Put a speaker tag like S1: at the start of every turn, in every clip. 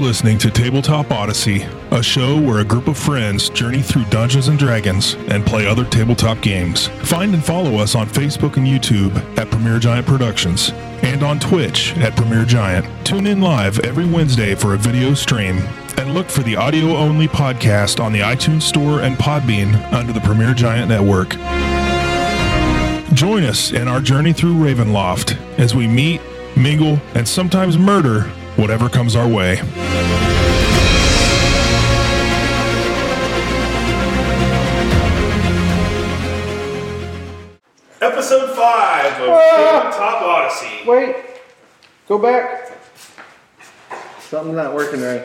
S1: listening to Tabletop Odyssey, a show where a group of friends journey through Dungeons and Dragons and play other tabletop games. Find and follow us on Facebook and YouTube at Premier Giant Productions and on Twitch at Premier Giant. Tune in live every Wednesday for a video stream and look for the audio only podcast on the iTunes Store and Podbean under the Premier Giant Network. Join us in our journey through Ravenloft as we meet, mingle, and sometimes murder whatever comes our way.
S2: Episode 5 of
S3: Ah.
S2: Top Odyssey.
S4: Wait. Go back. Something's not working right.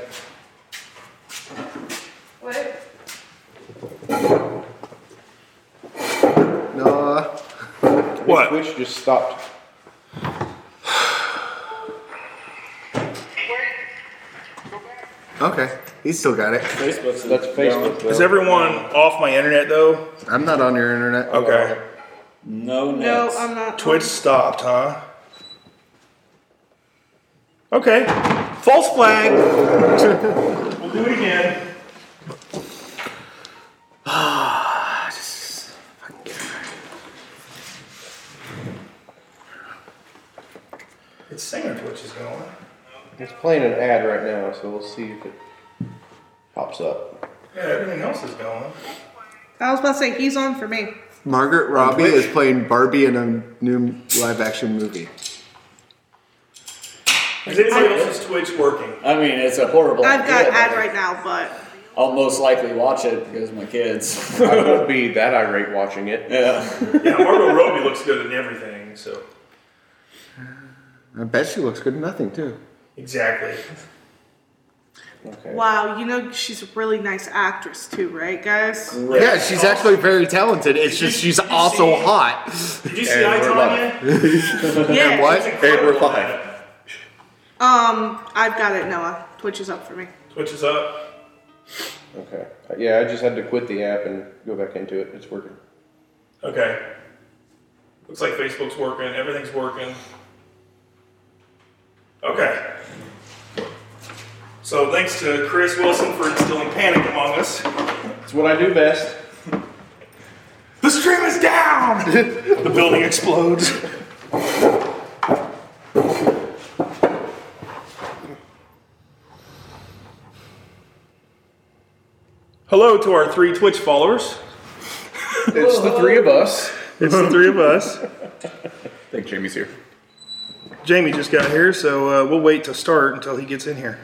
S5: What?
S6: uh,
S4: No.
S2: What?
S4: Twitch just stopped. Okay. He's still got it. That's Facebook.
S2: Is everyone off my internet though?
S4: I'm not on your internet.
S2: Okay.
S3: No
S5: No,
S3: nets.
S5: I'm not.
S2: Twitch stopped, huh? Okay. False flag. we'll do it again. Ah, It's singer Twitch is going.
S4: It's playing an ad right now, so we'll see if it pops up.
S2: Yeah, everything else is going.
S5: I was about to say he's on for me.
S6: Margaret Robbie is playing Barbie in a new live action movie.
S2: Is anybody else's Twitch working?
S3: I mean, it's a horrible.
S5: I've got
S3: idea, but
S5: ad right now, but
S3: I'll most likely watch it because of my kids.
S4: I won't be that irate watching it.
S3: yeah.
S2: Yeah, Margot Robbie looks good in everything, so.
S6: I bet she looks good in nothing, too.
S2: Exactly.
S4: Okay.
S5: wow, you know she's a really nice actress too, right, guys?
S6: Yeah, she's actually very talented. It's just she's also hot.
S2: Did you see
S4: And
S2: I,
S4: we're
S2: Tanya?
S5: Yeah.
S6: What?
S2: Incredible.
S5: Um, I've got it, Noah. Twitch is up for me.
S2: Twitch is up.
S4: Okay. Uh, Yeah, I just had to quit the app and go back into it. It's working.
S2: Okay. Looks like Facebook's working. Everything's working. Okay. So thanks to Chris Wilson for instilling panic among us.
S4: It's what I do best.
S2: The stream is down! the building explodes. Hello to our three Twitch followers.
S4: It's the three of us.
S2: It's the three of us.
S4: I think Jamie's here.
S2: Jamie just got here, so uh, we'll wait to start until he gets in here.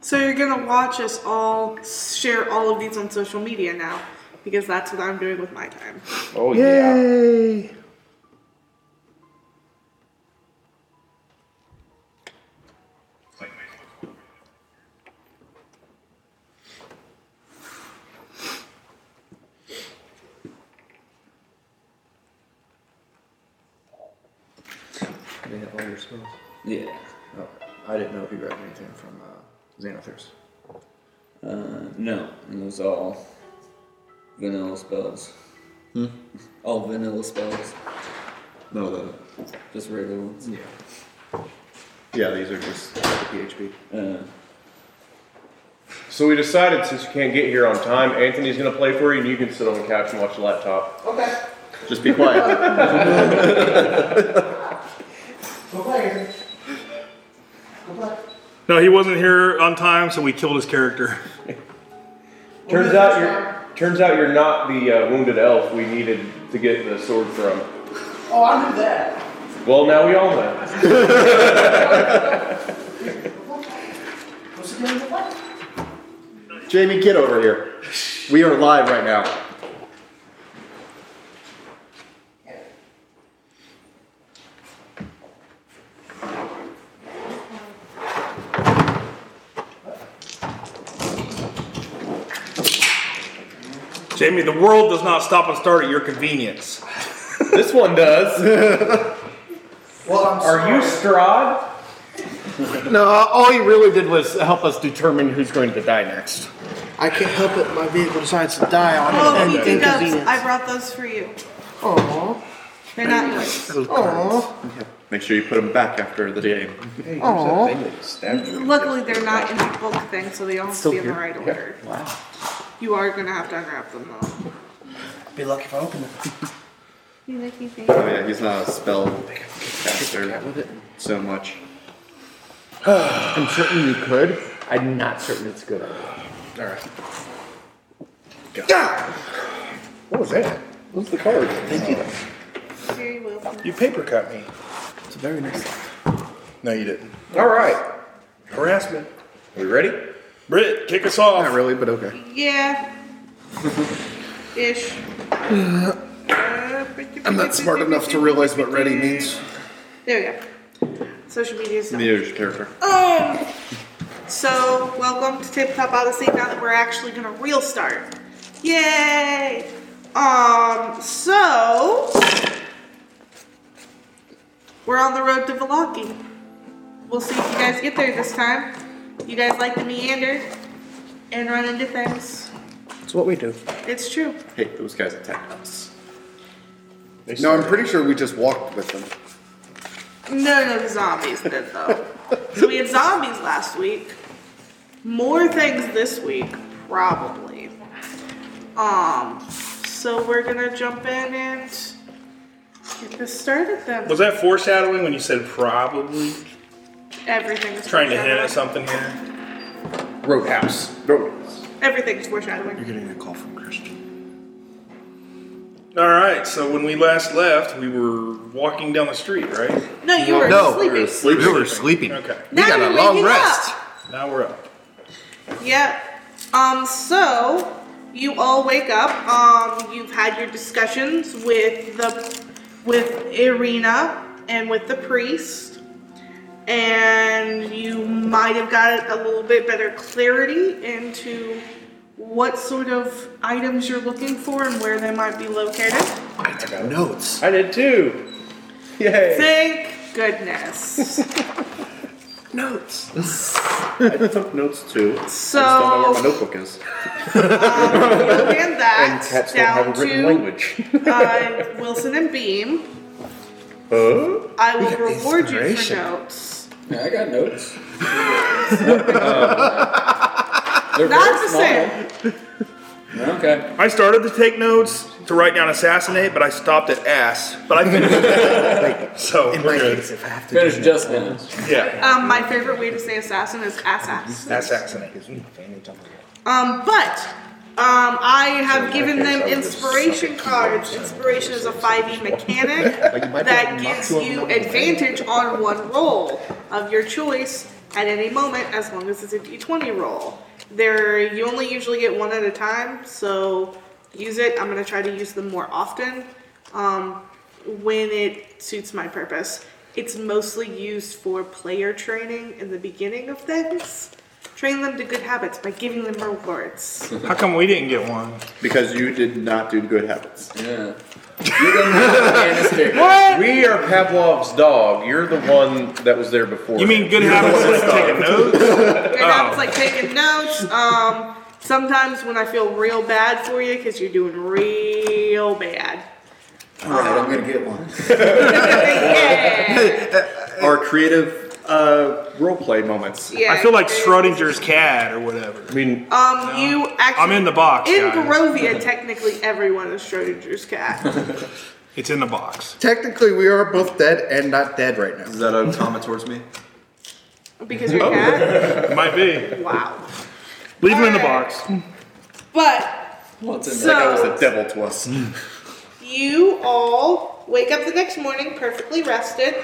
S5: So you're gonna watch us all share all of these on social media now, because that's what I'm doing with my time.
S4: Oh yeah.
S2: Yay!
S6: They have all your spells.
S3: yeah.
S6: Oh, I didn't know if you grabbed anything from uh, Xanathars.
S3: Uh, no, it was all vanilla spells. All vanilla spells,
S6: No, the.
S3: just regular ones.
S6: Yeah. Yeah, these are just the PHP.
S3: Uh,
S4: So we decided since you can't get here on time, Anthony's gonna play for you, and you can sit on the couch and watch the laptop.
S6: Just be quiet.
S2: No, he wasn't here on time, so we killed his character.
S4: Turns out you're turns out you're not the uh, wounded elf we needed to get the sword from.
S7: Oh, I knew that.
S4: Well, now we all know.
S7: What's the name of the fight?
S6: Jamie, get over here. We are live right now.
S2: Jamie, the world does not stop and start at your convenience.
S4: This one does.
S7: Well, I'm
S4: Are you Strahd?
S6: No, all he really did was help us determine who's going to die next.
S7: I can't help it. My vehicle decides to die on
S5: Oh,
S7: it.
S5: Pinky Dubs, I brought those for you.
S7: Aww.
S5: They're not yours.
S7: Aww.
S8: Make sure you put them back after the game.
S6: Hey, here's
S5: Aw.
S6: that thing that stabbed you.
S5: Luckily, they're not in the book thing, so they all have to
S9: Still
S5: be in the
S9: here?
S5: right order.
S9: Wow.
S5: You are gonna have to unwrap them though.
S10: Be lucky if I open it.
S5: You make me think.
S8: Oh yeah, he's not a spell caster so much.
S9: I'm certain you could. I'm not certain it's a good. idea.
S6: All right.
S10: Yeah.
S6: What was that? What was the card?
S5: Very well.
S6: You paper cut me.
S10: It's very nice.
S6: No, you didn't.
S9: All right.
S6: Harassment. We ready? Britt, kick us off. Not really, but okay.
S5: Yeah. Ish.
S6: I'm not smart enough to realize what ready means.
S5: There we go. Social media is not.
S8: Neither is your character.
S5: Um, so, welcome to Tip Top Odyssey. Now that we're actually gonna real start. Yay! Um, so we're on the road to Velaki. We'll see if you guys get there this time. You guys like to meander and run into things.
S10: It's what we do.
S5: It's true.
S8: Hey, those guys attacked us.
S6: No, I'm pretty sure we just walked with them.
S5: No, no, the zombies did though. so we had zombies last week. More things this week, probably. Um, so we're gonna jump in and get this started then.
S2: Was that foreshadowing when you said probably
S5: Everything's
S2: trying to hint
S5: foreshadowing.
S2: at something here?
S6: Roadhouse. Roadhouse.
S5: Everything's foreshadowing.
S6: You're getting a call from Christian.
S2: All right. So when we last left, we were walking down the street, right?
S5: No, you were
S6: No,
S5: sleeping.
S6: We were sleeping.
S2: Okay.
S6: We
S5: Now
S6: got
S5: you're
S6: a long
S5: waking
S6: rest.
S5: up.
S2: Now we're up.
S5: Yep. Um, so you all wake up. Um, you've had your discussions with the with Irina and with the priest, and you might have got a little bit better clarity into what sort of items you're looking for and where they might be located.
S6: I took notes.
S9: I did too. Yay.
S5: Thank goodness.
S6: Notes.
S8: I took notes too. I just don't know where my
S5: So
S8: notebook is.
S5: and that
S6: Cats don't
S5: down
S6: have a written
S5: to
S6: language.
S5: uh, Wilson and Beam.
S6: Oh.
S5: I will reward you for
S6: inspiration.
S5: notes.
S3: Yeah, I got notes.
S5: Not the same.
S3: Okay.
S2: I started to take notes to write down assassinate, but I stopped at ass. But I finished. so we're good.
S6: if I have to
S3: Finish just now.
S2: Yeah.
S5: Um, my favorite way to say assassin is assass.
S2: Assassinate.
S5: Um, but um, I have given them inspiration cards. Inspiration is a 5e mechanic that gives you advantage on one roll of your choice at any moment as long as it's a d20 roll. There, you only usually get one at a time, so use it. I'm going to try to use them more often um, when it suits my purpose. It's mostly used for player training in the beginning of things. Train them to good habits by giving them rewards.
S2: How come we didn't get one?
S8: Because you did not do good habits.
S3: Yeah. You don't have a canister.
S9: What?
S4: We are Pavlov's dog. You're the one that was there before.
S2: You mean good habits is taking notes?
S5: Good habits like taking notes. Um, sometimes when I feel real bad for you because you're doing real bad.
S3: All right, I'm gonna get one.
S5: yeah.
S8: Our creative uh, roleplay moments.
S5: Yeah,
S2: I feel like
S5: it is.
S2: Schrodinger's cat or whatever.
S9: I mean,
S5: Um, you actually.
S2: I'm in the box,
S5: In
S2: guys.
S5: Barovia, technically everyone is Schrodinger's cat.
S2: It's in the box.
S6: Technically, we are both dead and not dead right now.
S8: Is that a comment towards me?
S5: Because you're a cat?
S2: It might be.
S5: Wow.
S2: Oh. Leave him in the box.
S5: But,
S3: What's in
S5: so.
S3: there?
S8: That was the devil to us.
S5: You all wake up the next morning perfectly rested.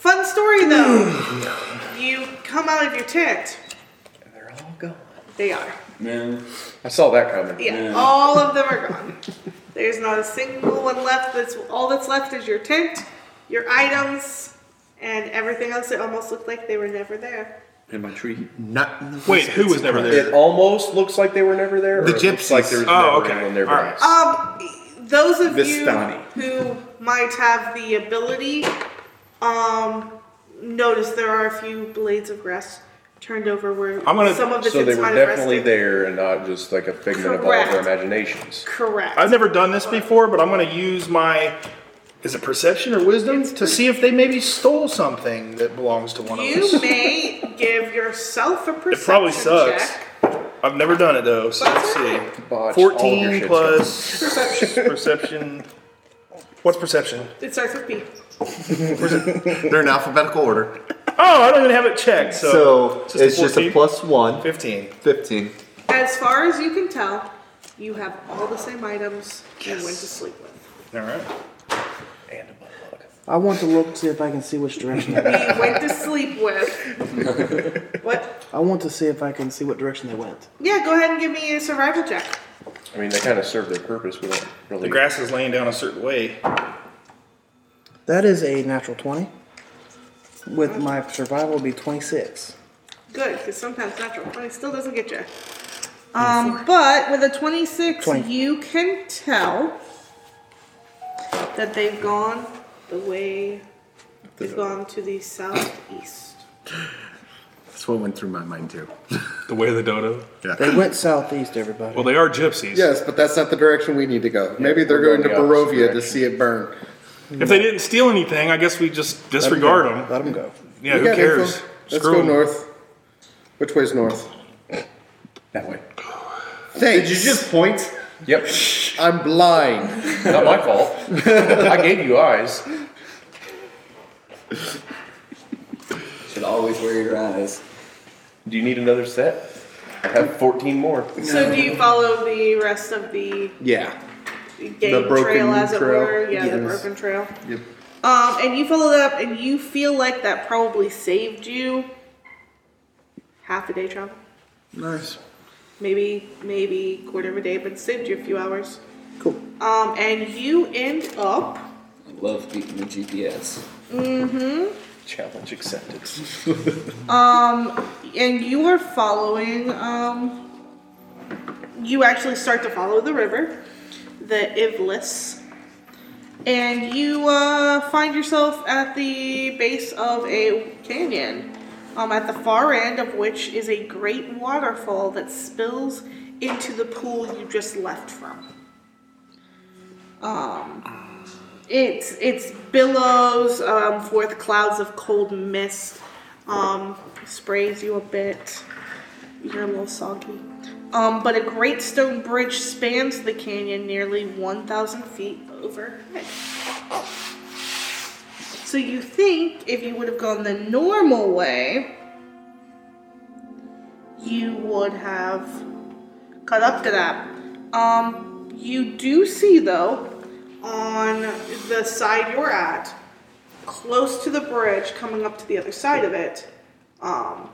S5: Fun story though. you come out of your tent.
S6: They're all gone.
S5: They are.
S3: No.
S6: I saw that coming.
S5: Yeah,
S3: Yeah.
S5: all of them are gone. There's not a single one left. That's all that's left is your tent, your items, and everything else. It almost looked like they were never there.
S8: In my tree.
S6: Not in the
S2: Wait, who was never there?
S4: It almost looks like they were never there.
S6: The
S4: or it looks Like there was
S6: gypsies.
S2: Oh,
S4: never
S2: okay.
S4: anyone there.
S2: All
S4: but-
S2: right.
S5: Um, those of
S8: Vistani.
S5: you who might have the ability, um, notice there are a few blades of grass turned over where
S2: I'm gonna-
S5: some of the
S4: So they
S5: tents
S4: were
S5: might have
S4: definitely
S5: rested.
S4: there and not just like a figment of all of
S5: Correct.
S4: their imaginations.
S5: Correct.
S2: I've never done this before, but I'm going to use my
S11: Is it perception or wisdom to see if they maybe stole something that belongs to one of
S5: You
S11: us?
S5: may give yourself a perception
S11: It probably sucks.
S5: check.
S11: I've never done it though, so let's see.
S12: Botch, all of your
S11: Fourteen
S12: shit's
S11: plus
S5: Perception.
S11: perception. What's perception?
S5: It starts with B.
S8: They're in alphabetical order.
S11: Oh, I don't even have it checked. So,
S12: So
S11: a
S12: it's just a
S11: 14?
S12: plus one,
S11: Fifteen.
S12: 15.
S5: As far as you can tell, you have all the same items you went to sleep with.
S11: All right.
S6: I want to look see if I can see which direction.
S5: We
S6: They,
S5: went to sleep with. what?
S6: I want to see if I can see what direction they went.
S5: Yeah, go ahead and give me a survival check.
S8: I mean, they kind of serve their purpose. We don't
S11: The
S8: really.
S11: grass is laying down a certain way.
S6: That is a natural twenty. With my survival, will be twenty six.
S5: Good, because sometimes natural 20 still doesn't get you. Um, but with a 26,
S6: 20.
S5: you can tell that they've gone the way they've gone to the southeast.
S8: That's what went through my mind too.
S2: The way of the dodo.
S6: They went southeast, everybody.
S2: Well, they are gypsies.
S8: Yes, but that's not the direction we need to go. Maybe they're going, to Barovia to see it burn.
S2: If they didn't steal anything, I guess we just disregard them.
S6: Let them go.
S2: Yeah,
S8: We
S2: who
S8: got info.
S2: cares?
S8: Let's
S2: Screw
S8: go
S2: 'em.
S8: north. Which way's north?
S12: That way.
S8: Thanks. Did you just point?
S12: Yep.
S8: I'm blind.
S12: Not my fault. I gave you eyes.
S3: Should always wear your eyes.
S8: Do you need another set?
S12: I have 14 more.
S5: So do you follow the rest of the
S8: Yeah.
S5: game
S8: broken
S5: trail, as it
S8: trail.
S5: were? Yeah, the
S8: Yes.
S5: broken trail.
S8: Yep.
S5: Um, and you follow that up, and you feel like that probably saved you half a day travel.
S6: Nice.
S5: maybe maybe quarter of a day, but saved you a few hours.
S6: Cool.
S5: Um, and you end up.
S3: I love beating the GPS.
S12: Challenge accepted.
S5: Um, and you are following. Um, you actually start to follow the river, the Ivlis, and you uh, find yourself at the base of a canyon. Um, at the far end of which is a great waterfall that spills into the pool you just left from. It's it's billows um, forth clouds of cold mist. Um, sprays you a bit. You're a little soggy. Um, but a great stone bridge spans the canyon nearly 1,000 feet overhead. So you think if you would have gone the normal way, you would have cut up to that. Um, you do see though, on the side you're at, close to the bridge, coming up to the other side of it, um,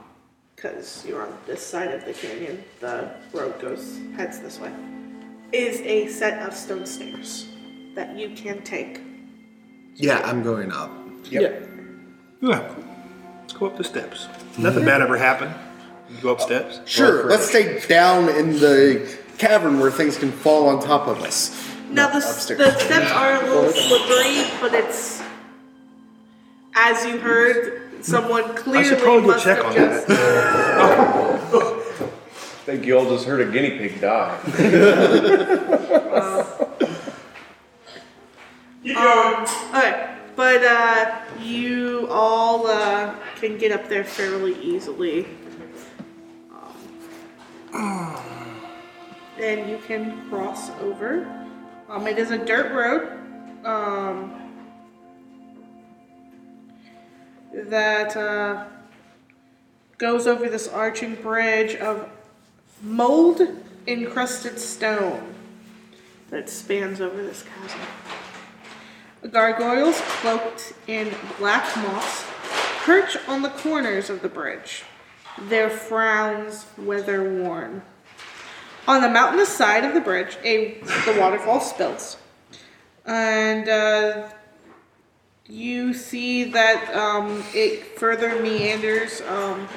S5: because you're on this side of the canyon, the road goes heads this way, is a set of stone stairs that you can take.
S8: Yeah, I'm going up.
S11: Yeah. Let's go up the steps. Nothing bad ever happened. You go up steps.
S8: Sure. Let's stay down in the cavern where things can fall on top of us.
S5: Now the, s- the steps are a little slippery, but it's as you heard, someone clearly
S11: probably go
S5: must
S11: check
S5: have
S11: on
S5: just-
S4: I think you all just heard a guinea pig die.
S5: Um, okay, but uh, you all uh, can get up there fairly easily. Um, and you can cross over. Um, it is a dirt road um, that uh, goes over this arching bridge of mold encrusted stone that spans over this chasm. Gargoyles cloaked in black moss perch on the corners of the bridge, their frowns weather worn. On the mountainous side of the bridge, a the waterfall spills, and uh, you see that um, it further meanders um,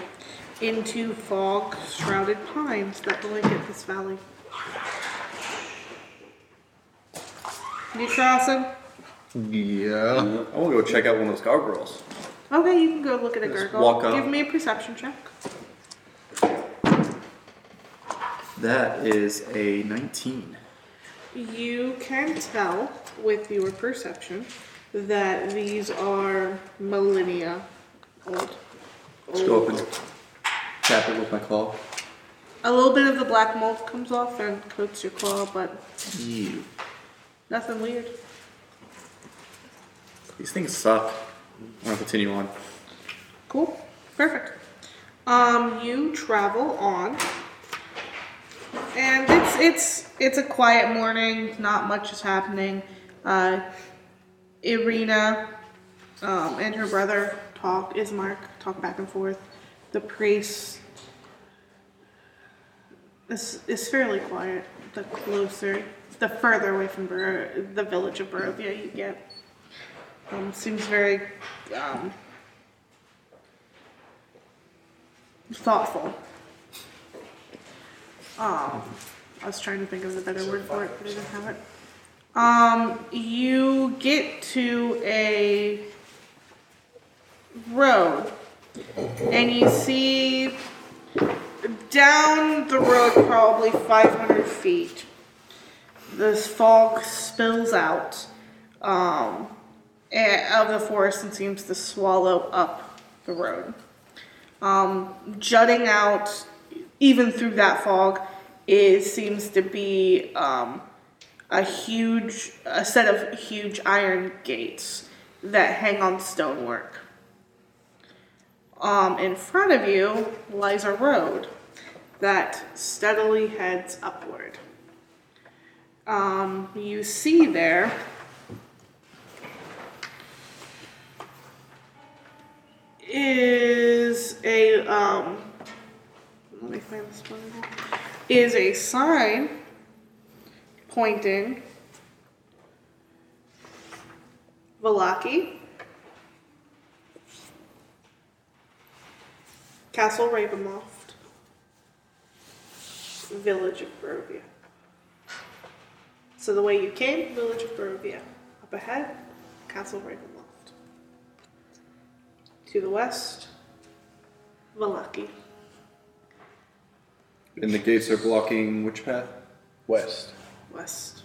S5: into fog-shrouded pines that blanket this valley. You crossing?
S8: Yeah.
S6: Uh-huh.
S12: I want to go check out one of those gargoyles.
S5: Okay, you can go look at a gurgle.
S12: walk up.
S5: Give me a perception check.
S12: That is a 19.
S5: You can tell with your perception that these are millennia old.
S3: Let's go up and tap it with my claw.
S5: A little bit of the black mold comes off and coats your claw, but
S3: Ew.
S5: nothing weird.
S12: These things suck. I want to continue on.
S5: Cool. Perfect. Um, you travel on. And it's it's it's a quiet morning, not much is happening. Uh, Irina um, and her brother talk Ismark talk back and forth. The priest is is fairly quiet the closer the further away from Bur- the village of Barovia you get. Um, seems very um, thoughtful. Um, I was trying to think of a better word for it, but I didn't have it. Um, you get to a road, and you see down the road, probably 500 feet, this fog spills out um, eh, of the forest and seems to swallow up the road um, jutting out even through that fog is seems to be um, a huge a set of huge iron gates that hang on stonework um, in front of you lies a road that steadily heads upward um, you see there is a um let me find this one again. is a sign pointing Valaki Castle Ravenloft Village of Barovia. So the way you came, Village of Barovia. Up ahead, Castle Ravenloft. To the west, Valaki.
S3: And the gates are blocking which path?
S4: West.
S5: West.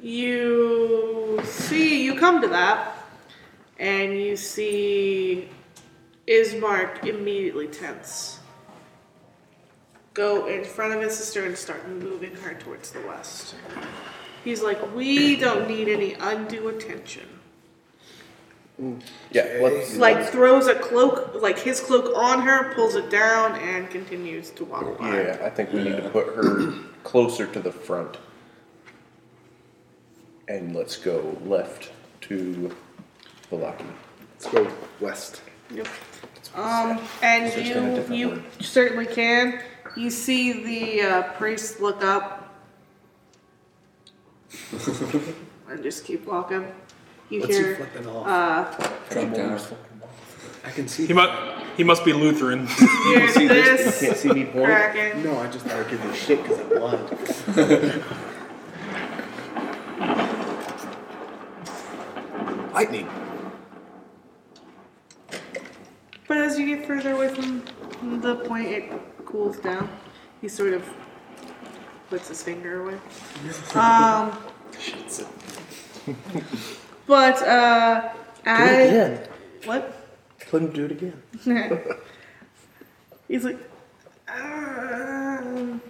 S5: You see, you come to that, and you see Ismark immediately tense. Go in front of his sister and start moving her towards the west. He's like, We don't need any undue attention.
S4: Yeah. Let's,
S5: Like, throws a cloak, like his cloak on her, pulls it down, and continues to walk by.
S4: yeah. I think we need to put her closer to the front. And let's go left to Velaki.
S8: Let's go west.
S5: Yep. Um, and you you certainly can. You see the uh, priest look up and just keep walking. You
S8: What's he
S5: hear
S8: flipping off?
S5: uh,
S3: Drop down.
S8: I can see.
S2: He must, he must be Lutheran.
S5: you hear this
S4: You can't see me point.
S5: cracking.
S8: No, I just thought I'd give you shit because I'm blind. Lightning.
S5: But as you get further away from the point, it cools down. He sort of puts his finger away. Um, but uh,
S6: Do it
S5: as
S6: again.
S5: what?
S6: Let him do it again.
S5: He's like, um,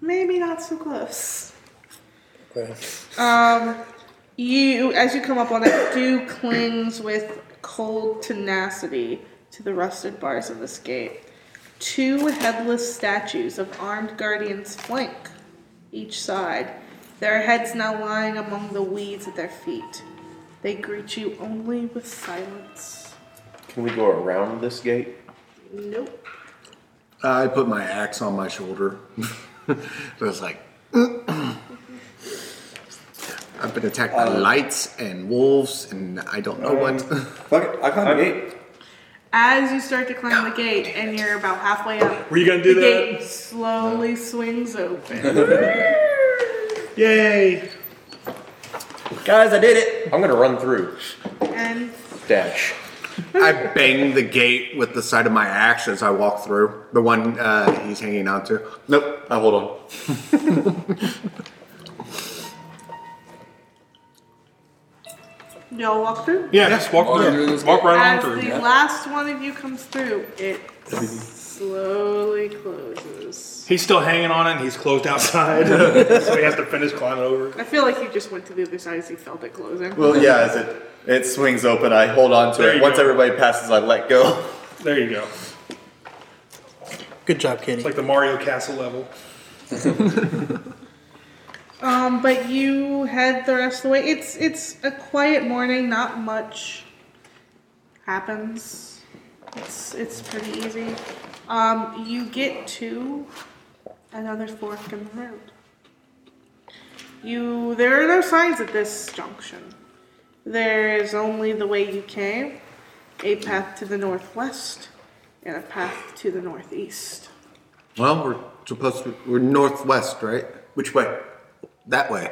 S5: maybe not so close.
S6: Okay.
S5: Um, you, as you come up on it, dew clings with cold tenacity to the rusted bars of this gate. Two headless statues of armed guardians flank each side, their heads now lying among the weeds at their feet. They greet you only with silence.
S4: Can we go around this gate?
S5: Nope.
S8: I put my axe on my shoulder. I was like, I've been attacked
S12: Uh,
S8: by lights and wolves, and I don't know
S12: um,
S8: what.
S3: Fuck it, I found the gate.
S5: As you start to climb the gate and you're about halfway up,
S2: Were you gonna do
S5: the
S2: that?
S5: gate slowly swings open.
S2: Yay!
S3: Guys, I did it.
S4: I'm gonna run through.
S5: and
S4: Dash.
S8: I banged the gate with the side of my axe as I walk through. The one uh, he's hanging on to. Nope,
S12: uh,
S8: I hold on.
S5: Y'all walk through?
S2: Yeah, just walk
S5: Walk
S2: through.
S5: through
S2: Just Walk right on
S5: As
S2: through.
S5: the last one of you comes through, it slowly closes.
S2: He's still hanging on it and he's closed outside. so he has to finish climbing over.
S5: I feel like he just went to the other side as he felt it closing.
S12: Well, yeah, as it it swings open, I hold on to
S2: There
S12: it.
S2: you
S12: Once
S2: go.
S12: everybody passes, I let go.
S2: There you go.
S6: Good job, Kenny.
S2: It's like the Mario Castle level.
S5: Um, but you head the rest of the way. It's it's a quiet morning. Not much happens. It's it's pretty easy. Um, you get to another fork in the road. You there are no signs at this junction. There is only the way you came, a path to the northwest, and a path to the northeast.
S8: Well, we're supposed to. We're northwest, right? Which way? That way.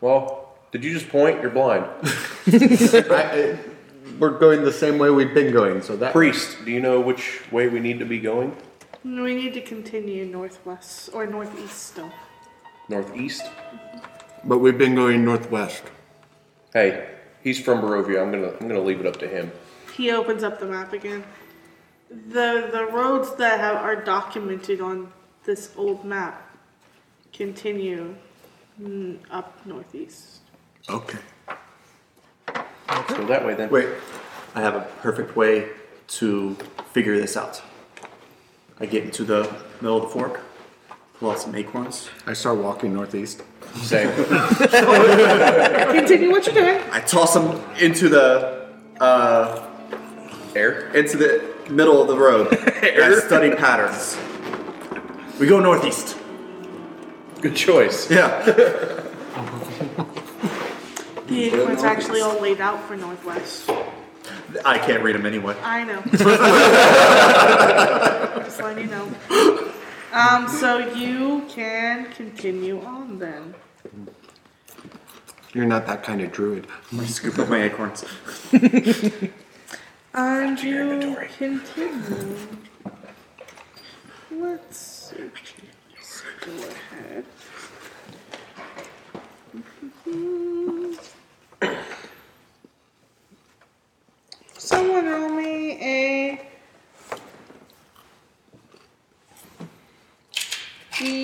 S4: Well, did you just point? You're blind.
S8: I- I- we're going the same way we've been going, so that.
S4: Priest, do you know which way we need to be going?
S5: We need to continue northwest or northeast still.
S4: Northeast?
S8: But we've been going northwest.
S4: Hey, he's from Barovia. I'm gonna I'm gonna leave it up to him.
S5: He opens up the map again. The the roads that have, are documented on this old map continue mm, up northeast.
S8: Okay.
S12: Let's go that way then.
S8: Wait.
S12: I have a perfect way to figure this out. I get into the middle of the fork, pull out some acorns.
S8: I start walking northeast.
S12: Same.
S5: Continue what you're doing.
S12: I toss them into the uh, air, into the middle of the road. And I study patterns. We go northeast.
S4: Good choice.
S12: Yeah.
S5: The acorns actually all laid out for northwest.
S12: I can't read them anyway.
S5: I know. Just letting you know. Um, so you can continue on then.
S8: You're not that kind of druid.
S12: I'm gonna scoop up my acorns.
S5: And you continue. Let's see. Let's go ahead. Someone roll me a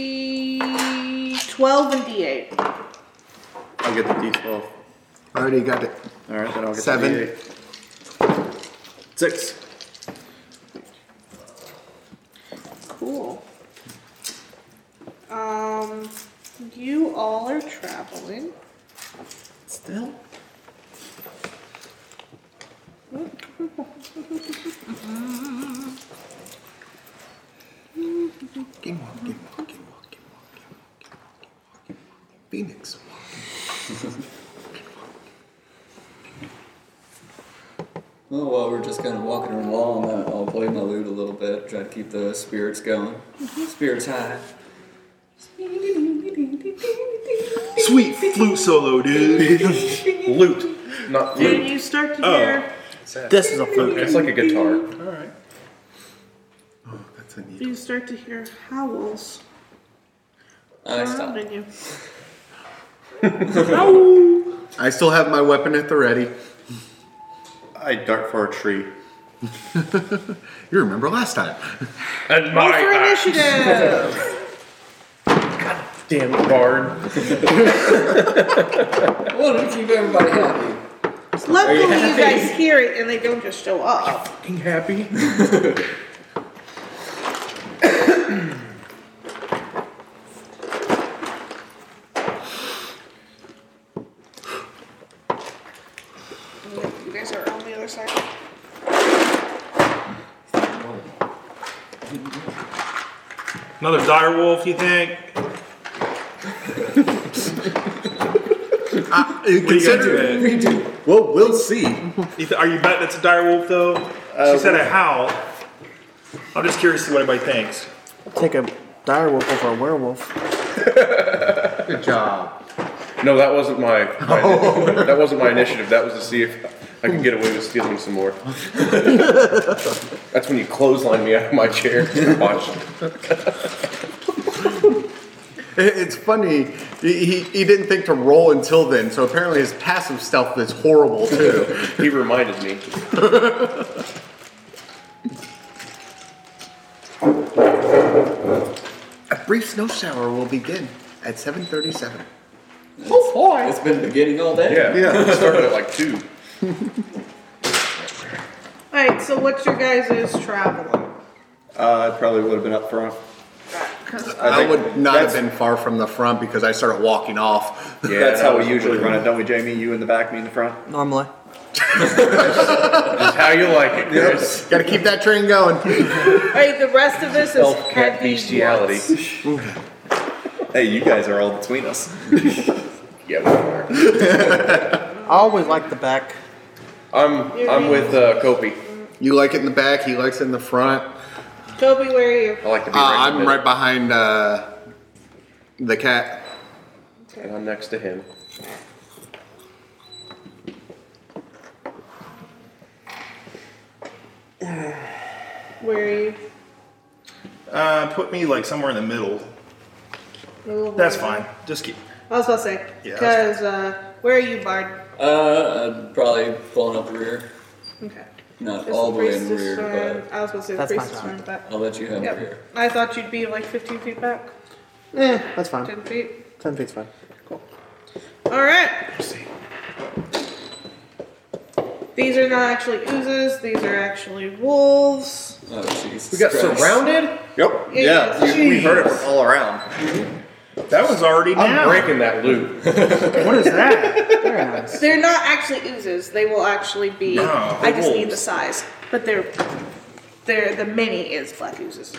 S5: D twelve and D eight.
S12: I'll get the D12.
S8: I already got it.
S12: All right, then I'll get
S8: Seven.
S12: the D8. Six.
S5: Cool. Um, you all are traveling.
S12: Still?
S8: Walking, walking, walking, walking, walking, walking, walking. Phoenix.
S3: Oh well, we're just kind of walking along. uh, I'll play my lute a little bit, try to keep the spirits going. Spirits high.
S2: Sweet flute solo, dude.
S4: Loot, not flute.
S5: And you start to hear
S6: This is a fluke.
S4: It's like a guitar.
S8: Oh, that's a neat.
S5: you start to hear howls
S3: I stop.
S5: surrounding you.
S8: I still have my weapon at the ready.
S12: I dart for a tree.
S8: You remember last time?
S4: And
S5: Roll for initiative.
S4: damn bard.
S3: I wanted to keep everybody happy.
S5: Luckily, you guys hear it and they don't just show up.
S4: Fucking happy.
S5: You guys are on the other side.
S2: Another dire wolf, you think?
S8: Consider
S2: Consider
S8: Well, we'll see.
S2: You th- are you betting it's a dire wolf though? she said a howl. I'm just curious to see what anybody thinks.
S6: Take a dire wolf over a werewolf.
S8: Good job.
S4: No, that wasn't my. my
S13: Oh.
S4: initiative. that wasn't my initiative. That was to see if I could get away with stealing some more. That's when you clothesline me out of my chair. Watch.
S8: It- It's funny. He, he, he didn't think to roll until then, so apparently his passive stealth is horrible too.
S4: he reminded me.
S8: A brief snow shower will begin at 7:37.
S3: Oh boy! It's been beginning all day.
S4: Yeah, yeah. started at like two.
S5: Alright, so what's your guys' traveling?
S13: Uh, I probably would have been up front.
S8: I,
S13: think
S8: would not have
S13: that's-
S8: been far from the front because I started walking off.
S13: Yeah, that's how we usually run it, don't we, Jamie? You in the back, me in the front.
S6: Normally.
S13: How you like it,
S8: Got to keep that train going.
S5: Alright, the rest of this is
S13: Elf cat
S5: heavy.
S13: bestiality.
S5: wants.
S13: hey, you guys are all between us. yeah, we are.
S6: I always like the back.
S4: I'm I'm with uh, Kopi.
S8: You like it in the back. He likes it in the front.
S5: Toby, where are you?
S4: I like to be
S8: Uh,
S4: right. in the
S8: I'm
S4: middle,
S8: right behind uh, the cat.
S4: and I'm next to him.
S5: Where are you?
S2: Uh, put me like somewhere in the middle.
S5: Move over.
S2: That's fine. Just keep.
S5: I was about to say,
S2: Yeah,
S5: because uh, where are you, Bard?
S3: Uh, I'd probably falling up rear.
S5: Okay.
S3: Not
S5: It's
S3: all the way in
S5: priest's
S3: rear,
S5: turn. I was about to say the
S6: That's my
S5: priest's
S6: turn.
S5: turn, but
S3: but I'll let you have
S5: Yep.
S3: rear.
S5: I thought you'd be like 15 feet back,
S6: Eh, that's fine.
S5: 10 feet.
S6: Ten feet's fine.
S5: All right. These are not actually oozes. These are actually wolves.
S3: Oh jeez.
S4: We got surrounded.
S13: Yep.
S5: Yeah,
S13: Yeah, you, we heard it
S5: jeez.
S13: from all around.
S2: That was already
S4: I'm
S2: down.
S4: breaking that loop.
S2: What is that?
S6: Very nice.
S5: They're not actually oozes. They will actually be.
S2: No,
S5: I just need
S2: wolves.
S5: the size, but they're they're the mini is black oozes.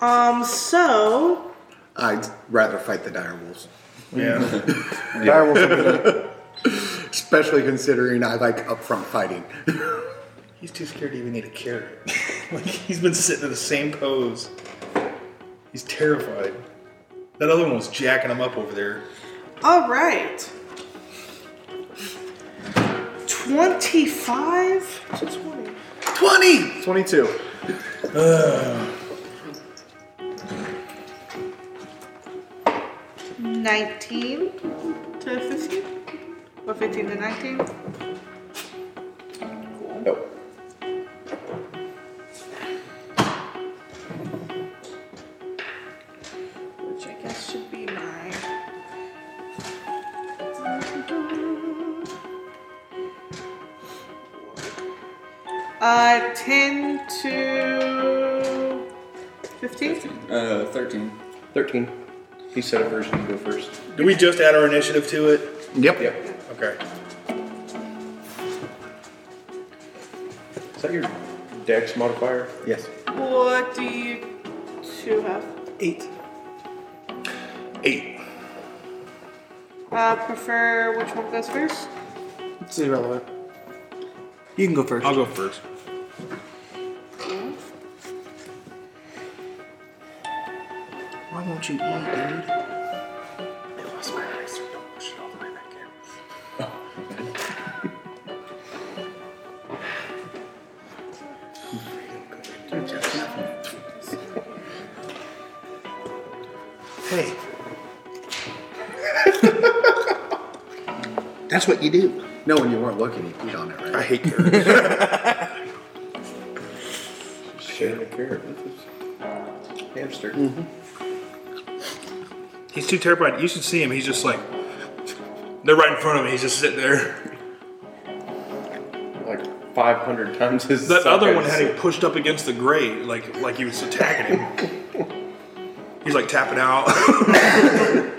S5: Um. So
S8: I'd rather fight the dire wolves,
S2: yeah.
S8: especially considering I like up front fighting.
S2: He's too scared to even need a carrot. like he's been sitting in the same pose. He's terrified. That other one was jacking him up over there.
S5: all right. Twenty-five to twenty.
S8: 20! 22.
S5: Nineteen to fifteen, or fifteen to nineteen.
S13: Nope.
S5: which I guess should be my. Uh, 10 to 15?
S3: Uh, thirteen.
S4: Thirteen. He said it first. You go first.
S2: Did we just add our initiative to it?
S8: Yep.
S4: Yep.
S2: Okay.
S4: Is that your dex modifier?
S8: Yes.
S5: What do you two have?
S6: Eight.
S8: Eight.
S5: Uh, prefer which one goes first?
S6: It's irrelevant. You can go first.
S12: Uh,
S2: I'll go first.
S6: Why won't you eat, dude?
S2: Hey. That's what you do.
S8: No, when you weren't looking, you peed on it,
S2: I
S8: right?
S2: hate carrots.
S13: Share the carrot with us. Hamster.
S2: he's too terrified. You should see him. He's just like they're right in front of him. He's just sitting there.
S4: Like five hundred times his.
S2: That other one had
S4: size.
S2: him pushed up against the grate, like like he was attacking him. He's like tapping out.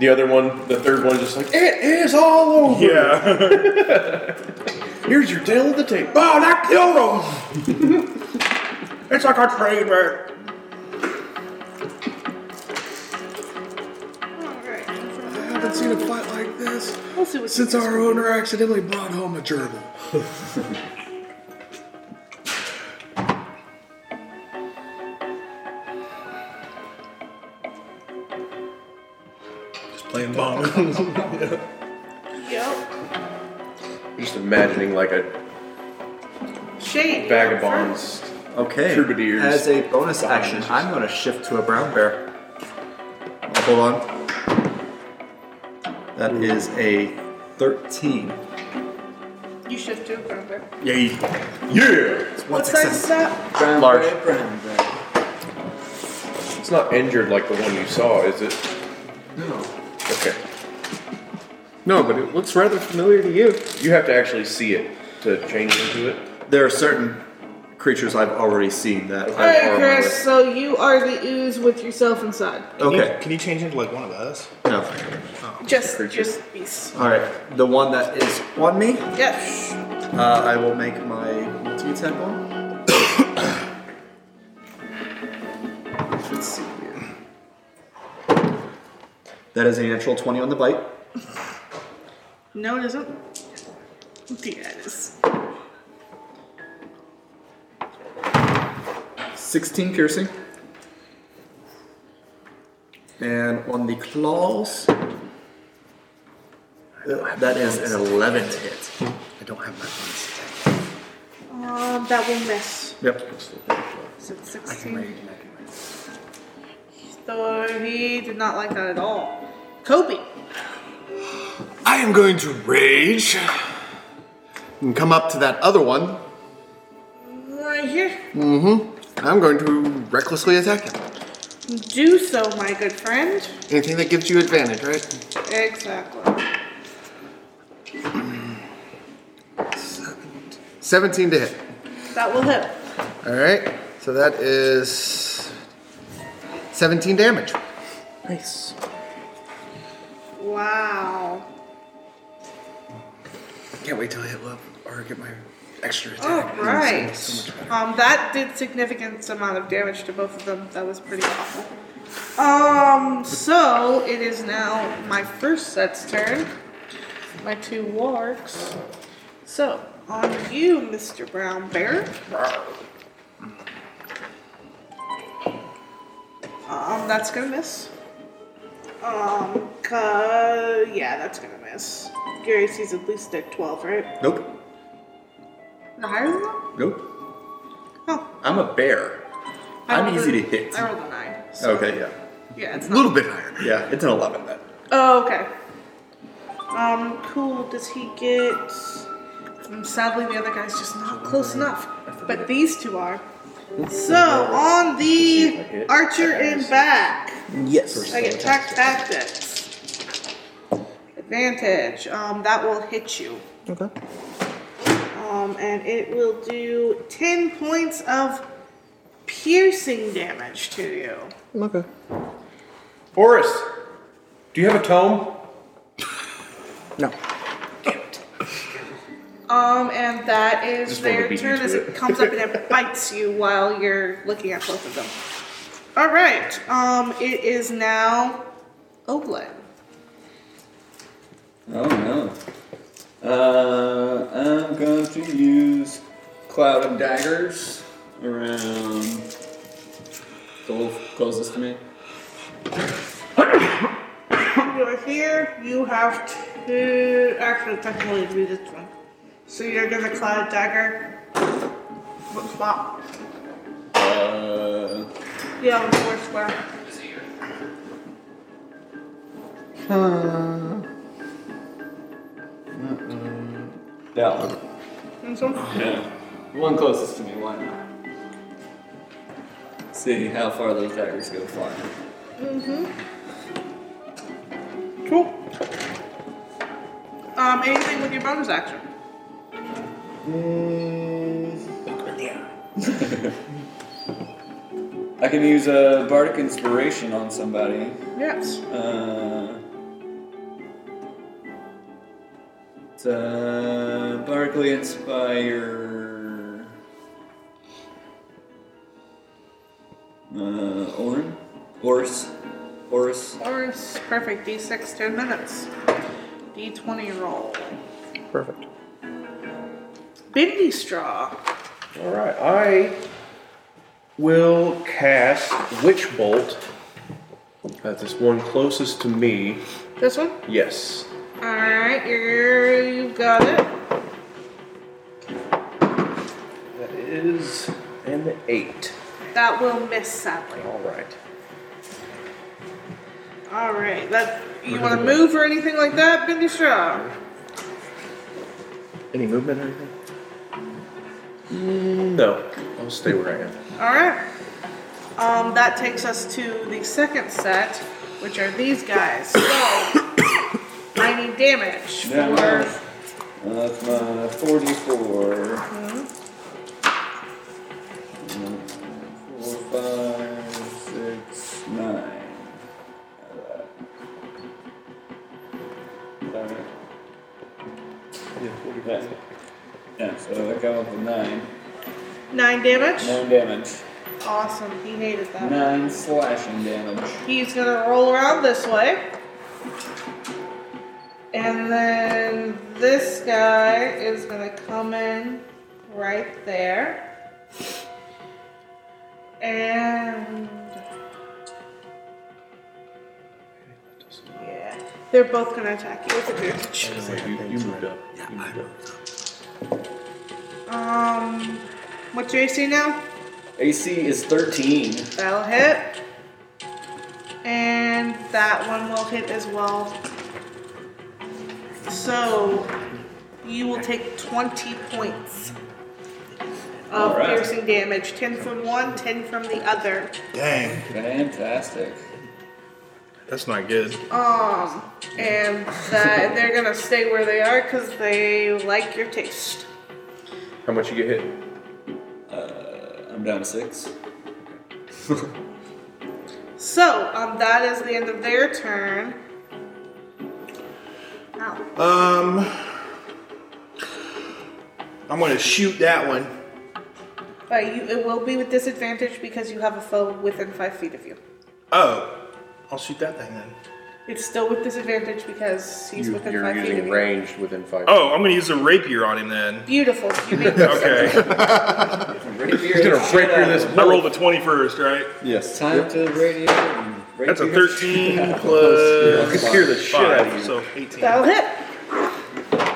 S4: The other one, the third one, just like eh. it is all over.
S2: yeah.
S4: Here's your tail of the tape.
S2: Oh, and I killed him! it's like I trained her.
S5: Alright.
S8: I haven't seen a fight like this
S5: We'll see what
S8: since our owner accidentally brought home a gerbil.
S2: Just playing bong.
S5: Yep.
S4: Just imagining like a
S5: Shane.
S4: bag of
S5: you're up
S4: bonds.
S13: Okay.
S4: Troubadours.
S13: As a bonus action, I'm going to shift to a brown bear.
S12: hold on. That is a 13.
S5: You shift too, perfect.
S12: Yeah, you- yeah. It's
S5: What size is that?
S4: Large.
S3: It's
S4: not injured like the one you saw, is it?
S3: No.
S4: Okay.
S8: No, but it looks rather familiar to you.
S4: You have to actually see it to change into it.
S12: There are certain creatures I've already seen that
S5: All right,
S12: I'm armed
S5: Chris.
S12: with.
S5: So you are the ooze with yourself inside.
S12: Okay.
S2: Can you change into like one of us?
S12: No.
S5: Just, just beast.
S12: All right. The one that is on me,
S5: Yes.
S12: uh, I will make my multi attack on. Let's see here. That is a natural 20 on the bite.
S5: No, it isn't. Yeah, it is.
S12: 16 piercing. And on the claws, that is an 11 to hit. I don't have my bonus
S5: Um, that will miss.
S12: Yep.
S5: So it's 16. So he did not like that at all. Kobe.
S8: I am going to rage and come up to that other one.
S5: Right here.
S8: Mm-hmm. And I'm going to recklessly attack him.
S5: Do so, my good friend.
S8: Anything that gives you advantage, right?
S5: Exactly.
S8: 17 to hit.
S5: That will hit.
S8: All right. So that is 17 damage.
S6: Nice.
S5: Wow.
S8: Can't wait till I hit level or get my extra
S5: All
S8: attack.
S5: right. Um, that did significant amount of damage to both of them. That was pretty awful. Um, so it is now my first set's turn. My two wargs. So on you, Mr. Brown Bear. Um, that's gonna miss. Um, ca- yeah, that's gonna miss. Gary sees at least at twelve, right?
S12: Nope.
S5: No higher than that?
S12: Nope.
S5: Oh.
S12: I'm a bear.
S5: I
S12: I'm
S5: rolled
S12: easy
S5: a-
S12: to hit. Oh.
S5: I rolled a nine. so-
S12: Okay, yeah.
S5: Yeah, it's
S8: A
S5: not.
S8: little bit higher.
S12: Yeah, it's an 11 then.
S5: Oh, okay. Um, cool. Does he get? Um, sadly, the other guy's just not close enough. But these two are. So on the archer in back,
S6: Yes.
S5: I get attack tactics. Advantage. Um, that will hit you.
S6: Okay.
S5: Um, and it will do ten points of piercing damage to you.
S6: Okay.
S4: Boris, do you have a tome?
S6: No.
S5: Um, and that is
S4: Just wanted to
S5: their
S4: beat you
S5: turn
S4: to
S5: as it.
S4: it.
S5: comes up and it bites you while you're looking at both of them. All right. Um, it is now Oglin.
S3: Oh no. Uh, I'm going to use Cloud of Daggers around. The wolf closest to me.
S5: You're here. You have to actually technically it'd be this one. So you're gonna cloud dagger. What spot?
S3: Uh,
S5: Yeah, on the fourth square.
S3: that one.
S5: This one.
S3: Yeah. The one closest to me, why not? See how far those daggers go flying.
S5: Mm-hmm. Cool. Um, anything with your bonus action?
S3: I can use a bardic inspiration on somebody.
S5: Yes.
S3: Uh, it's uh, bardically inspire. Uh, Orin, Oris, Oris.
S5: Or it's perfect. D6, 10 minutes. D20 roll.
S6: Perfect.
S5: Bendy straw.
S4: All right, I will cast Witch Bolt at this one closest to me.
S5: This one?
S4: Yes.
S5: Alright, you're- you got it.
S4: That is an eight.
S5: That will miss, sadly.
S4: All right.
S5: All right. That you want to move or anything like that, Bendy Straw?
S4: Any movement or anything? Mm, No, I'll stay where I am.
S5: All right. Um, that takes us to the second set, which are these guys. So I need damage
S3: Now,
S5: for
S3: uh, that's my 44. Four, five, six, nine. Alright. Yeah, yeah, so I got up with nine.
S5: nine damage.
S3: Nine damage.
S5: Awesome. He hated that.
S3: Nine slashing damage.
S5: He's gonna roll around this way. And then this guy is gonna come in right there. And yeah, they're both gonna attack you with advantage.
S4: You, you moved up. Yeah, you moved up.
S5: Um, what's your AC now?
S3: AC is 13.
S5: That'll hit. And that one will hit as well. So you will take 20 points of
S3: Alright.
S5: piercing damage 10 from one, 10 from the other.
S3: Dang. Fantastic.
S2: That's not good.
S5: Um, and that they're gonna stay where they are because they like your taste.
S4: How much you get hit?
S3: I'm down to six.
S5: So, um, that is the end of their turn. Ow.
S2: Um, I'm gonna shoot that one.
S5: But you, it will be with disadvantage because you have a foe within five feet of you.
S2: Oh, I'll shoot that thing then.
S5: It's still with disadvantage because he's
S4: You,
S5: within
S4: you're
S5: five feet of
S4: using
S5: you.
S4: ranged within five.
S2: Oh, I'm gonna use a rapier on him then.
S5: Beautiful. You made this.
S2: Okay.
S3: He's gonna break through this.
S2: I rolled a 20 first, right?
S8: Yes.
S3: Time to radio. and radio.
S2: That's a 13 plus.
S4: You could hear the shit out of
S2: five, So 18.
S5: That'll hit.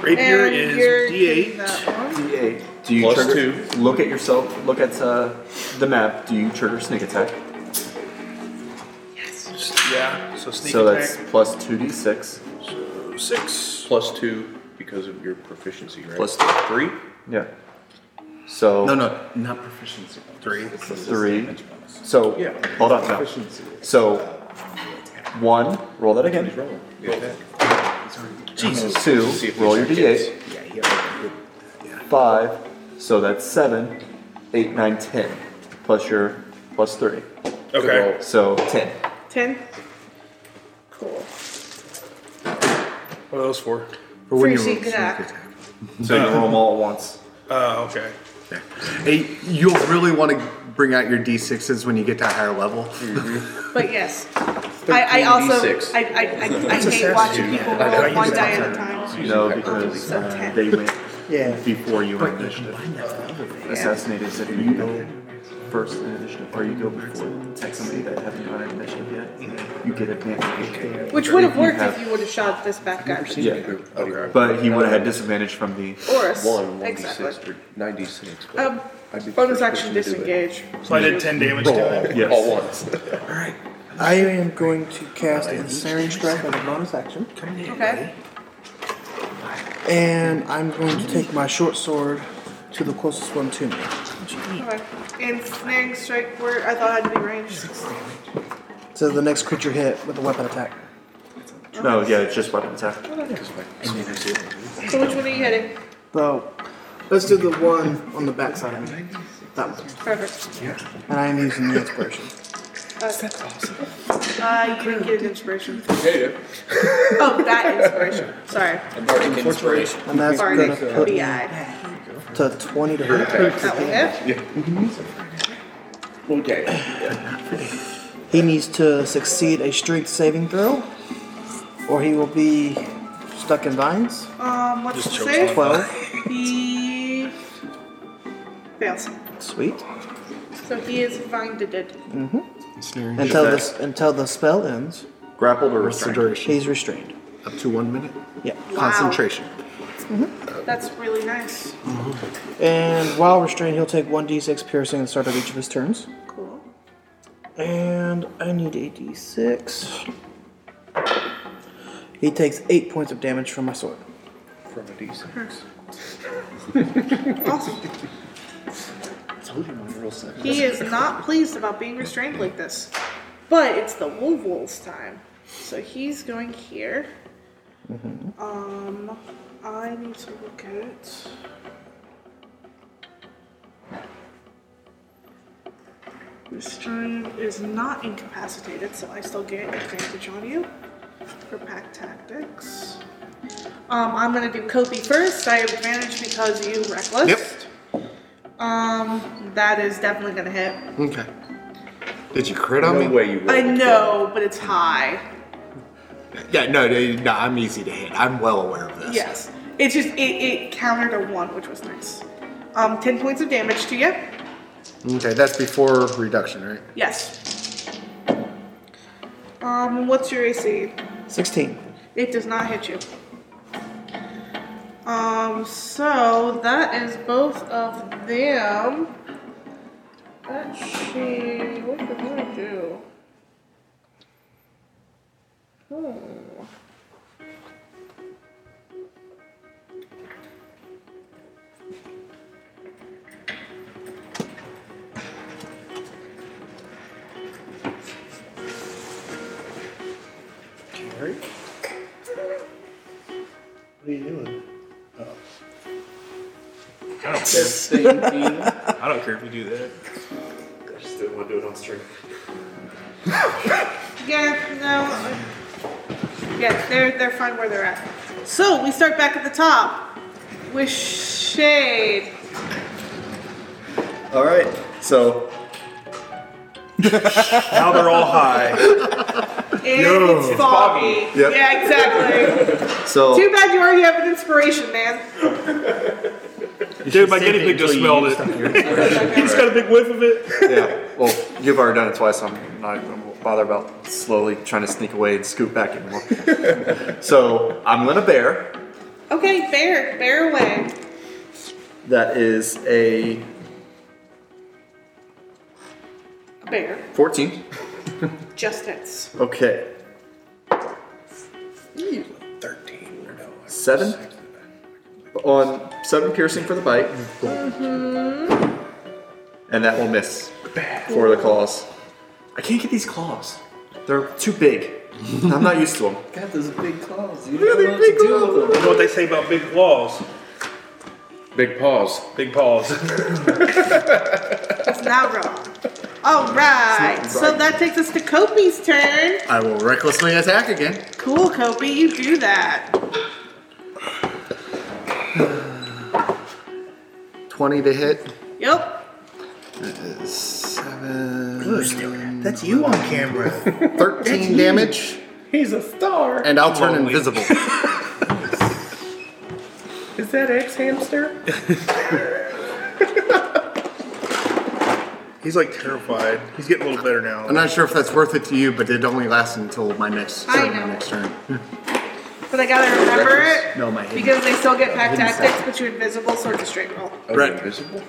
S2: Rapier
S5: and
S2: is
S5: you're
S2: D8.
S5: taking that one.
S12: D8. Do you
S4: Plus
S12: trigger?
S4: two.
S12: Look at yourself. Look at uh, the map. Do you trigger sneak attack?
S2: Yeah. So sneak
S12: so
S2: attack.
S12: that's plus two d6
S2: six.
S4: Plus two because of your proficiency, right?
S12: plus three. Yeah. So
S8: No, no, not proficiency.
S2: Three.
S12: three. So hold on. No.
S8: Proficiency.
S12: So one. Roll that again.
S4: Jesus.
S12: Two. Roll your d8.
S8: Yeah, he already did.
S12: Five. So that's seven, eight, nine, ten. Plus your plus three.
S2: Okay.
S12: So ten.
S5: Ten. Cool.
S2: What are those for?
S8: But when
S5: Free
S8: you
S5: sneak
S8: roll
S5: attack.
S12: So you roll them all at once.
S2: Oh, okay.
S8: Hey, you'll really want to bring out your d6s when you get to a higher level.
S5: But yes. I, I also
S4: D6.
S5: I, I, I, I hate watching people roll one die at a
S4: Uh,
S5: time.
S12: No, because
S5: So
S12: uh,
S5: ten.
S12: they went
S6: Yeah.
S12: before you were initiative. Assassinate is if you go first in initiative, or you go before somebody that hasn't gone in initiative yet. You get advantage.
S5: Which would have worked
S12: have-
S5: if you would have shot this back guy. but you
S12: Yeah,
S5: didn't.
S4: Okay.
S12: but he would have had disadvantage from the.
S5: Or us.
S4: One, one
S5: Exactly.
S4: d6 or nine d6. but
S5: Um,
S4: I'd be the
S5: bonus
S4: first
S5: action
S4: person to do it.
S5: disengage.
S2: So I did 10 damage to it.
S12: Yes.
S4: All once.
S6: I am going to cast Ensnaring Strike as a bonus action.
S5: Okay.
S6: And I'm going to take my short sword to the closest one to me.
S5: Okay. And snaring strike word I thought had to be ranged.
S6: So the next creature hit with a weapon attack.
S12: No, yeah, it's just weapon attack.
S5: So which one are you hitting?
S6: So let's do the one on the backside of me. That one.
S5: Perfect.
S6: And I am using the inspiration.
S5: Uh, you didn't get an inspiration. Oh, that inspiration. Sorry.
S3: Bardic inspiration.
S6: And that's uh,
S5: Sorry,
S6: going
S5: Nick.
S6: to put
S5: BI.
S6: to 20 to hit.
S5: That will hit.
S4: Okay.
S6: He needs to succeed a strength saving throw, or he will be stuck in vines.
S5: Um, what's the
S2: Just
S5: save?
S6: 12.
S5: He fails.
S6: Sweet.
S5: So he is blinded. It
S8: Snaring
S6: Until, this, until the spell ends,
S12: Grappled or
S8: What's the
S12: restrained.
S8: duration?
S6: he's restrained.
S8: Up to one minute.
S6: Yeah.
S8: Concentration.
S5: That's really nice.
S6: And while restrained, he'll take 1d6 piercing at the start of each of his turns.
S5: Cool.
S6: And I need a d6. He takes eight points of damage from my sword.
S4: From a d6.
S5: He is not pleased about being restrained like this. But it's the Wolf Wolf's time. So he's going here. Um, I need to look at. Restrained is not incapacitated, so I still get advantage on you for pack tactics. Um, I'm gonna do Kopi first. I have advantage because you reckless. Um, that is definitely gonna hit.
S8: Okay. Did you crit on me?
S4: way you
S5: I know, but it's high.
S8: Yeah, no, no, no, I'm easy to hit. I'm well aware of this.
S5: Yes. It just it, it countered a one, which was nice. Um, ten points of damage to you.
S8: Okay, that's before reduction, right?
S5: Yes. Um, what's your AC?
S6: 16.
S5: It does not hit you. Um, so that is both of them. That she. What did I do? Hmm.
S11: What are you doing?
S2: I don't care. I don't care if you do that.
S14: I just didn't want to do it on stream.
S5: Yeah, no. Yeah, they're they're fine where they're at. So we start back at the top with shade.
S12: All right. So
S2: Now they're all high.
S5: And it's foggy.
S12: Yep.
S5: Yeah, exactly. Too
S12: so
S5: bad you already have an inspiration, man.
S2: Dude, my guinea pig just smelled it. He's got a big whiff of it.
S12: yeah. Well, you've already done it twice. I'm not going to bother about slowly trying to sneak away and scoot back anymore. so I'm gonna bear.
S5: Okay, bear, bear away.
S12: That is a
S5: Bear
S12: 14.
S5: just hits.
S12: Okay.
S4: 13 or no.
S12: Seven on seven piercing for the bite, and that will miss for the claws. I can't get these claws; they're too big. I'm not used to them.
S3: Got those big claws. You
S12: Really
S3: know what to
S12: big
S3: do
S12: claws.
S3: with
S2: You know what they say about big claws?
S4: Big Oh, paws.
S2: Big paws.
S5: It's not wrong. All right, so that takes us to Kopi's turn.
S8: I will recklessly attack again.
S5: Cool, Kopi, you do that.
S8: 20 to hit.
S5: Yep.
S8: Seven.
S6: That's you on camera.
S8: 13 damage.
S15: He's a star.
S8: And I'll turn invisible.
S15: Is that X hamster?
S11: He's like terrified. He's getting a little better now.
S8: I'm not sure if that's worth it to you, but it only lasts until my next,
S5: I
S8: my
S5: know.
S8: next turn.
S5: But I gotta remember it.
S8: No, my hidden-
S5: Because they still get pack tactics, but you're invisible, so it's a straight roll.
S8: Right.
S4: Invisible?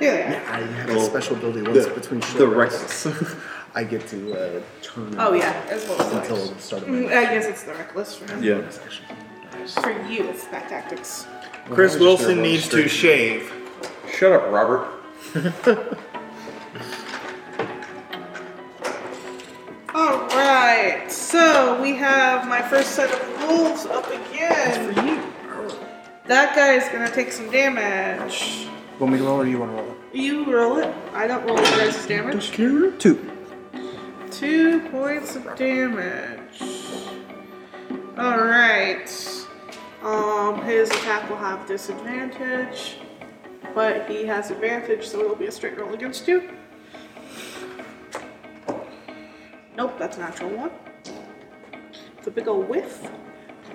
S5: Here they are.
S8: I have a special ability once between short
S12: the
S8: rests. I get to uh, turn
S5: Oh yeah, as well as
S8: until
S5: mine.
S8: the start of my
S5: Mm, I guess it's the reckless for him.
S12: Yeah.
S5: For you, it's pack tactics.
S2: Chris Wilson needs to shave.
S4: Shut up, Robert.
S5: All right, so we have my first set of wolves up again. That guy is gonna take some damage.
S6: When we roll, or you want to roll
S5: You roll it. I don't roll you guys' damage.
S6: it? Two.
S5: Two points of damage. All right. Um, his attack will have disadvantage, but he has advantage, so it'll be a straight roll against you. Nope, that's a natural one. It's a big old whiff.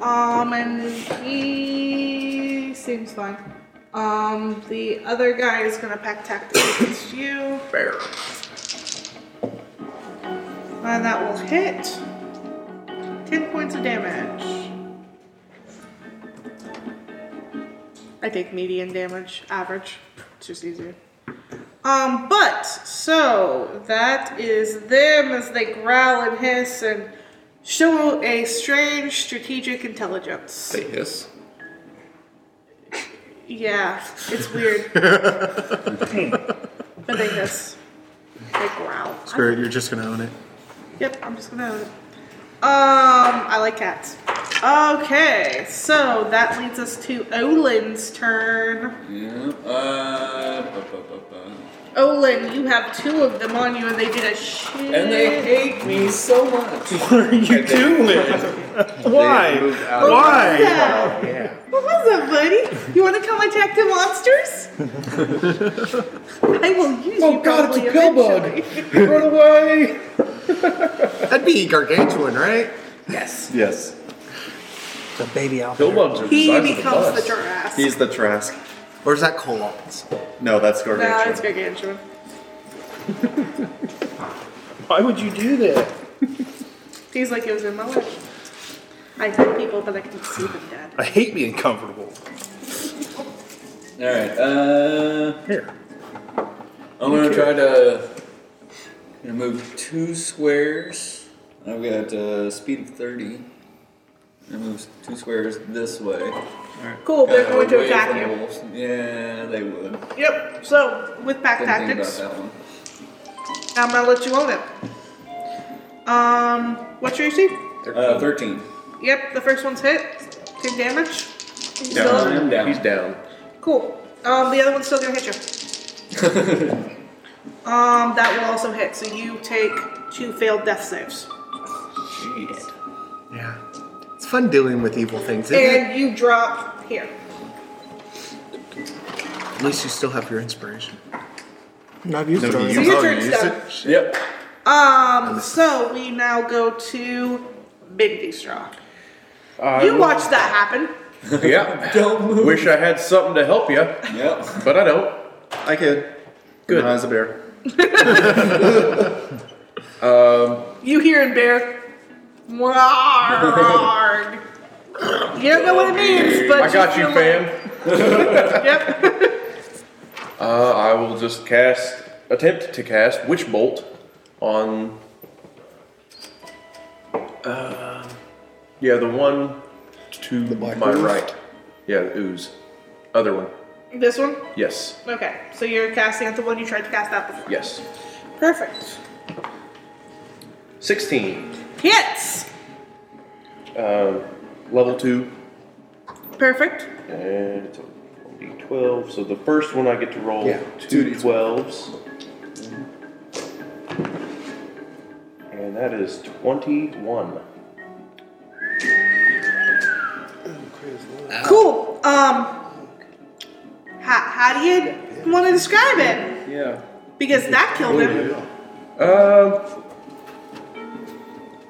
S5: Um, and he seems fine. Um, the other guy is gonna pack tactics against you.
S4: Bear.
S5: And that will hit. 10 points of damage. I take median damage, average. It's just easier. Um, but, so, that is them as they growl and hiss and Show a strange strategic intelligence.
S3: Say yes.
S5: Yeah, it's weird. but they hiss. They growl.
S8: Spirit, you're just gonna own it.
S5: Yep, I'm just gonna. Um, I like cats. Okay, so that leads us to Olin's turn.
S3: Yeah. Uh, bu- bu- bu- bu.
S5: Olin, you have two of them on you, and they did a shit.
S3: And they hate me so much.
S2: What are you doing? Why? Why?
S5: What was that? What was that, buddy? You want to come attack the monsters? I will use you. Oh God, it's a pill bug.
S8: Run away! That'd be gargantuan, right?
S5: Yes.
S12: Yes.
S8: The baby alpha.
S12: Pillbugs are the
S5: He
S12: size of a
S5: becomes the
S12: bus.
S5: Jurassic.
S12: He's the Trask.
S8: Or is that Colon?
S12: No, that's
S5: No,
S12: Gargantuan.
S5: it's gargantuan.
S2: Why would you do that?
S5: He's like it was in my life. I hurt people, but I can see them dead.
S2: I hate being comfortable.
S3: All right. Uh,
S2: Here.
S3: I'm gonna try to. I'm gonna move two squares. I've got uh, speed of thirty. I move two squares this way.
S5: Cool, they're
S3: Uh,
S5: going to
S3: away
S5: attack
S3: from
S5: you.
S3: the wolves. Yeah, they would.
S5: Yep. So with pack
S3: Didn't think about
S5: tactics,
S3: that one.
S5: I'm gonna let you own it. Um, what's your AC?
S3: Uh, Thirteen.
S5: Yep, the first one's hit. Ten damage. He's
S4: Down.
S5: still-
S4: He's down.
S5: Cool. Um, the other one's still gonna hit you. um, that will also hit. So you take two failed death saves,
S8: Yeah. It's fun dealing with evil things, isn't it?
S5: and you drop here.
S8: At least you still have your inspiration.
S6: No, I've used
S8: No,
S6: it already.
S8: you-
S5: So your
S8: Oh,
S5: turn's
S8: used
S5: done.
S8: it?
S3: Yep.
S5: Um, so we now go to Big D Straw. You watched that happen.
S4: Yeah.
S3: Don't move.
S4: Wish I had something to help you,
S3: Yep.
S4: but I don't.
S12: I could.
S4: Good.
S12: No, as a bear.
S5: You hearing bear? Warg. You don't know what it means, but
S4: I got you,
S5: feel like-
S4: fam.
S5: Yep.
S4: Uh, I will just cast, attempt to cast Witch Bolt on. Uh, yeah, the one to my
S8: ooze?
S4: right. Yeah, the ooze. Other one.
S5: This one.
S4: Yes.
S5: Okay, so you're casting at the one you tried to cast out before.
S4: Yes.
S5: Perfect.
S4: 16.
S5: Hits.
S4: Um, level 2.
S5: Perfect.
S4: And it's a d12. So the first one I get to roll
S8: Yeah,
S4: two twelves, And that is 21.
S5: Cool. Um. How, how do you want to describe it?
S4: Yeah.
S5: Because that killed him.
S4: Um,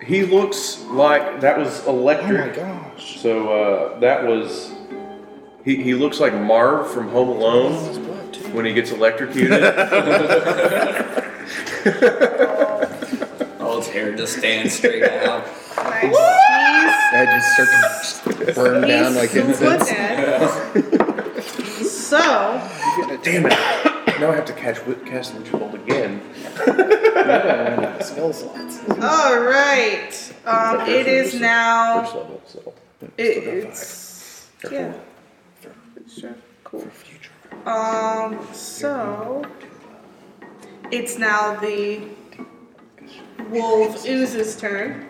S4: he looks like that was
S6: Oh my
S4: electric.
S6: gosh.
S4: so uh, that was. He, he looks like Marv from Home Alone
S6: Blood, too.
S4: when he gets electrocuted.
S3: All his hair just stands straight out.
S5: Nice.
S8: I just start to burn
S5: He's,
S8: down like
S5: he's
S8: incense.
S5: splitting. so.
S4: Damn it! Now I have to catch Whip Cast Witch Bolt again.
S6: Spells lots.
S5: All right. Um, it is
S4: First
S5: now.
S4: level, so.
S5: It, it's yeah. Sure. Cool. Um. So it's now the wolf ooze's turn.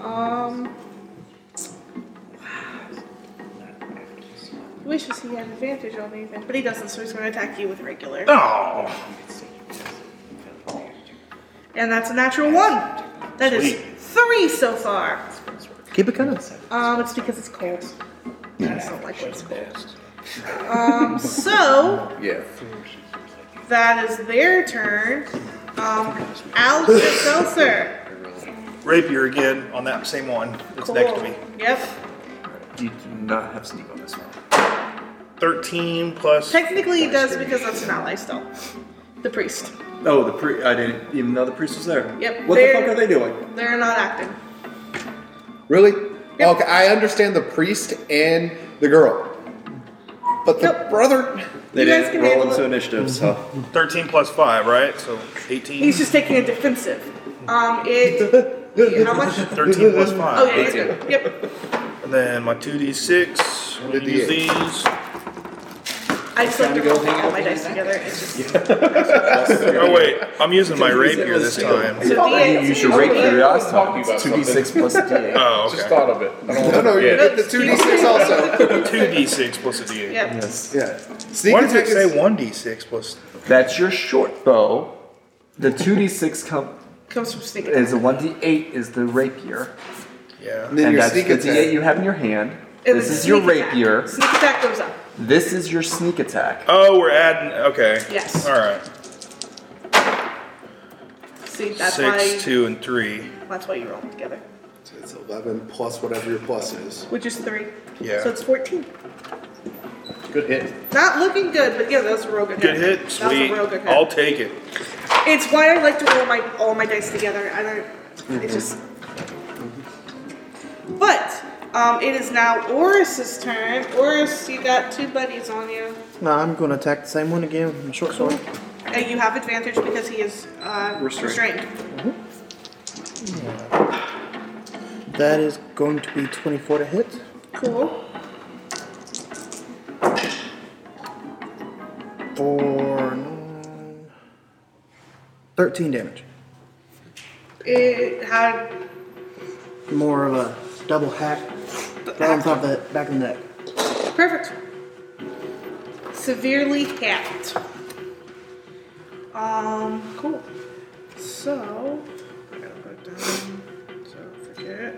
S5: Um. Wishes he had advantage on anything, but he doesn't, so he's going to attack you with regular.
S2: Oh,
S5: And that's a natural one. That is three so far.
S6: Keep it coming. It's
S5: Um, it's because it's cold. I just don't like when it's cold. Um, so
S4: Yeah.
S5: that is their turn. Um, Alex and Seltzer.
S2: rapier again on that same one that's next to me.
S5: Yep.
S14: You do not have sneak on this one.
S2: 13 plus.
S5: Technically, it does because that's an ally still. The priest.
S12: Oh, the pri I didn't even know the priest was there.
S5: Yep,
S12: What the
S5: there-
S12: fuck are they doing?
S5: They're not acting.
S8: Really? Okay, I understand the priest and the girl. But the
S5: Nope.
S8: brother.
S12: They
S5: You guys
S12: didn't
S5: can
S12: roll
S5: handle
S12: into
S5: it.
S12: initiative, so
S2: 13 plus 5, right? So 18.
S5: He's just taking a defensive. Um, it You- How much?
S2: 13 plus 5.
S5: Oh, yeah, you're good. Yep.
S2: And then my 2d6. I'm gonna use these.
S5: I just like to roll all my dice together. It's just
S2: oh, wait. I'm using my rapier this time.
S5: So Oh, D8. you use your rapier
S3: last time. It's 2d6 plus d8.
S2: Oh, okay.
S3: Just thought of it. I don't
S2: No, no, you did the
S3: 2d6
S2: 2d6 plus a d8.
S5: Yep.
S2: Yeah.
S3: Sneak
S2: Why does it
S3: attack
S2: say
S3: is-
S2: 1d6 plus?
S14: That's your short bow. The 2d6 com-
S5: comes from sneaking.
S14: is a 1d8 is the rapier.
S2: Yeah.
S14: And, that's the d8 you have in your hand.
S5: It
S14: This
S5: was
S14: is your
S5: sneak attack.
S14: rapier.
S5: Sneak attack goes up.
S14: This is your sneak attack.
S2: Oh, we're adding. Okay.
S5: Yes.
S2: All right.
S5: See, that's why.
S2: Six, two, and three.
S5: That's why you roll together.
S8: So it's 11 plus whatever your plus is.
S5: Which is three.
S8: Yeah.
S5: So it's fourteen.
S8: Good hit.
S5: Not looking good, but yeah, that's a real good,
S2: Good
S5: hit.
S2: hit.
S5: That was
S2: Sweet.
S5: a real good hit.
S2: I'll take it.
S5: It's why I like to roll my all my dice together. I don't.
S14: Mm-hmm.
S5: It just. But um, it is now Oris's turn. Oris, you got two buddies on you,
S6: No, I'm going to attack the same one again with my short sword.
S5: and you have advantage because he is uh,
S6: Restrained.
S5: restrained.
S6: That is going to be 24 to hit.
S5: Cool.
S6: For nine- 13 damage.
S5: It had
S6: More of a double hack. Right on top of the back of the neck.
S5: perfect. Severely hacked. Um. Cool. So. I gotta put it down so I don't forget.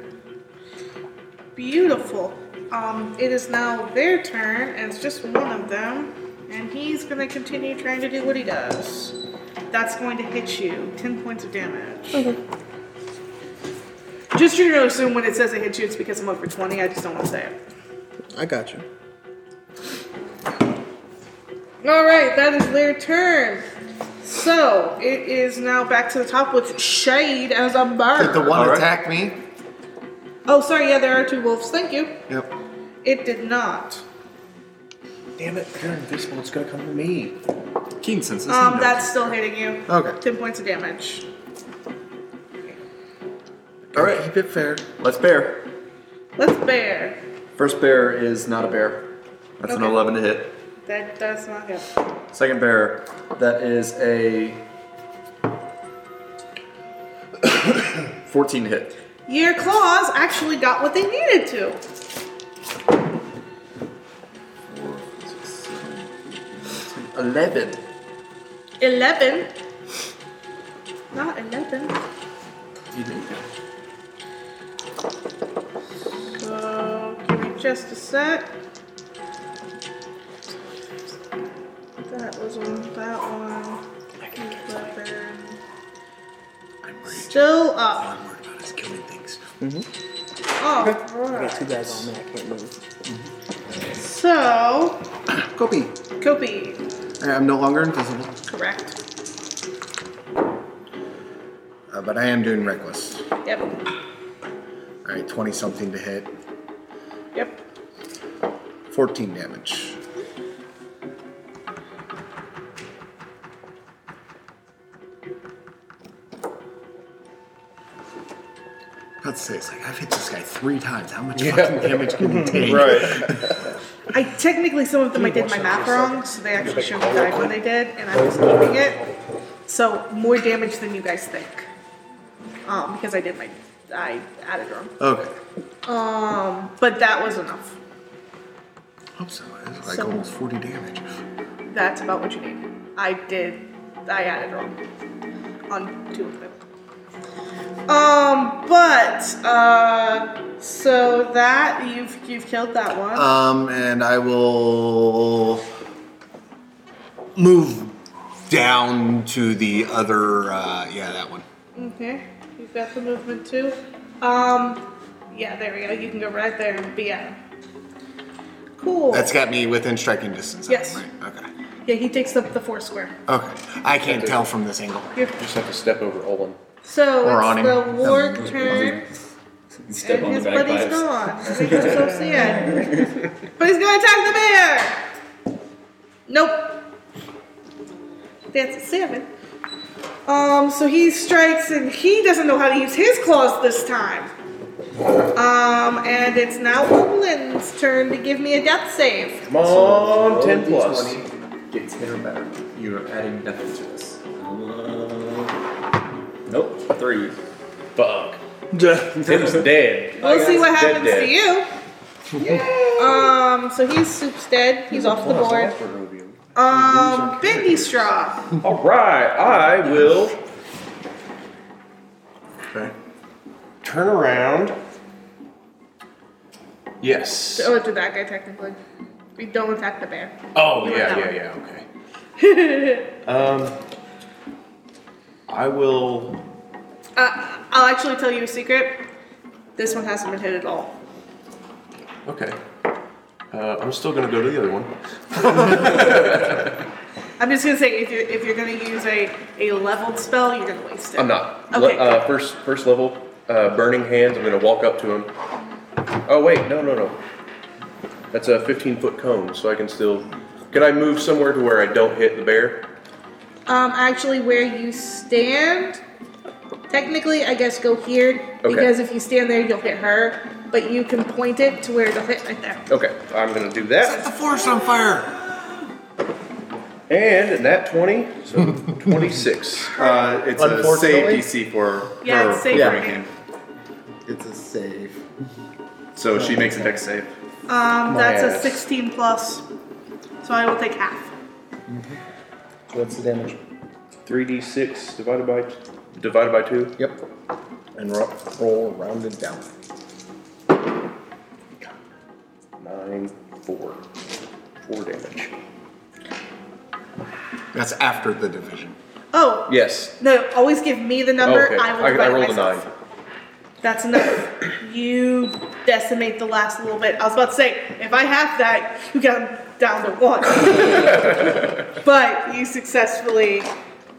S5: Beautiful. Um, it is now their turn, and it's just one of them. And he's gonna continue trying to do what he does. That's going to hit you. 10 points of damage. Just so you know, assume when it says it hits you, it's because I'm over 20. I just don't want to say it.
S6: I got you.
S5: Alright, that is their turn. So, it is now back to the top with Shade as a bird.
S8: Did the one attack me?
S5: Oh, sorry, yeah, there are two wolves. Thank you.
S8: Yep.
S5: It did not.
S8: Damn it, you're invisible. It's gonna come to me. Keen senses.
S5: Um, that's still hitting you.
S8: Okay.
S5: Ten points of damage.
S8: All right, keep it fair. Let's bear.
S5: Let's bear.
S8: First bear is not a bear.
S14: That's
S5: Okay.
S14: an 11 to hit.
S5: That does not hit.
S14: Second bear, that is a
S8: 14 hit.
S5: Your claws actually got what they needed to.
S14: Eleven.
S5: Eleven. Not eleven. So give me just a sec. That was on that one. Eleven. Still up.
S6: Mm-hmm.
S5: Oh,
S6: I got two
S5: right.
S6: guys on me. I can't move.
S5: So,
S8: Copy.
S5: Kopi,
S8: I'm no longer invisible.
S5: correct.
S8: Uh, but I am doing reckless.
S5: Yep.
S8: All right, 20 something to hit.
S5: Yep.
S8: 14 damage. Let's say it's like I've hit this guy three times. How much fucking damage can you take?
S5: I technically some of them I did my math wrong, so they actually shouldn't have died when they did, and I was keeping it. So more damage than you guys think, um, because I did my I added wrong.
S8: Okay.
S5: Um, but that was enough.
S8: Hope so. It's like
S5: So-
S8: almost 40 damage.
S5: That's about what you need. I did I added wrong on two of them. Um, but uh, so that you've you've killed that one.
S8: Um, and I will move down to the other. Uh, yeah, that one.
S5: Okay, you've got the movement too. Um, yeah, there we go. You can go right there and be at him. Cool.
S8: That's got me within striking distance.
S5: Yes.
S8: Okay.
S5: Yeah, he takes up the four square.
S8: Okay. I can't tell from this angle.
S5: Yep.
S4: You just have to step over Olin.
S5: So
S8: Or
S5: it's
S8: on him.
S5: the warg
S8: Um,
S5: turn,
S4: Step
S5: and his buddy's gone. So he goes to see it. But he's gonna attack the bear. Nope. That's a seven. Um, so he strikes and he doesn't know how to use his claws this time. Um, and it's now Olin's turn to give me a death save.
S4: Come on, 10 plus.
S3: Get 10 or better. You're adding nothing to this. Uh, nope. Three. Fuck.
S4: Tim's dead.
S5: We'll see what happens
S4: Dead, dead.
S5: to you. um, so he's soup's dead. He's off the board. Um, Bendy Straw.
S4: All right, I will. Okay. Turn around. Yes.
S5: Oh, to that guy technically. We don't attack the bear.
S4: Oh
S5: We want
S4: yeah,
S5: that
S4: yeah,
S5: one.
S4: yeah. Okay. Um, I will.
S5: uh, I'll actually tell you a secret. This one hasn't been hit at all.
S4: Okay. Uh, I'm still gonna go to the other one.
S5: I'm just gonna say if you're if you're gonna use a, a leveled spell, you're gonna waste it.
S4: I'm not. Le-
S5: Okay.
S4: uh, first, first level, uh, burning hands. I'm gonna walk up to him. Oh wait, no, no, no. That's a 15 foot cone, so I can still. Can I move somewhere to where I don't hit the bear?
S5: Um, actually, where you stand, technically, I guess go here
S4: Okay.
S5: because if you stand there, you'll hit her. But you can point it to where it'll hit right there.
S4: Okay, I'm gonna do that.
S6: The forest on fire.
S4: And in that 20, so 26.
S12: Uh, it's a save
S4: Unfortunately.
S12: DC for
S5: Yeah, it's
S12: her
S5: save for me.
S12: breaking. It's a save. So she makes a deck save.
S5: Um,
S12: My
S5: that's a
S12: ass.
S5: 16 plus, so I will take half.
S4: What's the damage? 3d6 divided by divided by 2? Yep. And ro- roll rounded down. 9, 4. 4 damage.
S8: That's after the division.
S5: Oh
S4: Yes.
S5: no! Always give me the number.
S4: okay.
S5: I will.
S4: I,
S5: divide it
S4: rolled
S5: myself.
S4: a 9.
S5: That's enough. you decimate the last little bit. I was about to say, if I have that, you got 'em down to one. but you successfully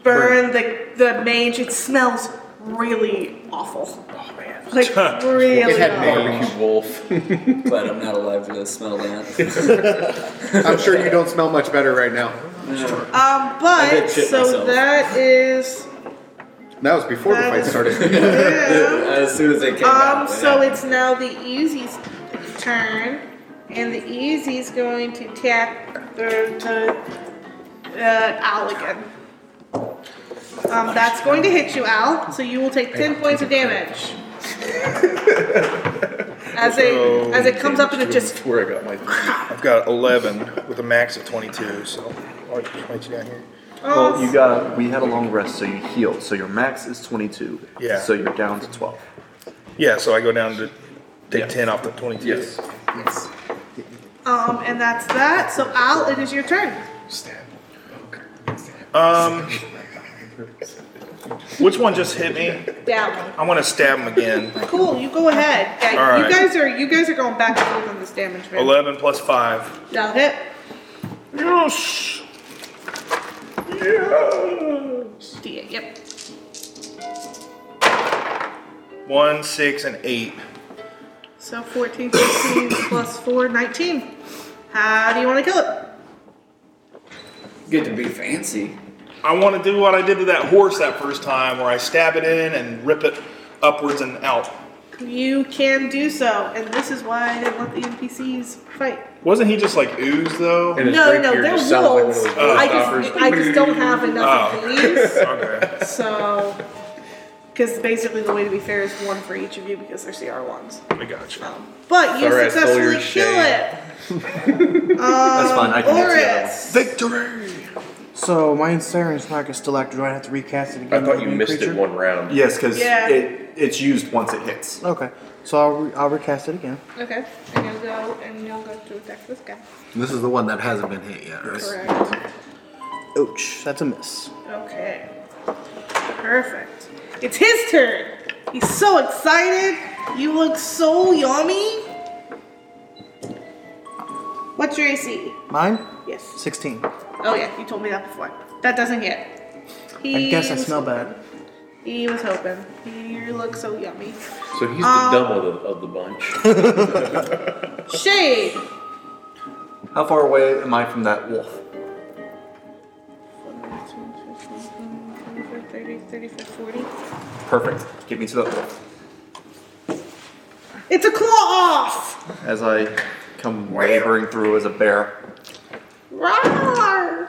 S5: burn the, the mage. It smells really awful. Oh man. Like really awful.
S4: wolf.
S3: but I'm not alive to smell that.
S8: I'm sure you don't smell much better right now.
S5: Um,
S8: I
S5: but
S8: did shit
S5: so
S8: myself.
S5: that is
S8: That was before the
S5: That
S8: fight
S5: is-
S8: started.
S3: as soon as they came
S5: um
S3: out.
S5: so it's now the easy's turn and the easy's going to attack the, the uh, Al again. Um, that's going to hit you, Al. So you will take ten points of damage. As it as it comes up and it just
S11: where I got my. I've got 11 with a max of 22. So, Oh, what what you got here?
S8: Oh,
S14: Well, you got. We had a long rest, so you healed. So your max is 22.
S11: Yeah.
S14: So you're down to 12.
S11: Yeah, so I go down to take 10 off the 22. Yes.
S14: Yes.
S5: um and that's that. So Al, it is your turn.
S11: Um, which one just hit me?
S5: Down.
S11: I want to stab him again.
S5: Cool. You go ahead. Yeah,
S11: All
S5: you
S11: right.
S5: guys are you guys are going back and forth on this damage, man.
S11: 11 plus 5.
S5: That'll hit.
S11: Yes.
S5: D8. Yep.
S11: 1, 6, and 8.
S5: So 14, 16 plus 4, 19. How do you want to kill it?
S11: Good to be fancy. I want to do what I did to that horse that first time, where I stab it in and rip it upwards and out.
S5: You can do so, and this is why I didn't let the NPCs fight.
S11: Wasn't he just like ooze though?
S5: No, no, they're wolves. I just, I just don't have enough
S11: Oh.
S5: of these.
S11: Okay.
S5: So, because basically the way to be fair is one for each of you because they're CR ones. Um,
S11: I got you.
S5: But you
S11: Sorry, I stole your
S5: successfully kill it. um,
S6: That's fine, I can get to the other one.
S5: Oris.
S8: Victory!
S6: So my Ensnaring Snark is still active. Do I have to recast it again? with a new creature?
S4: round.
S8: Yes, because
S5: Yeah.
S8: it, it's used once it hits.
S6: Okay, so I'll, re- I'll recast it again.
S5: Okay, and you'll go and you'll go to attack this guy.
S8: This is the one that hasn't been hit yet, right?
S5: Correct.
S6: Ouch, that's a miss.
S5: Okay. Perfect. It's his turn. He's so excited. You look so yummy. What's your AC?
S6: Mine?
S5: Yes.
S6: 16.
S5: Oh yeah, you told me that before. That doesn't hit.
S6: I guess I
S5: was-
S6: smell bad.
S5: He was hoping. You look so yummy.
S4: So he's the
S6: Uh,
S5: Um,
S4: dumb of the, of the bunch.
S5: Shade.
S14: How far away am I from that wolf?
S5: 30, 35, 40.
S14: Perfect. Get me to the
S5: It's a claw off!
S14: as I come wavering through as a bear.
S5: Rawr!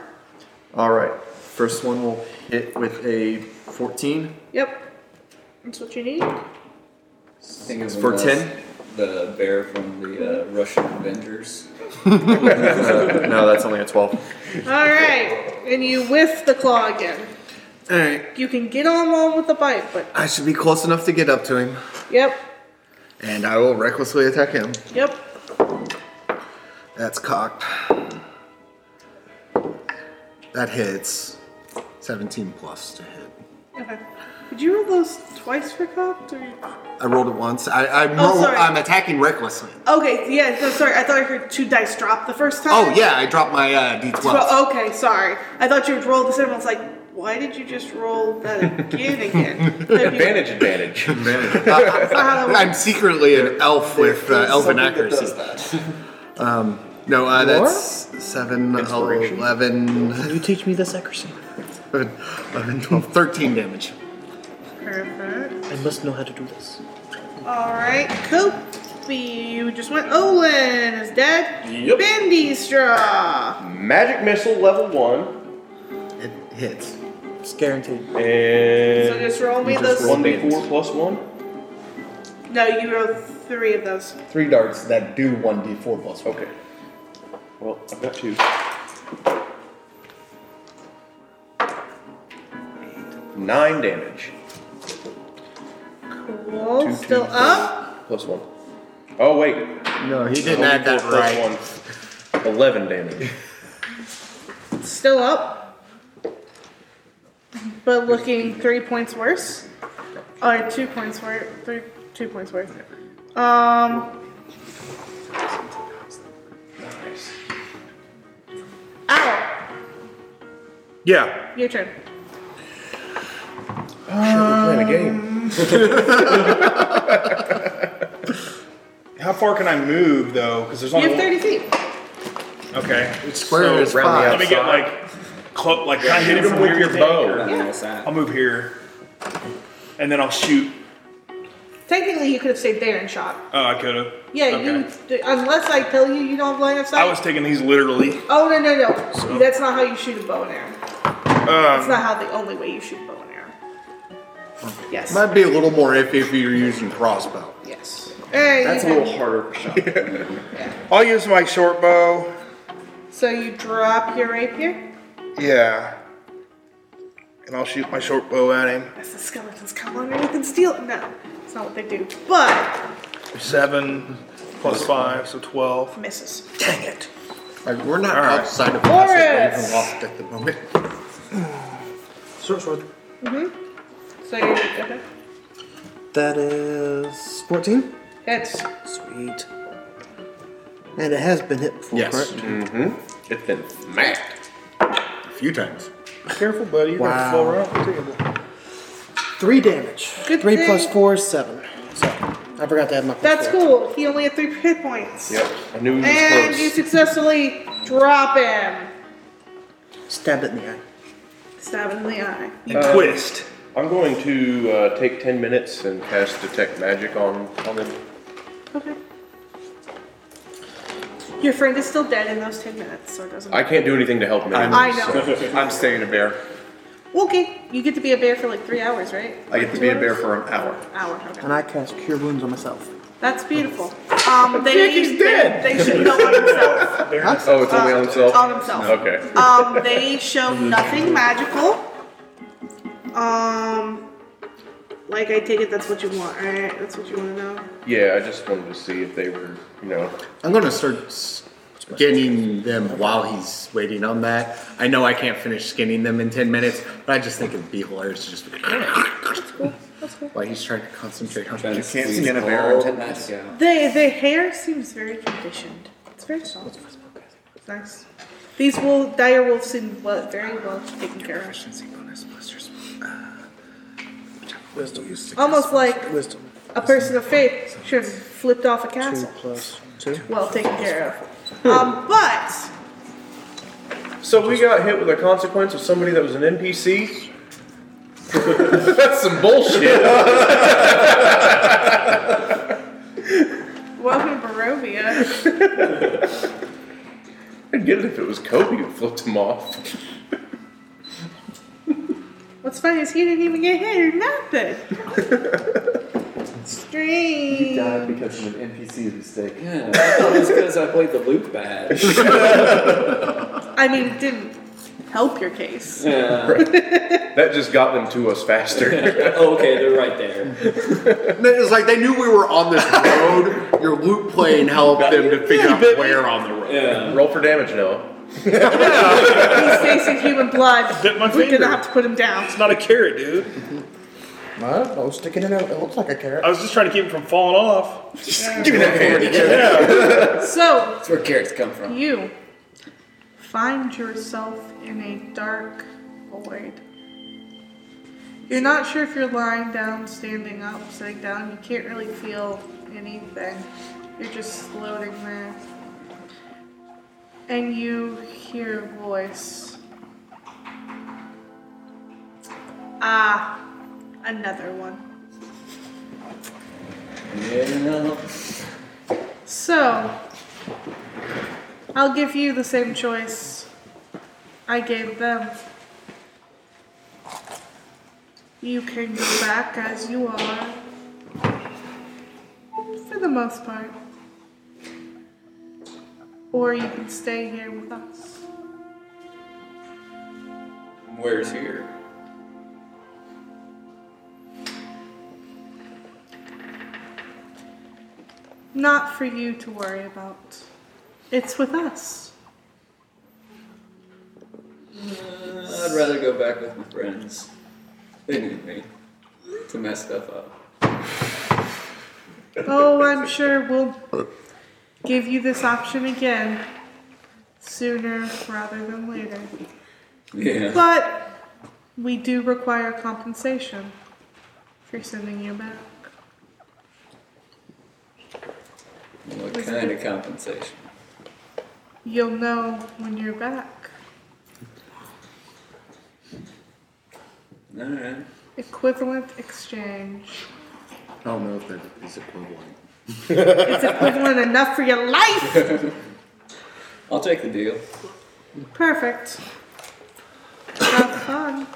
S14: All right. First one will hit with a 14.
S5: Yep. That's what you need.
S3: Think of
S14: For
S3: him as
S14: 10?
S3: The bear from the uh, Russian Avengers.
S14: no, that's only a 12.
S5: Alright, and you whiff the claw again.
S8: All right.
S5: You can get on one with the bite, but
S8: I should be close enough to get up to him,
S5: yep,
S8: and I will recklessly attack him.
S5: yep.
S8: That's cocked. That hits. 17 plus to hit.
S5: Okay. Did you roll those twice for cocked? Or...
S8: I rolled it once. I, I'm,
S5: Oh,
S8: roll-
S5: sorry.
S8: I'm attacking recklessly.
S5: Okay, yeah, no, sorry, I thought I heard two dice drop the first time.
S8: Oh, yeah, I dropped my uh, d12.
S5: Well, okay, sorry. I thought you had rolled the seven. I was like, why did you just roll that again again?
S4: advantage, advantage.
S5: That's not how that works.
S8: I'm secretly an elf with uh,
S14: something
S8: elven
S14: that
S8: accuracy.
S14: does
S8: Um, no, uh,
S6: Lore?
S8: that's 7, 11,
S6: You teach me this accuracy.
S8: 11, 12, 13 damage.
S5: Perfect.
S6: I must know how to do this.
S5: All right, cool. You just went. Olin is dead.
S4: Yep.
S5: Bendy straw.
S4: Magic missile level one.
S8: It hits.
S6: It's guaranteed.
S4: And
S5: So just roll me You just those- roll
S4: one d four plus one.
S5: No, you rolled three of those.
S14: Three darts that do 1d4 plus
S4: Okay. Well, I've got two. Nine damage.
S5: Cool.
S4: Two, two,
S5: Still
S4: three,
S5: up.
S4: Plus one. Oh wait.
S8: No, he didn't
S4: Only
S8: add that
S4: four plus
S8: right.
S4: one. Eleven damage.
S5: Still up. But looking three points worse. Or two points worse. Three, two points worse. Um. Ow!
S2: Yeah.
S5: Your turn.
S4: Playing a game.
S2: How far can I move though? Because there's
S5: You
S2: only
S5: have 30 feet.
S2: one- okay. It's
S8: square is five.
S2: Let me get like clo Like can I hit
S4: shoot
S2: him
S4: him
S2: with
S4: with
S2: your
S4: your
S2: bow.
S3: Yeah.
S2: I'll move here, Uh, and then I'll shoot.
S5: Technically, you could have stayed there and shot.
S2: Oh, I could have.
S5: Yeah, you. Unless I tell you you don't have line of sight.
S2: I was taking these literally.
S5: oh, no, no, no. That's not how you shoot a bow and arrow.
S4: Uh,
S5: That's
S2: Um,
S5: not how the only way you shoot bow and arrow. Yes.
S8: Might be a little more iffy if you're using crossbow.
S5: Yes. Hey,
S3: That's a
S5: you
S3: little
S5: can-
S3: harder shot.
S2: I'll use my short bow.
S5: So you drop your rapier.
S2: Yeah. And I'll shoot my short bow at him.
S5: That's the skeletons come underneath and steal. No, it's not what they do. But
S2: Seven plus five, so twelve.
S5: misses.
S8: Dang it. Like, we're not
S2: All right.
S8: outside of
S5: Boris!
S8: passive even loft at the moment.
S6: Short sword.
S5: Mm-hmm. So you're okay.
S6: That is 14.
S5: Hits.
S6: Sweet. And it has been hit before,
S8: Yes.
S6: correct?
S4: Mm-hmm. It's been smacked.
S8: A few times.
S2: Careful, buddy. You're gonna
S6: Wow.
S2: fall right off the table.
S6: Three damage.
S5: Good
S6: three
S5: thing.
S6: plus four is seven. So I forgot to add my. Plus
S5: That's
S6: four.
S5: cool. He only had three hit points.
S4: Yep. I knew he was
S5: And
S4: close.
S5: you successfully drop him.
S6: Stab it in the eye.
S5: Stab him in the eye.
S4: Uh,
S2: Twist.
S4: I'm going to uh, take 10 minutes and cast Detect Magic on, on them.
S5: Okay. Your friend is still dead in those ten minutes, so it doesn't.
S4: I
S5: matter.
S4: can't do anything to help him. anyway,
S5: I know.
S14: I'm staying a bear.
S5: Okay, you get to be a bear for like three hours, right?
S14: I get to be a bear for an hour.
S5: Hour. Okay.
S6: And I cast Cure Wounds on myself.
S5: That's beautiful. Um, they,
S14: Jackie's dead.
S5: They, they should know on themselves.
S4: so- Oh, it's only on himself?
S5: on himself.
S4: Okay.
S5: Um, they show nothing magical. Um, like I take it that's what you want, right? That's what you want to know.
S4: Yeah, I just wanted to see if they were, you know.
S8: I'm gonna start s- skinning them while he's waiting on that. I know I can't finish skinning them in 10 minutes, but I just think it'd be hilarious to just. While he's trying to concentrate on
S14: You can't skin a bear in 10 minutes.
S3: Yeah.
S5: The the hair seems very conditioned. It's very soft. It's nice. These wolf, dire wolves seem well, very well taken care of.
S6: Wisdom.
S5: Almost like
S6: Wisdom.
S5: a person of faith should have flipped off a
S6: Two
S5: castle.
S6: plus two.
S5: well taken care of. Um, but
S4: So we got hit with a consequence of somebody that was an NPC. That's some bullshit.
S5: Welcome to Barovia.
S4: I'd get it if it was Kobe who flipped him off.
S5: What's funny is he didn't even get hit or nothing. Strange.
S14: You died because of an NPC mistake.
S3: Yeah, that's because I played the loop bad.
S5: I mean, it didn't help your case.
S4: That just got them to us faster.
S3: Oh, okay, they're right there.
S8: It's like they knew we were on this road. Your loot plane helped them to figure out where on the road.
S3: Yeah.
S4: Roll for damage, Noah.
S5: He's facing human blood.
S2: Bit my
S5: We're
S2: finger.
S5: gonna have to put him down.
S2: It's not a carrot, dude.
S6: I don't know, stick Oh, it in there. It looks like a carrot.
S2: I was just trying to keep it from falling off.
S8: Give me that hand.
S5: So,
S3: That's where carrots come from.
S5: you find yourself in a dark void. You're not sure if you're lying down, standing up, sitting down. You can't really feel anything. You're just floating there. And you hear a voice. Ah, another one.
S3: Yeah.
S5: So, I'll give you the same choice I gave them. You can go back as you are, for the most part. Or you can stay here with us.
S3: Where's here?
S5: Not for you to worry about. It's with us.
S3: Uh, I'd rather go back with my friends. They need me to mess stuff up.
S5: Oh, I'm sure we'll give you this option again sooner rather than later.
S3: Yeah.
S5: But we do require compensation for sending you back.
S3: What kind of compensation?
S5: You'll know when you're back.
S3: Alright.
S5: Equivalent exchange.
S8: I don't know if that is equivalent.
S5: It's equivalent enough for your life!
S3: I'll take the deal.
S5: Perfect. Have fun.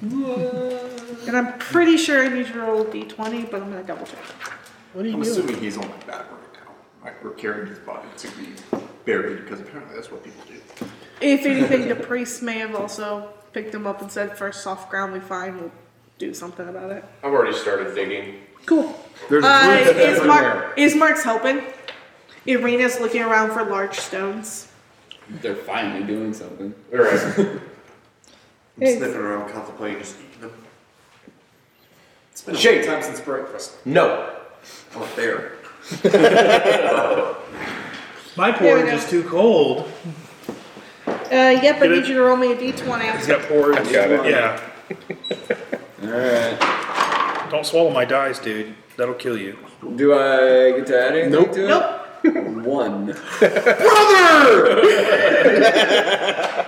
S5: And I'm pretty sure I need to roll a d20, but I'm gonna double check.
S12: I'm assuming he's on my back right now. Like we're carrying his body to be buried because apparently that's what people do.
S5: If anything, the priest may have also picked him up and said, first soft ground we find, we'll do something about it.
S4: I've already started digging.
S5: Cool.
S8: There's
S5: Uh,
S8: loot
S5: is,
S8: everywhere.
S5: Mark, is Mark's helping? Irina's looking around for large stones.
S3: They're finally doing something.
S4: All right.
S5: uh,
S12: I'm sniffing around, contemplating, just eating them. It's been a long time since breakfast.
S4: No.
S12: Oh, there.
S2: My
S5: There we
S2: porridge
S5: go.
S2: is too cold.
S5: Uh, yep, I
S2: Get it?
S5: need you to roll me a d20.
S2: He's got porridge.
S4: I've got it.
S2: Yeah.
S3: Alright.
S2: Don't swallow my dice, dude. That'll kill you.
S3: Do I get to add anything
S8: Nope.
S3: to it?
S5: Nope.
S3: One.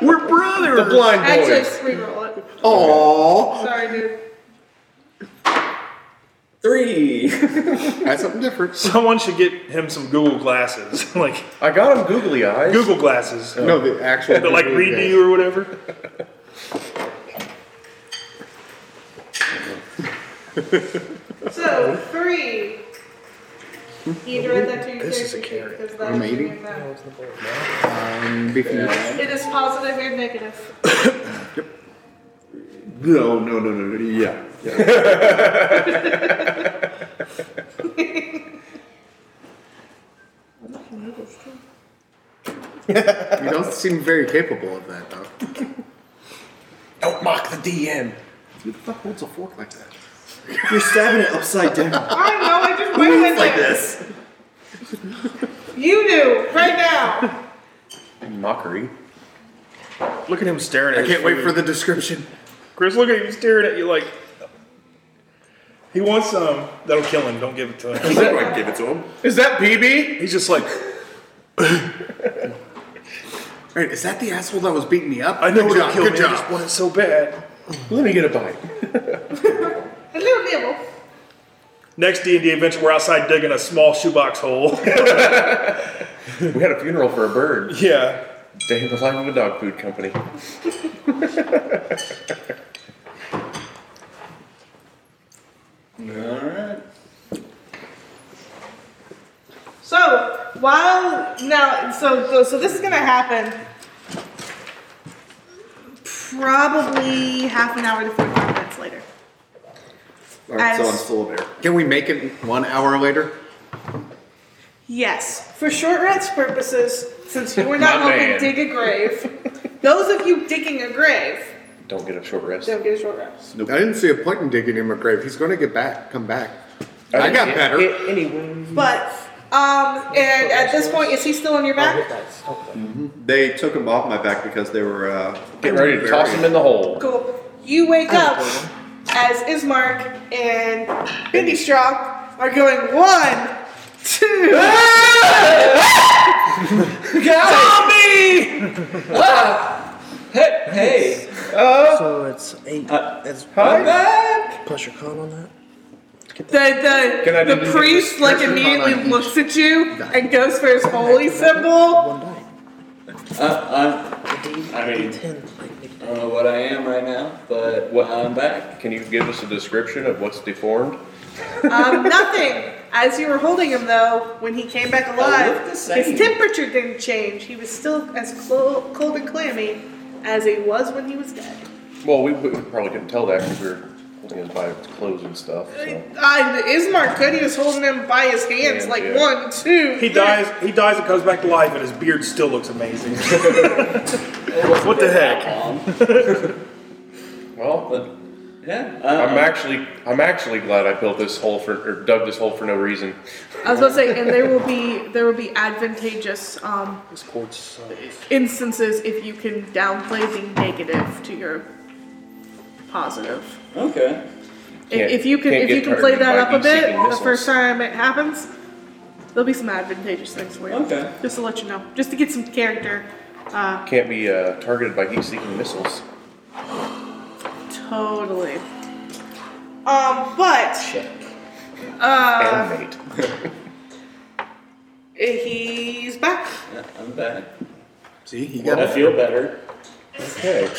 S8: We're brothers. The blind
S5: Actually,
S8: boys.
S5: just reroll it.
S8: Aww.
S5: Sorry, dude.
S3: Three.
S8: That's something different.
S2: Someone should get him some Google glasses. like,
S4: I got him googly eyes.
S2: Google glasses.
S8: No, the actual.
S2: That like read to you or whatever.
S5: So, three. You need to write that to your character sheet, 'cause that
S8: I'm
S5: is
S8: eating.
S5: doing that.
S8: Um, beef and-
S5: It is positive and negative.
S12: No, no, no, no, no. Yeah.
S8: You don't seem very capable of that, though.
S12: Don't mock the DM.
S8: Who the fuck holds a fork like that?
S15: You're stabbing it upside down.
S5: I don't know, I just went with it.
S12: this.
S5: You do, right now.
S4: Mockery.
S2: Look at him staring at
S8: I
S2: his
S8: can't wait
S2: food.
S8: for the description.
S2: Chris, look at him staring at you like he wants some. That'll kill him. Don't give it to him.
S12: I give it to him.
S4: Is that PB?
S2: He's just like
S8: Alright, is that the asshole that was beating me up?
S11: I know
S8: Good
S11: what
S8: job,
S11: killed
S8: good
S11: me. I
S8: job.
S11: just want it so bad.
S8: Let me get a bite.
S5: A little nibble.
S2: Next D and D adventure, we're outside digging a small shoebox hole.
S4: we had a funeral for a bird.
S2: Yeah.
S4: Day of the life of a dog food company.
S3: Alright.
S5: So while now, so so, so this is gonna happen probably half an hour to forty-five minutes later.
S12: Alright, so
S5: As-
S12: I'm full of air.
S8: Can we make it one hour later?
S5: Yes, for short rest purposes, since you were not
S4: My
S5: helping
S4: man.
S5: dig a grave, those of you digging a grave
S4: Don't get a short rest.
S5: don't get a short rest.
S8: I didn't see a point in digging him a grave. He's going to get back, come back.
S4: I
S8: I got
S4: mean,
S8: better.
S4: it-
S5: But um, and at this point, is he still on your back?
S3: They took him off my back because they were uh,
S4: Get ready to toss him in the hole.
S5: Cool. You wake up as Ismark and Bindi Straw are going one, two.
S6: Zombie!
S3: Hey, hey.
S6: so it's eight.
S11: Uh,
S6: it's
S3: I'm
S6: Plus your con on that.
S5: The
S6: Can I
S5: the,
S6: do
S5: the
S6: the
S5: priest like
S6: description
S5: immediately
S6: on each?
S5: looks at you and goes for his holy symbol.
S3: Uh, I'm, I mean, I don't know what I am right now, but well, I'm back.
S4: Can you give us a description of what's deformed?
S5: Um, nothing. As you were holding him though, when he came back alive, his temperature didn't change. He was still as clo- cold and clammy as he was when he was dead.
S4: Well, we, we probably couldn't tell that because we were holding him by his clothes and stuff. So.
S5: Uh, Ismark could. He was holding him by his hands,
S2: Hands,
S5: like
S2: yeah.
S5: one, two.
S2: He
S5: three.
S2: dies. He dies and comes back to life, and his beard still looks amazing. what the heck?
S4: Well,
S3: yeah. uh,
S4: I'm actually I'm actually glad I built this hole for or dug this hole for no reason.
S5: I was about to say, and there will be there will be advantageous um, instances if you can downplay the negative to your positive.
S3: Okay.
S5: If, if you can
S3: Can't
S5: if you
S3: get
S5: can play
S3: targeted
S5: that
S3: by
S5: up a
S3: bee-seeking
S5: bit the
S3: missiles.
S5: first time it happens, there'll be some advantageous things for you.
S4: Okay.
S5: Just to let you know, just to get some character. Uh,
S4: Can't be uh, targeted by heat-seeking missiles.
S5: totally. Um, but. Uh,
S4: and mate.
S5: He's back.
S3: I'm back.
S8: See, he
S3: I feel better.
S4: Okay.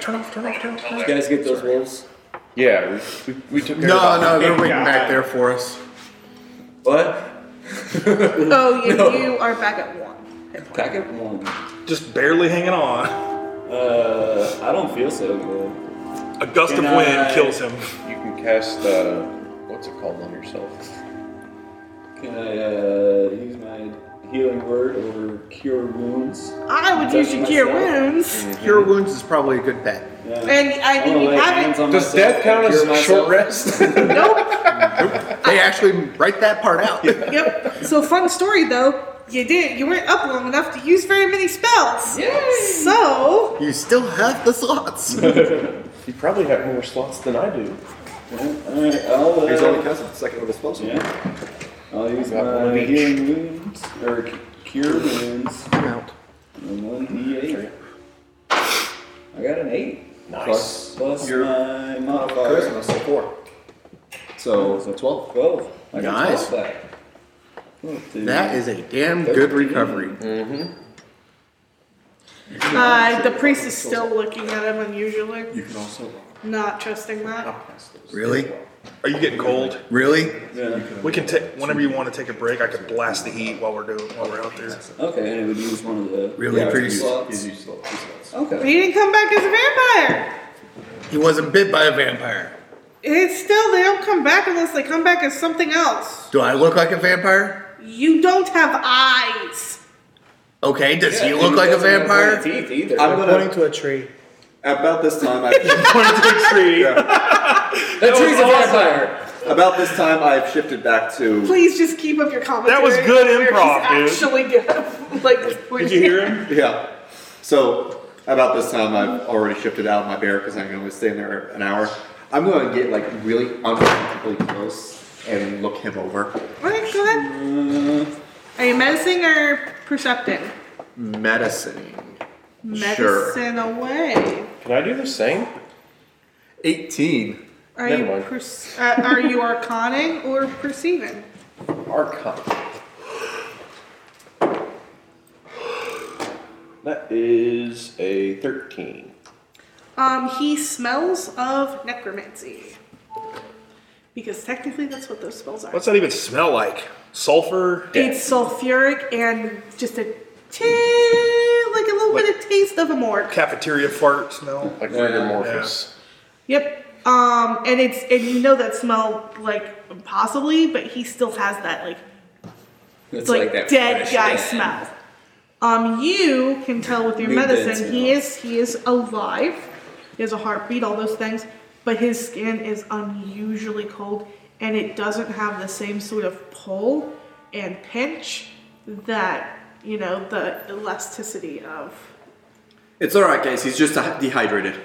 S8: Turn off, turn off, turn off.
S3: Did you guys get those wolves?
S4: Yeah, we, we, we took care
S8: No,
S4: of
S8: Oh, no, they're waiting back there for us.
S3: What?
S5: Oh, you, you are back at one.
S3: Back at one.
S2: Just barely hanging on.
S3: Uh, I don't feel so good.
S2: A gust
S3: Can
S2: of wind
S3: I-
S2: kills him.
S4: You can cast uh, what's it called on yourself?
S3: Can I uh, use my healing word or cure wounds?
S5: I would use your cure wounds.
S8: Mm-hmm. Cure wounds is probably a good bet.
S5: And I mean,
S3: wanna
S5: you
S3: lay
S5: haven't.
S3: hands on
S8: Does death count as short
S4: rest?
S8: They actually write that part out.
S5: Yep. So fun story though. You did. You weren't up long enough to use very many spells. So
S8: You still have the slots.
S4: you probably have more slots than I do.
S3: Alright, I'll, uh,
S4: Here's all the
S3: cousin, second level spell. Yeah. I'll use
S4: Got one of
S3: my
S4: each.
S3: healing wounds, or c- cure wounds. And one D8. I got an 8. Plus, plus my modifier.
S12: Charisma, so four.
S3: So,
S12: So 12.
S3: 12. I can
S8: Nice.
S3: 12 that. Oh, dude.
S8: That is a damn good recovery. Mm-hmm.
S5: uh, the priest is still looking at him unusually,
S12: You can also
S5: not trusting that.
S8: Really?
S2: Are you getting cold?
S8: Really?
S3: Yeah.
S2: We can take whenever you want to take a break. I can blast the heat while we're doing while we're out there.
S3: Okay, and it would use one of the.
S8: Really
S3: yeah,
S8: pretty.
S3: slots. Okay.
S5: He didn't come back as a vampire.
S8: He wasn't bit by a vampire.
S5: It's still they don't come back unless they come back as something else.
S8: Do I look like a vampire?
S5: You don't have eyes.
S8: Okay, does
S3: Yeah,
S8: he
S3: and
S8: look
S3: he
S8: like a
S3: doesn't have
S8: vampire?
S3: any teeth either.
S6: I'm
S3: I'm gonna-
S6: pointing to a tree.
S3: About this time, I.
S2: Tree.
S3: that tree's a
S2: awesome.
S3: vampire! About this time, I've shifted back to.
S5: Please just keep up your commentary.
S3: was good
S5: Where he's
S3: improv, dude.
S5: Actually, good. like where
S2: Did you hear him?
S3: Yeah. So about this time, I've already shifted out of my bear because I'm going to stay in there an hour. I'm going to get like really uncomfortably close and look him over.
S5: Alright, go ahead. Are you menacing or percepting?
S8: Medicine.
S5: Medicine away.
S4: Can I do the same?
S14: 18.
S5: Are
S4: Never
S5: you
S4: mind.
S5: perce- uh, are you arconing or perceiving?
S4: Arcana. That is a 13.
S5: Um, he smells of necromancy. Because technically that's what those spells are.
S2: What's that even smell like? Sulfur?
S5: It's sulfuric and just a tin, like a little bit of taste of a morgue.
S2: Cafeteria fart smell?
S4: Like
S2: rigor
S4: mortis.
S5: Yep. Um, and it's and you know that smell like possibly, but he still has that like
S3: It's
S5: like,
S3: like that
S5: dead
S3: fresh
S5: guy
S3: death.
S5: smell. Um, you can tell with your
S3: New dead
S5: medicine he is he is alive. He has a heartbeat, all those things, but his skin is unusually cold, and it doesn't have the same sort of pull and pinch that you know the elasticity of.
S12: It's all right, guys. He's just uh, dehydrated.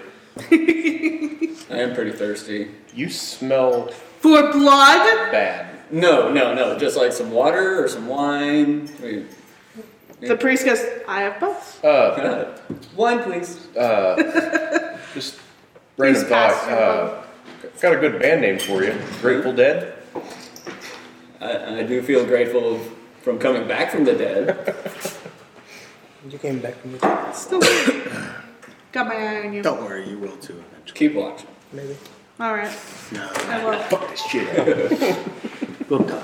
S3: I am pretty thirsty.
S4: You smell
S5: For blood,
S4: bad.
S3: No, no, no. Just like some water or some wine. Wait.
S5: the priest goes, "I have both."
S4: Uh,
S3: Wine, please.
S4: uh, just random
S5: Please
S4: thought.
S5: pass
S4: Uh, got a good band name for you. Grateful Dead?
S3: I, I do feel grateful from coming back from the dead.
S6: You came back from the
S5: Still got my eye on you.
S8: Don't worry, you will too eventually.
S3: Keep watching.
S6: maybe.
S5: All right.
S8: No.
S5: I will.
S8: Fuck this shit. we'll die.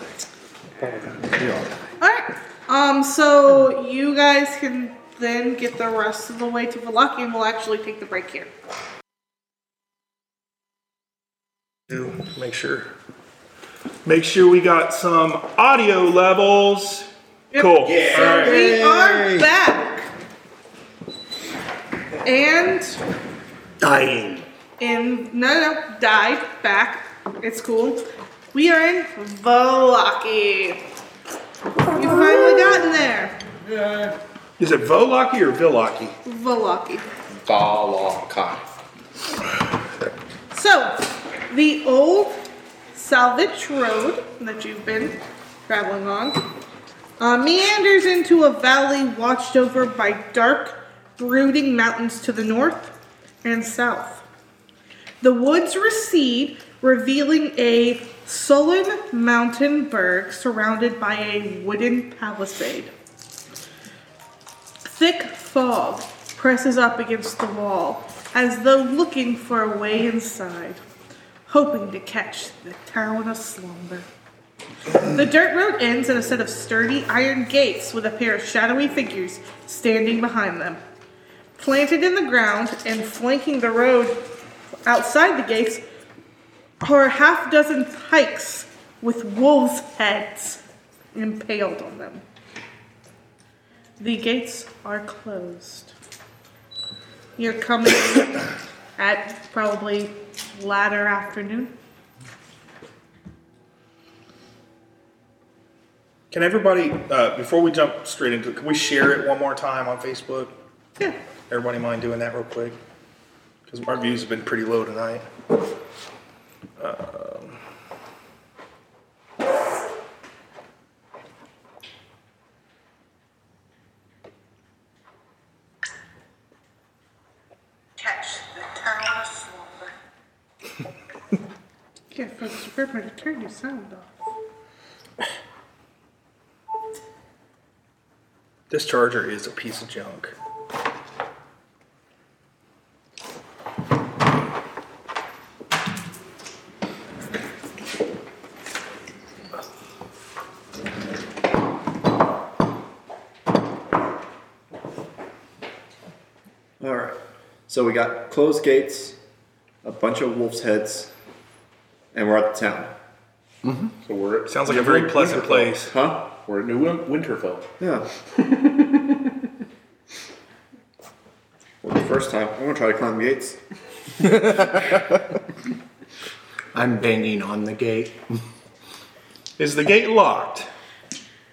S5: All right. Um. So you guys can then get the rest of the way to Valaki, and we'll actually take the break here.
S2: Do Make sure. Make sure we got some audio levels. Cool.
S5: Yep.
S2: All right.
S5: So we are back. And
S8: Dying.
S5: in no no died back. It's cool. We are in Valaki. You finally gotten there,
S2: Is it Volaki or Vilaki?
S5: Valaki.
S4: Balaka.
S5: So, the old salvage road that you've been traveling on uh, meanders into a valley watched over by dark, brooding mountains to the north and south. The woods recede, revealing a sullen mountain burg surrounded by a wooden palisade. Thick fog presses up against the wall as though looking for a way inside, hoping to catch the town of slumber. The dirt road ends in a set of sturdy iron gates with a pair of shadowy figures standing behind them. Planted in the ground and flanking the road outside the gates are a half dozen pikes with wolves' heads impaled on them. The gates are closed. You're coming at probably latter afternoon.
S2: Can everybody, uh, before we jump straight into it, can we share it one more time on Facebook?
S5: Yeah.
S2: Everybody mind doing that real quick? Because our views have been pretty low tonight. Um,
S5: Catch the town of slumber. Can't focus your grandma to turn your sound off.
S2: this charger is a piece of junk.
S12: All right. So we got closed gates, a bunch of wolf's heads, and we're at the town.
S4: So we're at,
S2: Sounds like a very pleasant place.
S12: Huh?
S4: We're at New Win- Winterfell.
S12: Yeah. well, the first time, I'm gonna try to climb gates.
S8: I'm banging on the gate.
S2: Is the gate locked?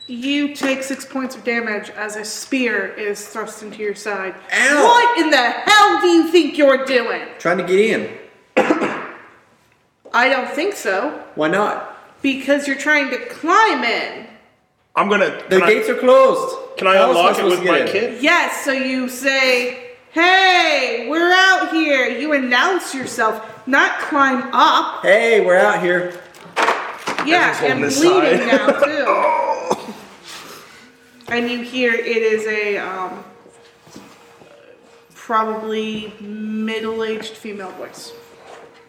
S5: You take six points of damage as a spear is thrust into your side. What in the hell do you think you're doing?
S12: Trying to get in.
S5: I don't think so.
S12: Why not?
S5: Because you're trying to climb in.
S2: I'm gonna.
S12: The
S2: can I-
S12: gates are closed.
S2: Can I
S12: How else am I
S2: unlock it
S12: supposed
S2: with
S12: to get
S2: my
S12: in?
S2: kid?
S5: Yes, so you say, hey, we're out here. You announce yourself, not climb up.
S12: Hey, we're out here.
S5: Yeah, and
S12: Everyone's holding his
S5: bleeding
S12: side.
S5: now too. and you hear it is a um, probably middle-aged female voice.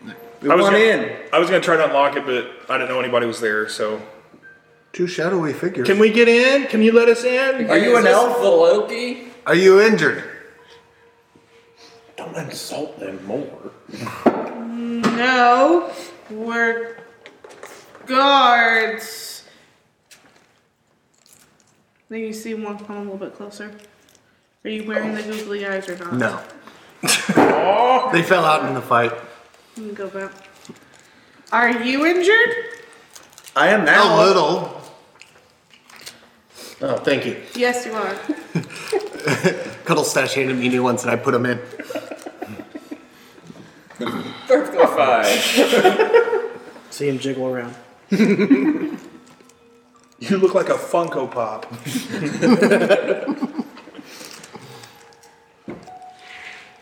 S2: I was
S16: want
S2: gonna,
S16: in.
S2: I was gonna try to unlock it, but I didn't know anybody was there, so.
S8: Two shadowy figures.
S2: Can we get in? Can you let us in?
S8: Are you an elf?
S3: The Loki?
S8: Are you injured?
S4: Don't insult them more.
S5: No, we're guards. Then you see one come a little bit closer. Are you wearing the googly eyes or not?
S17: No.
S8: Oh. they
S17: fell out in the fight.
S5: Let me go back. Are you injured?
S12: I am now.
S8: A little.
S17: Oh, thank you.
S5: Yes, you are.
S17: Cuddle stash handed me new ones and I put them in.
S6: See him jiggle around.
S2: You look like a Funko Pop.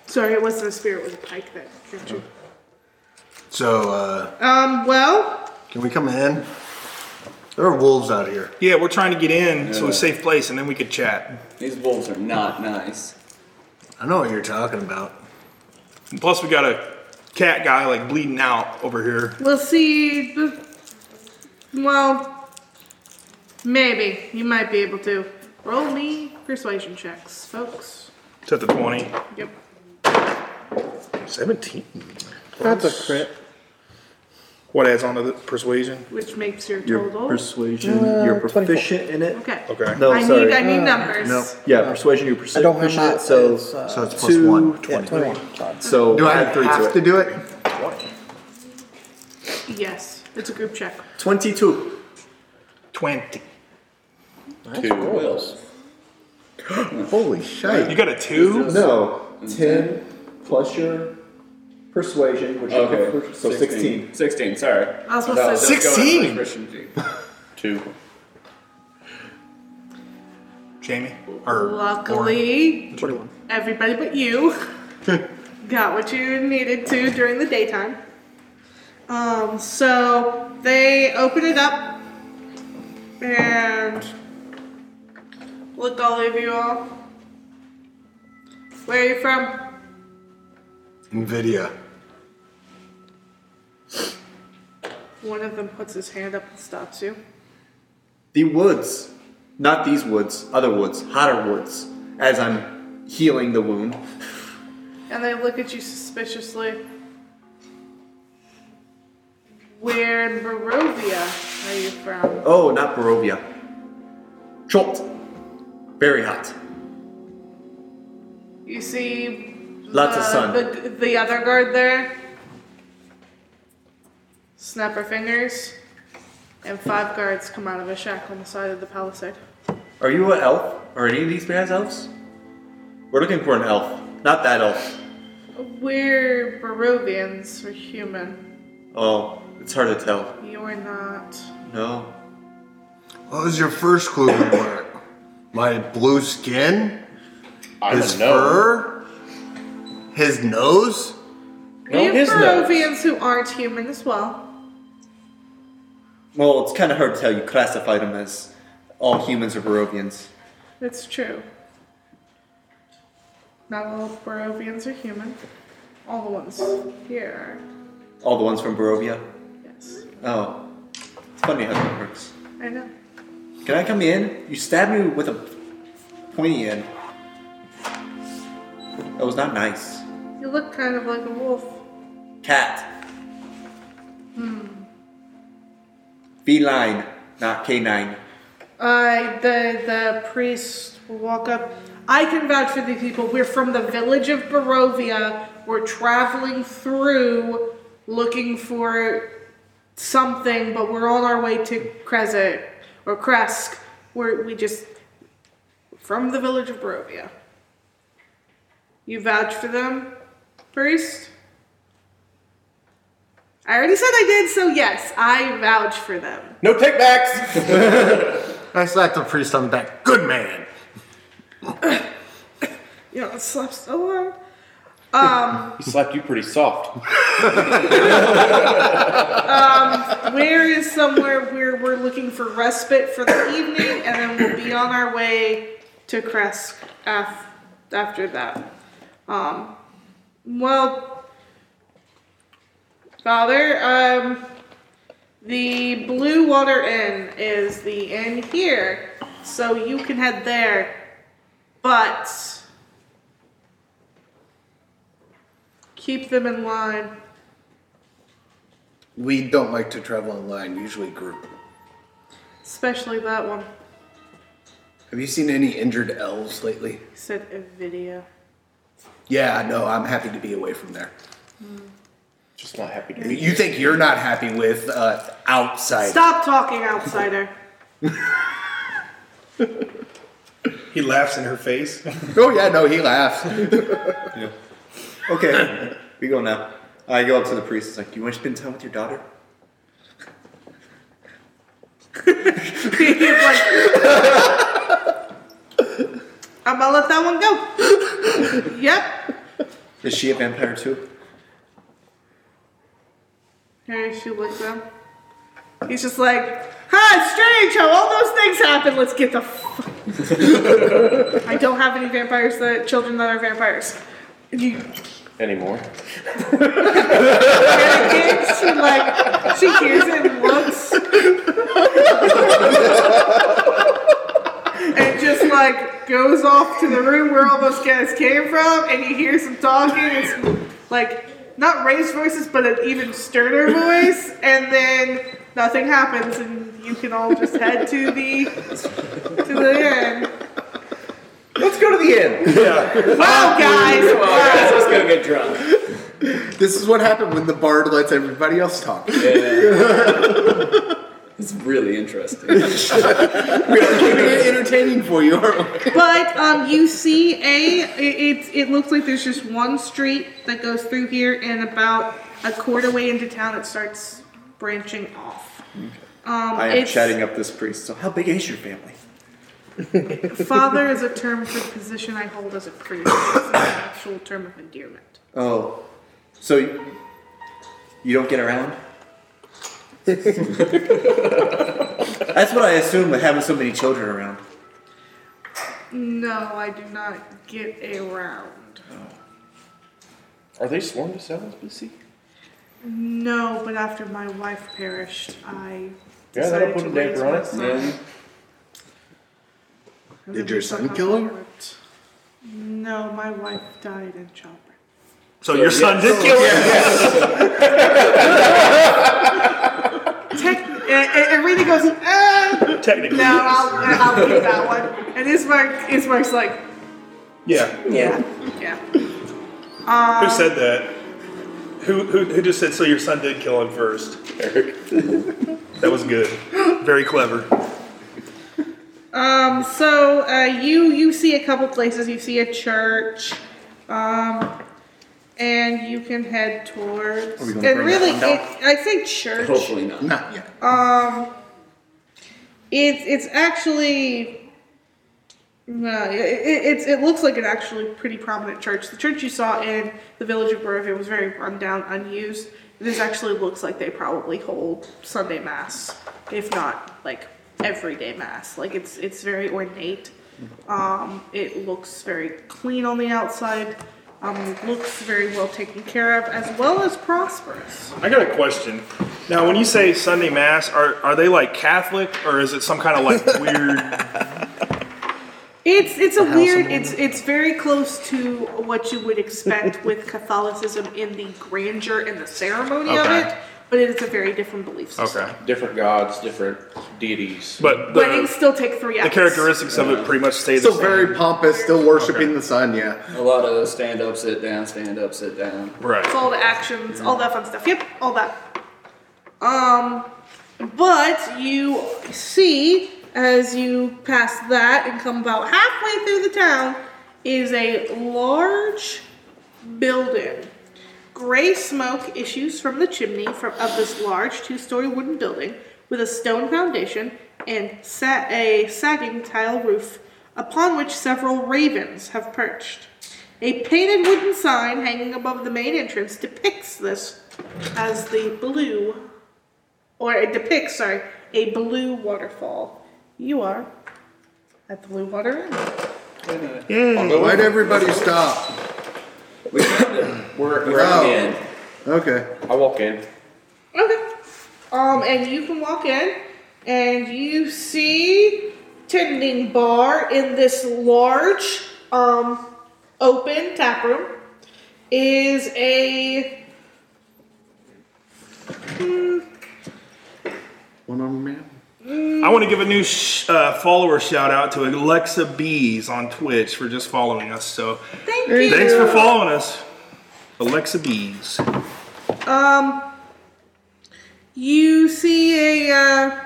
S5: Sorry, it wasn't a spear. It was a pike that got you.
S8: So, uh,
S5: Um. Well,
S8: can we come in? There are wolves out here.
S2: Yeah, we're trying to get in to
S8: Yeah.
S2: a safe place, and then we could chat.
S3: These wolves are not nice.
S8: I know what you're talking about.
S2: And plus, we got a cat guy like bleeding out over here.
S5: we'll see. Well, maybe you might be able to roll me persuasion checks, folks.
S2: It's at the twenty.
S5: Yep.
S2: Seventeen.
S5: That's
S2: a crit. What adds on to the persuasion?
S5: Which makes your
S18: Your
S5: total.
S18: persuasion,
S6: Uh,
S18: you're proficient in it.
S5: Okay.
S2: Okay.
S18: No,
S5: I
S18: sorry.
S5: need I need numbers.
S18: No. Yeah, persuasion, you're persi-
S6: I don't have
S18: proficient in it,
S6: that,
S18: so,
S6: it's, uh,
S8: So it's plus
S18: two,
S8: one.
S18: 20.
S6: 21.
S18: So
S8: do I
S18: add three
S8: have
S18: to it.
S8: to do it?
S5: Yes, it's a group check.
S12: 22.
S2: 20.
S4: Two wills.
S18: Holy shit.
S2: You got a two?
S18: No. 10 plus your persuasion, which
S3: Okay.
S18: is so 16.
S3: 16. 16, sorry.
S5: I was
S3: That
S5: supposed to
S3: just going on
S18: 16?
S3: my
S4: Two.
S2: Jamie or
S5: Luckily,
S2: Twenty-one.
S5: everybody but you got what you needed to during the daytime. Um, so they open it up and look all over you all. Where are you from?
S8: Nvidia.
S5: One of them puts his hand up and stops you.
S12: The woods. Not these woods, other woods, hotter woods, as I'm healing the wound.
S5: And they look at you suspiciously. Where in Barovia are you from?
S12: Oh, not Barovia. Cholt. Very hot.
S5: You see
S12: Lots of
S5: the-
S12: sun.
S5: The, the other guard there. Snap her fingers. And five guards come out of a shack on the side of the palisade.
S12: Are you an elf? Are any of these guys elves? We're looking for an elf. Not that elf.
S5: We're Barovians. We're human.
S12: Oh, it's hard to tell.
S5: You're not.
S12: No.
S8: What was your first clue we were? My blue skin?
S4: I
S8: His
S4: don't know.
S8: fur? His nose?
S5: we have Barovians who aren't human as well.
S12: Well, it's kind of hard to tell. You classified them as all humans or Barovians.
S5: It's true. Not all Barovians are human. All the ones here
S12: All the ones from Barovia?
S5: Yes.
S12: Oh. It's funny how that works.
S5: are. I know.
S12: Can I come in? You stabbed me with a pointy end. That was not nice.
S5: You look kind of like a wolf.
S12: Cat.
S5: Hmm.
S12: Feline. Not canine.
S5: I Uh, the the priest will walk up. I can vouch for these people. We're from the village of Barovia. We're traveling through looking for something, but we're on our way to Kresik or Kresk. We're we just from the village of Barovia. You vouch for them, priest? I already said I did, so yes, I vouch for them.
S8: No takebacks! I slapped the priest on the back. Good man.
S5: You know, I slept so hard. Um,
S4: He slapped you pretty soft.
S5: um, where is somewhere where we're looking for respite for the evening, and then we'll be on our way to Kresk af- after that. Um, well, Father, um, the Blue Water Inn is the inn here, so you can head there, but keep them in line.
S8: We don't like to travel in line, usually group.
S5: Especially that one.
S8: Have you seen any injured elves lately?
S5: He said a video.
S8: Yeah, no, I'm happy to be away from there.
S4: Hmm. Just not happy
S8: to be. You think you're not happy with uh, outside?
S5: Stop talking, outsider.
S11: He laughs in her face.
S8: oh yeah, no, he laughs.
S14: Yeah. Okay, we go now. I go up to the priest. It's like, do you want to spend time with your daughter?
S5: He's like, I'm gonna let that one go. yep.
S14: Is she a vampire too?
S5: Here she looks them. He's just like, huh, it's strange how all those things happen. Let's get the. F- I don't have any vampires that children that are vampires. You
S4: Anymore.
S5: she like she hears it and looks and just like goes off to the room where all those guys came from and you hear some talking it's like not raised voices but an even sterner voice and then nothing happens and you can all just head to the to the end
S4: let's go to the end
S8: Yeah.
S5: wow guys
S3: guys, let's go get drunk.
S8: This is what happened when the bard lets everybody else talk.
S3: It's really interesting.
S8: entertaining for you, aren't we?
S5: But um, you see a it, it it looks like there's just one street that goes through here, and about a quarter way into town, it starts branching off. Um,
S14: I am
S5: it's-
S14: chatting up this priest. So, how big is your family?
S5: Father is a term for the position I hold as a priest. It's an actual term of endearment.
S14: Oh, so you, you don't get around? That's what I assume with having so many children around.
S5: No, I do not get around.
S4: Are they sworn to celibacy?
S5: No, but after my wife perished, I
S4: Yeah, that'll
S5: decided
S4: put
S5: to
S4: a damper on it.
S5: raise my son.
S8: Did your son kill him?
S5: No, my wife died in childbirth.
S2: So your son did kill
S5: Tech, and, and Rita goes, eh.
S2: Technically.
S5: No, I'll, I'll leave that one. And Ismark, Ismark's like,
S2: Yeah.
S5: yeah, yeah. Um,
S2: Who said that? Who, who, who just said, so your son did kill him first? Eric. that was good. Very clever.
S5: Um, so uh, you you see a couple places. You see a church, um, and you can head towards.
S3: Are we
S5: And
S3: gonna bring
S5: really,
S3: that one down?
S5: it, I think church.
S3: Hopefully not.
S8: Not yet.
S5: Um, it's it's actually no, it, it, it's it looks like an actually pretty prominent church. The church you saw in the village of Barovia was very run down, unused. This actually looks like they probably hold Sunday mass, if not like everyday mass. Like it's it's very ornate. Um, it looks very clean on the outside. Um, looks very well taken care of, as well as prosperous.
S2: I got a question. Now, when you say Sunday Mass, are, are they like Catholic or is it some kind of like weird?
S5: It's it's a
S2: House
S5: weird.
S2: of
S5: It's it's very close to what you would expect with Catholicism in the grandeur and the ceremony
S4: Okay.
S5: of it, but it is a very different belief system.
S4: Different gods, different deities.
S2: But
S5: Weddings still take three hours.
S2: of it pretty much stay
S8: the Still same. very pompous, still worshiping the sun, yeah.
S3: A lot of stand up, sit down, stand up, sit down.
S2: Right.
S5: It's all the actions, all that fun stuff. Yep, all that. Um, but you see as you pass that and come about halfway through the town is a large building. Gray smoke issues from the chimney from, of this large two-story wooden building with a stone foundation and sa- a sagging tile roof upon which several ravens have perched. A painted wooden sign hanging above the main entrance depicts this as the blue, or it depicts, sorry, a blue waterfall. You are at the Blue Water Inn.
S19: Why'd everybody stop?
S3: We're,
S5: we're
S19: Oh.
S3: in.
S19: Okay.
S4: I walk in.
S5: Okay. Um, and you can walk in, and you see tending bar in this large, um, open tap room is a
S19: One armed man.
S2: I want to give a new sh- uh, follower shout out to Alexa Bees on Twitch for just following us. So
S5: Thank you.
S2: thanks for following us, Alexa Bees.
S5: Um, you see a uh,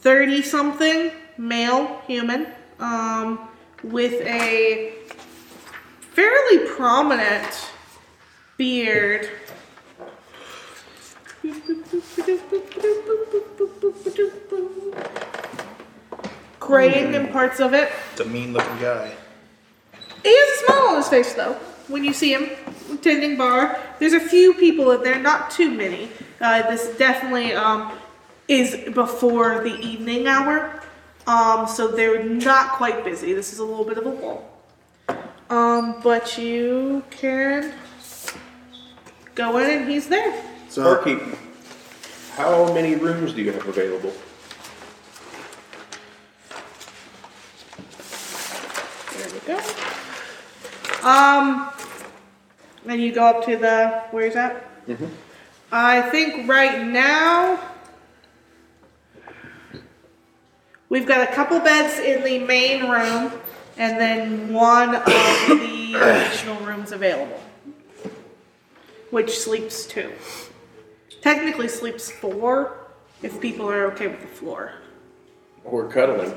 S5: thirty-something male human um, with a fairly prominent beard. Graying in parts of it.
S2: It's a mean looking guy.
S5: He has a smile on his face though. When you see him tending bar, there's a few people in there, not too many. Uh, this definitely um, is before the evening hour, um, so they're not quite busy. This is a little bit of a lull. Um, but you can go in and he's there.
S4: So, Barkeep, how many rooms do you have available?
S5: There we go. Um, and you go up to the where's that?
S4: Mm-hmm.
S5: I think right now we've got a couple beds in the main room and then one of the additional rooms available, which sleeps two. Technically sleeps four if people are okay with the floor.
S4: We're cuddling.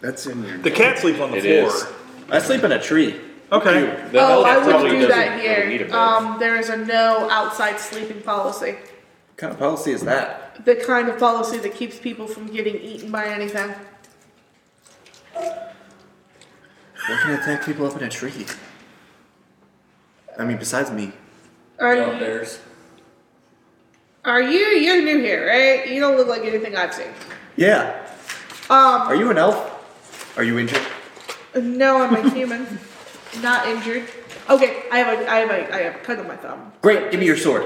S19: That's in there.
S2: The cat sleeps on the
S4: It
S2: floor.
S4: is.
S3: I sleep in a tree.
S2: Okay.
S5: oh, I wouldn't do that here. Um, there is a no outside sleeping policy.
S3: What kind of policy is that?
S5: The kind of policy that keeps people from getting eaten by anything.
S14: What can attack people up in a tree? I mean, besides me.
S5: Are you-
S3: bears.
S5: Are you? You're new here, right? You don't look like anything I've seen.
S14: Yeah.
S5: Um,
S14: Are you an elf? Are you injured?
S5: no, I'm a human, not injured. Okay, I have a, I have a, I have a cut on my thumb.
S4: Great, give me your sword.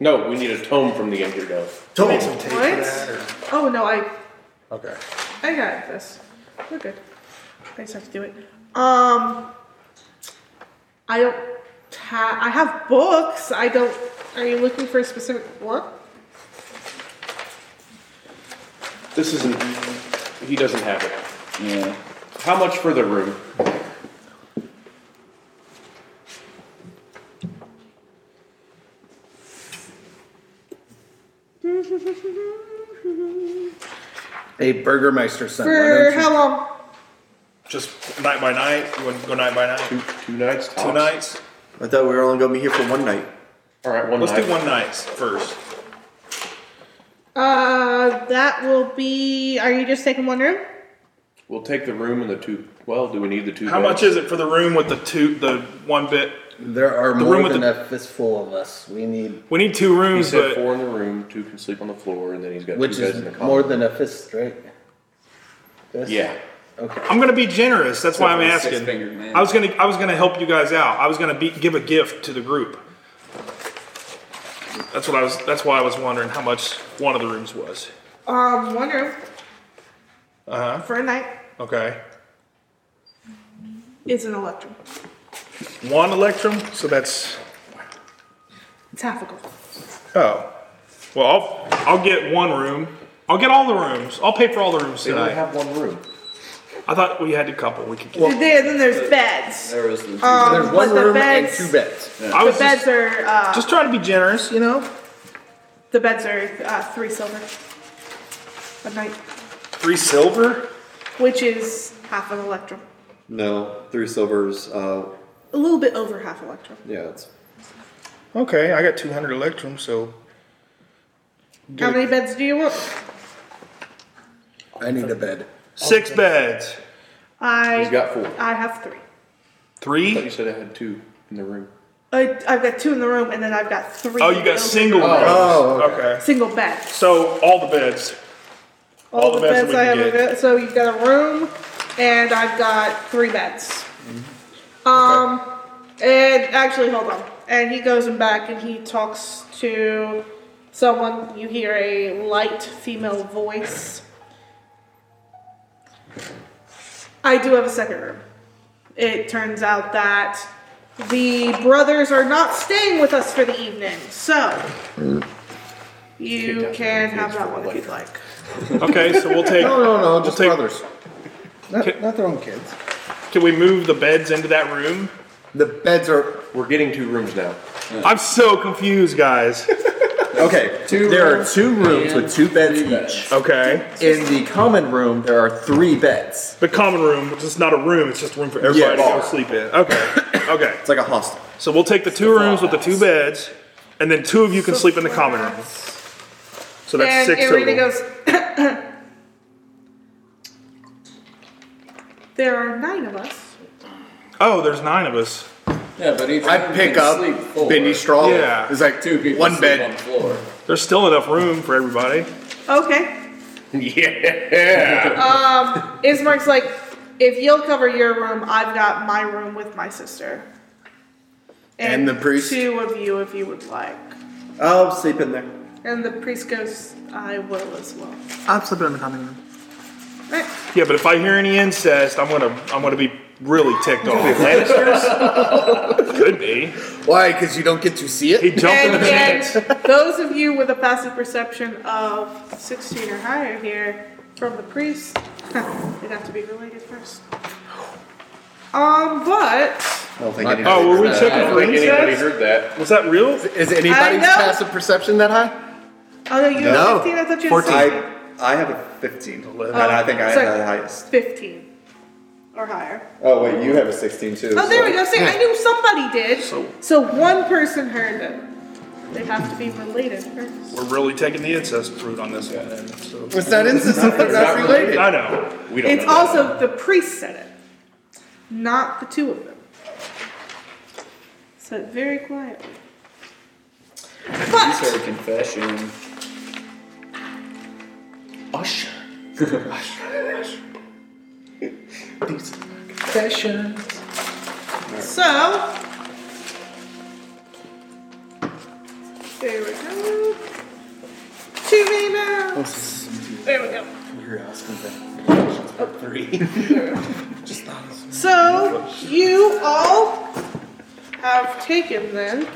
S4: No, we need a tome from the injured elf.
S5: Tome. Some tape for What? that, Oh no, I,
S4: Okay.
S5: I got this. We're good. I just have to do it. Um, I don't. Ha- I have books. I don't. Are you looking for a specific book?
S4: This isn't. He doesn't have it.
S3: Yeah.
S4: How much for the room?
S12: Hey, Burgermeister son.
S5: For how long?
S11: Just night by night. You want to go night by night? Two,
S4: two nights.
S11: Two nights.
S14: I thought we were only gonna be here for one night.
S4: All right,
S11: Let's do one night first.
S5: Uh, that will be. Are you just taking one room?
S4: We'll take the room and the two. Well, do we need the two?
S11: How much is it for the room with the two, the one bit?
S4: There
S11: are
S4: more
S11: with
S4: than
S11: the,
S4: a
S11: fistful of us. We need. We
S2: need two
S4: He
S11: rooms, but
S4: said four in the room, two can sleep on the floor, and then he's got
S11: Which
S4: two
S11: is
S4: beds in the
S11: more
S4: common.
S19: More than a fist, right? Fist?
S4: Yeah.
S19: Okay.
S2: I'm gonna be generous. That's why I'm
S19: Definitely a
S2: asking.
S19: six-fingered man.
S2: I was gonna I was gonna help you guys out. I was gonna be, give a gift to the group. That's what I was. That's why I was wondering how much one of the rooms was.
S5: Um, one room
S2: Uh
S5: for a night
S2: huh. Okay.
S5: is an electrum.
S2: One electrum. So that's
S5: It's half a gold.
S2: oh. Well, I'll, I'll get one room. I'll get all the rooms. I'll pay for all the rooms
S4: They
S2: tonight.
S4: only have one room.
S2: I thought we had a couple. We could. Get
S5: there, then there's beds.
S3: There was the
S5: Um, There's one but the room and beds- two
S2: beds. I
S5: The
S2: was
S5: beds are. Uh,
S2: just trying to be generous, you know.
S5: the beds are uh, three silver a night,
S2: Three silver?
S5: which is half an electrum.
S14: No, three silvers. Uh,
S5: A little bit over half electrum.
S14: yeah, it's
S2: Okay, I got 200 electrum, so
S5: How many beds do you want?
S2: I need a bed. Six beds.
S5: I
S4: He's got four.
S5: I have three.
S4: Three? I thought you said I had two in the room.
S5: I, I've got two in the room, and then I've got three.
S2: Oh, you got single
S5: beds.
S2: rooms.
S5: Oh,
S2: okay.
S5: Single bed.
S2: So all the beds.
S5: All, the beds, I have. are good. So you've got a room, and I've got three beds. Um, and actually, hold on. And he goes in back, and he talks to someone. You hear a light female voice. I do have a second room. It turns out that the brothers are not staying with us for the evening, so you can have Mm. that one if you'd like.
S2: Okay, so we'll take.
S8: Oh,
S5: No, no,
S2: no, just brothers.
S15: Not, not their own kids.
S2: Can we move the beds into that room?
S15: The beds are.
S4: We're getting two rooms now.
S2: I'm so confused, guys.
S12: Okay,
S2: Two
S12: there are
S2: rooms
S12: two rooms
S2: and
S12: with two beds each.
S2: Okay.
S12: In the common room, there are three beds.
S2: The common room, which is not a room, it's just a room for everybody to go sleep in. Okay, okay. It's
S12: like a hostel.
S2: So we'll take the two rooms with the two beds, and then two of you can sleep in the common room. So that's
S5: and
S2: six
S5: Irina
S2: total.
S5: goes. there are nine of us.
S2: oh, there's nine of us.
S3: Yeah, but each
S2: I
S3: one
S2: pick
S3: can
S2: up
S3: sleep four.
S2: Bendy Straw. Yeah.
S3: There's like two people
S2: one
S3: sleep
S2: bed.
S3: on the floor.
S2: There's still enough room for everybody.
S5: Okay.
S2: yeah.
S5: Um, Ismark's like, if you'll cover your room, I've got my room with my sister.
S12: And the priest?
S5: Two of you, if you would like.
S12: I'll sleep in there.
S5: And the priest goes, I will as well.
S6: I'm sleeping in the common room.
S2: Yeah, but if I hear any incest, I'm gonna I'm gonna be really ticked off. Could be.
S12: Why? Because you don't get to see it.
S2: He jumped
S5: And,
S2: in the bed.
S5: and those of you with a passive perception of 16 or higher here from the priest, it'd have to be related first. Um, but
S2: Oh, were we checking for
S4: anybody
S2: incest?
S4: heard that.
S2: Was that real?
S12: Is anybody's
S5: I know.
S12: passive perception that high?
S5: Oh no, you
S14: No.
S5: have 15. I thought you had
S14: 14.
S5: 16.
S14: I, I have a 15. And
S5: Oh,
S14: I think I
S5: sorry.
S14: have the highest.
S5: 15 or higher.
S14: Oh, wait, you have a 16 too.
S5: Oh, there we go. See,
S14: so-
S5: I knew somebody did. So, one person heard it. They have to be related first.
S2: We're really taking the incest route on this one. then, So.
S5: It's not incest
S12: if they're not related.
S2: I know. We
S5: It's also the priest said it, not the two of them. So very quietly.
S3: These are confession.
S12: Usher.
S5: Sessions. So. There we go. Too many now. There we go.
S12: You're asking for three. Just not as
S5: So you all have taken then.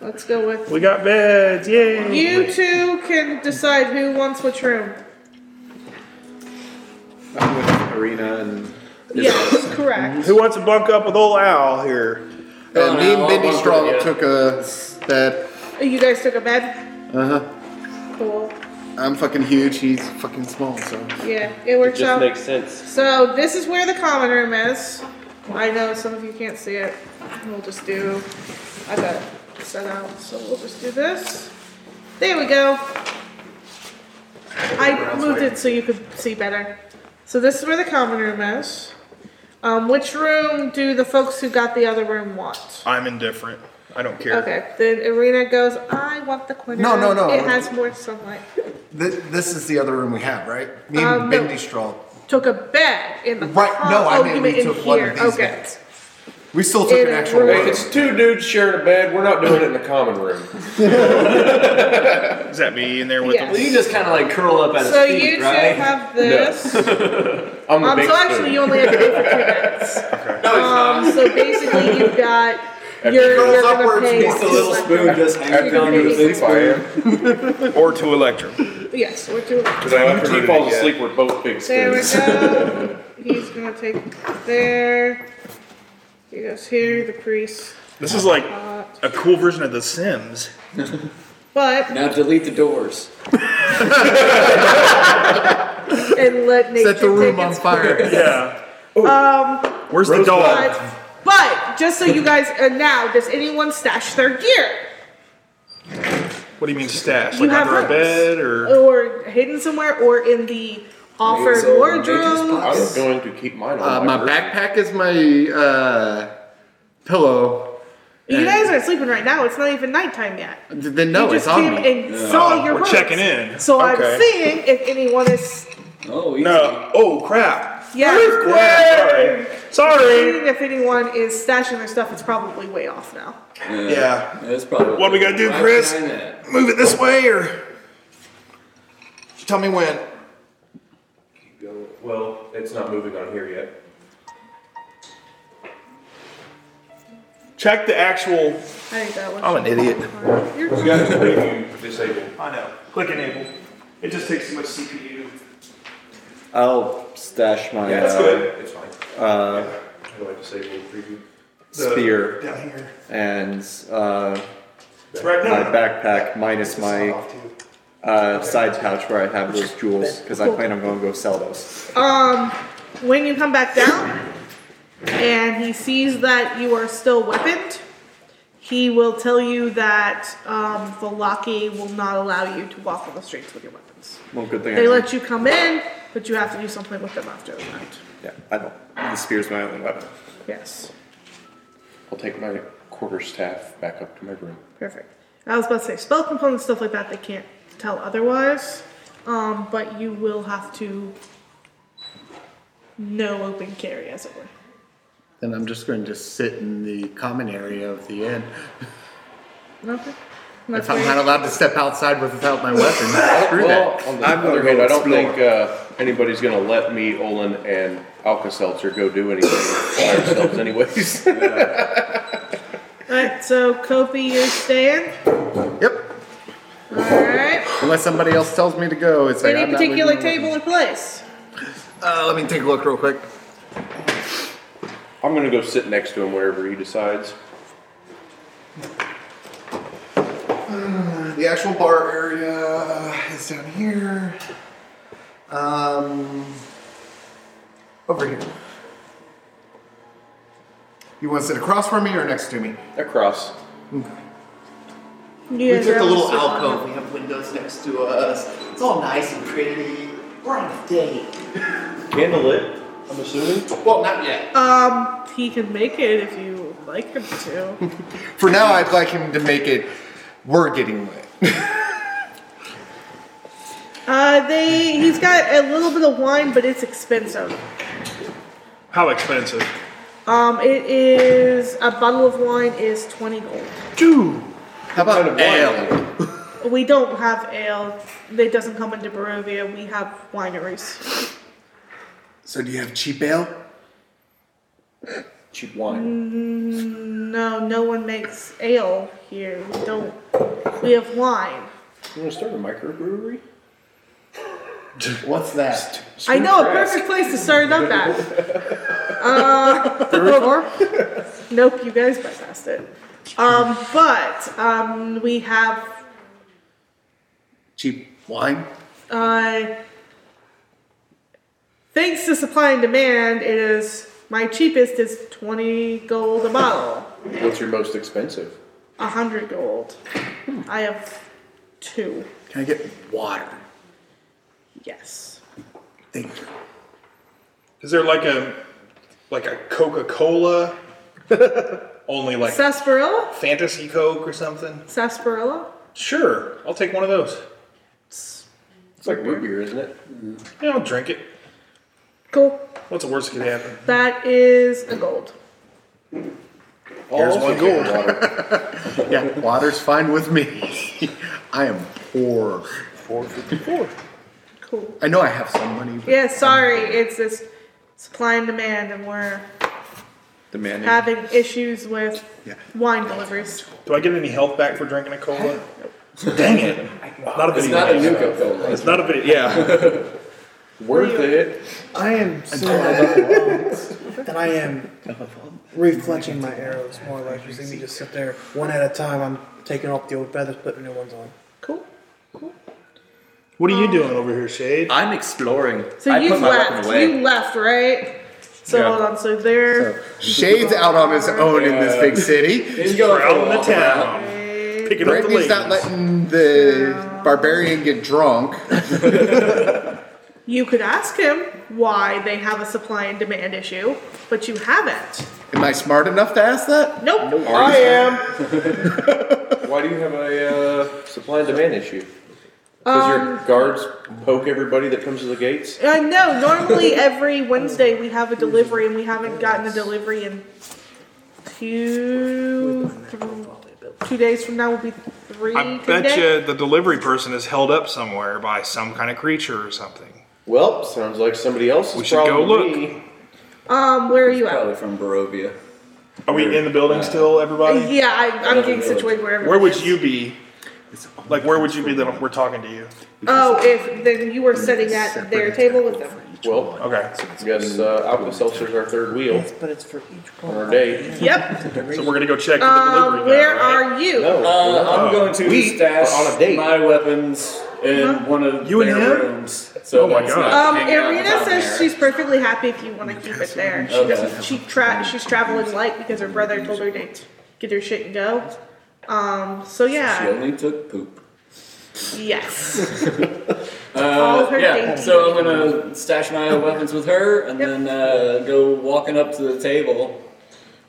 S5: Let's go with.
S2: We got beds. Yay.
S5: You two can decide who wants which room.
S14: I'm with Arena and.
S5: Yes, correct.
S2: Who wants to bunk up with old Al here?
S8: Uh,
S19: And me and Bendy Strong
S2: yeah.
S19: took a step.
S5: You guys took a bed.
S19: Uh huh.
S12: Uh-huh.
S5: Cool.
S19: I'm fucking huge. He's fucking small. So.
S5: Yeah, it works out.
S19: sense.
S5: So this is where the common room is. I know some of you can't see it. We'll just do. I got it set out, so we'll just do this. There we go. I moved it so you could see better. So this is where the common room is. Um, which room do the folks who got the other room want?
S2: I'm indifferent. I don't care.
S5: Okay, then Irina goes, I want the corner.
S19: No, no,
S5: room.
S19: no.
S5: It has more sunlight.
S19: Th- this is the other room we have, right? Me and
S5: Um, no.
S19: Bendy Straw.
S5: Took a bed in the
S19: Right,
S5: com-
S19: no, I
S5: oh,
S19: mean
S5: you
S19: we
S5: in
S19: took one of
S5: here.
S19: these
S5: okay.
S19: beds. We still took
S5: In
S19: an
S5: a
S19: actual
S5: room.
S19: room.
S4: If it's two dudes sharing a bed, we're not doing it in the common room.
S2: Is that me in there
S5: with Yes. them?
S2: You just kind of like curl up
S5: at his So feet, you two right? have this.
S4: I'm the
S5: Um,
S4: big
S5: so actually, you only have to pay for two nights. um, so basically, you've got your. You're gonna pay
S2: spoon just
S5: hanging on to the
S2: spoon.
S5: big
S2: or two electrum.
S5: Yes, we're doing.
S4: Because I after he falls asleep, we're both big
S5: There we
S4: spoons.
S5: go. He's gonna take there. He goes here. The priest.
S2: This is like
S5: Uh,
S2: a cool version of The Sims.
S5: but
S3: Now delete the doors.
S5: and let nature take its course.
S2: yeah.
S5: Um,
S2: Where's the dog?
S5: But, but just so you guys uh, now, does anyone stash their gear
S2: What do you mean stash?
S5: You
S2: Like
S5: have Oh.
S2: under a bed
S5: rooms.
S2: or?
S5: or hidden somewhere or in the Offered
S4: So,
S5: wardrobes.
S4: I'm going to keep mine
S8: Uh,
S4: on
S8: my
S4: my
S8: backpack is my uh, pillow.
S5: You guys are sleeping right now. It's not even nighttime yet.
S8: Then no,
S5: you
S8: it's
S5: just
S8: on
S5: came
S8: me.
S5: and saw your
S11: Oh, We're
S5: ropes.
S11: checking in.
S5: So
S11: Okay.
S5: I'm seeing if anyone is.
S3: Oh,
S11: no. Oh, crap.
S5: Yeah.
S11: Earthquake! Sorry.
S5: Seeing if anyone is stashing their stuff, it's probably way off now.
S11: Yeah.
S3: That's probably.
S11: What we gotta do,
S3: Right
S11: Chris?
S3: behind that.
S11: Move it this way or. Tell me when.
S4: Go- Well, it's not moving on here yet.
S11: Check the actual.
S5: I think that was.
S11: I'm an idiot.
S5: You're
S4: Disable.
S11: I know. Click enable. It just takes too much CPU.
S14: I'll stash my.
S4: Yeah, it's
S14: uh,
S4: good. It's fine.
S14: Uh,
S4: How do I disable preview?
S14: spear
S11: down here.
S14: and uh,
S11: Right, no,
S14: my
S11: no, no.
S14: backpack minus my uh, side pouch where I have those jewels because I plan on going to go sell those.
S5: Um, when you come back down and he sees that you are still weaponed, he will tell you that um, the Locky will not allow you to walk on the streets with your weapons.
S14: Well, good thing
S5: They
S14: I
S5: let you come in, but you have to do something with them after that.
S14: Yeah, I don't. The spear's my only weapon.
S5: Yes.
S4: I'll take my quarter staff back up to my room.
S5: Perfect. I was about to say spell components, stuff like that. They can't tell otherwise, um, but you will have to know open carry, as it were.
S8: Then I'm just going to sit in the common area of the inn.
S5: Okay.
S8: If I'm not allowed to step outside without my weapon, screw
S4: Well,
S8: that.
S4: on the other hand, I don't think uh, anybody's going to let me, Olin, and Alka Seltzer go do anything by ourselves, anyways.
S5: Alright, so Kofi, you're staying?
S8: Yep.
S5: Alright.
S8: Unless somebody else tells me to go, it's like
S5: Any
S8: I'm not
S5: particular
S8: leaving.
S5: table or place?
S8: Uh, let me take a look real quick.
S4: I'm going to go sit next to him wherever he decides.
S19: The actual bar area is down here. Um, over here.
S8: You want to sit across from me or next to me?
S4: Across.
S5: Yeah,
S15: We took a little
S5: that was-
S15: alcove. We have windows next to us. It's all nice and pretty. We're on a date.
S4: Candlelit, I'm assuming.
S15: Well, not yet.
S5: Um, he can make it if you would like him to.
S8: For now, I'd like him to make it. We're getting lit.
S5: Uh, they, he's got a little bit of wine, but it's expensive.
S2: How expensive?
S5: Um, it is, a bottle of wine is 20 gold.
S2: Dude.
S8: How about ale?
S5: We don't have ale. It doesn't come into Barovia. We have wineries.
S8: So, do you have cheap ale?
S14: Cheap wine.
S5: Mm, No, no one makes ale here. We don't. We have wine.
S4: You want to start a microbrewery?
S8: What's that?
S5: I know a perfect place to start up at. Uh, nope, you guys bypassed it. Um, but um, we have
S8: Cheap wine?
S5: uh, thanks to supply and demand, it is my cheapest is twenty gold a bottle,
S4: What's your most expensive?
S5: a hundred gold. I have two.
S8: Can I get water?
S5: Yes.
S8: Thank you.
S11: Is there like a like a Coca Cola? Only like
S5: Sarsaparilla.
S11: fantasy Coke or something?
S5: Sarsaparilla.
S11: Sure, I'll take one of those.
S4: It's like root beer, isn't it?
S11: Yeah, I'll drink it.
S5: Cool.
S11: What's the worst that could happen?
S5: That is a gold.
S11: Here's one gold.
S8: Yeah, water's fine with me. I am poor. Four fifty-four.
S5: Cool.
S8: I know I have some money. But
S5: Yeah, sorry, it's this supply and demand, and we're
S14: Demanding.
S5: having issues with wine deliveries.
S11: Do I get any health back for drinking a cola? Dang it! Not a video.
S3: It's not a
S11: game.
S3: new Coca-Cola.
S11: It's not a video. Yeah.
S4: Worth it.
S6: I am so overwhelmed that I am refletching my arrows more like you see me just sit there one at a time. I'm taking off the old feathers, putting new ones on.
S5: Cool.
S11: What are you doing over here, Shade?
S14: I'm exploring.
S5: So
S14: I
S5: you've
S14: put my
S5: left.
S14: weapon away.
S5: You left, right? So
S14: Yeah.
S5: hold on. So there.
S8: Shade's out on his own in this big city.
S3: He's going for
S11: Out in the town. Picking up the
S8: Brittany's
S11: ladies.
S8: not letting the barbarian get drunk.
S5: You could ask him why they have a supply and demand issue, but you haven't.
S8: Am I smart enough to ask that?
S5: Nope.
S8: I am.
S4: Why do you have a uh, supply and demand issue? Because
S5: Um,
S4: your guards poke everybody that comes to the gates?
S5: I know. Normally, every Wednesday we have a delivery, and we haven't gotten a delivery in two two days from now. Will be three.
S2: I
S5: two
S2: bet
S5: days.
S2: you the delivery person is held up somewhere by some kind of creature or something.
S4: Well, sounds like somebody else's
S2: We should go
S4: problem
S2: look.
S4: to
S5: Um, where are you at?
S3: Probably from Barovia.
S2: Are we in the building still, everybody?
S5: Yeah, I, I'm getting situated wherever.
S2: Where would you be? Like, where would you be that we're talking to you?
S5: Oh, if then you were sitting at their table with them.
S4: Well, okay. I guess uh, Alka Seltzer's our third wheel. but it's for each one. our day.
S5: Yep.
S2: So we're gonna go check for the delivery.
S5: Um, where are you?
S3: Uh, I'm going to
S2: We
S3: stash
S2: are on a date.
S3: my weapons in one of
S2: You and
S3: their
S2: him?
S3: rooms. So
S2: Oh my
S3: that it's
S2: God.
S3: not
S5: Um,
S3: hanging out on
S5: Irina
S3: top of
S5: says
S3: there.
S5: she's perfectly happy if you want to keep it there. She
S3: Okay.
S5: doesn't. She tra- she's traveling light because her brother told her to get her shit and go. Um. So
S3: She
S5: yeah.
S3: only took poop.
S5: Yes. All
S3: Uh,
S5: her
S3: yeah,
S5: dainty
S3: so I'm gonna stash my weapons with her and then uh, go walking up to the table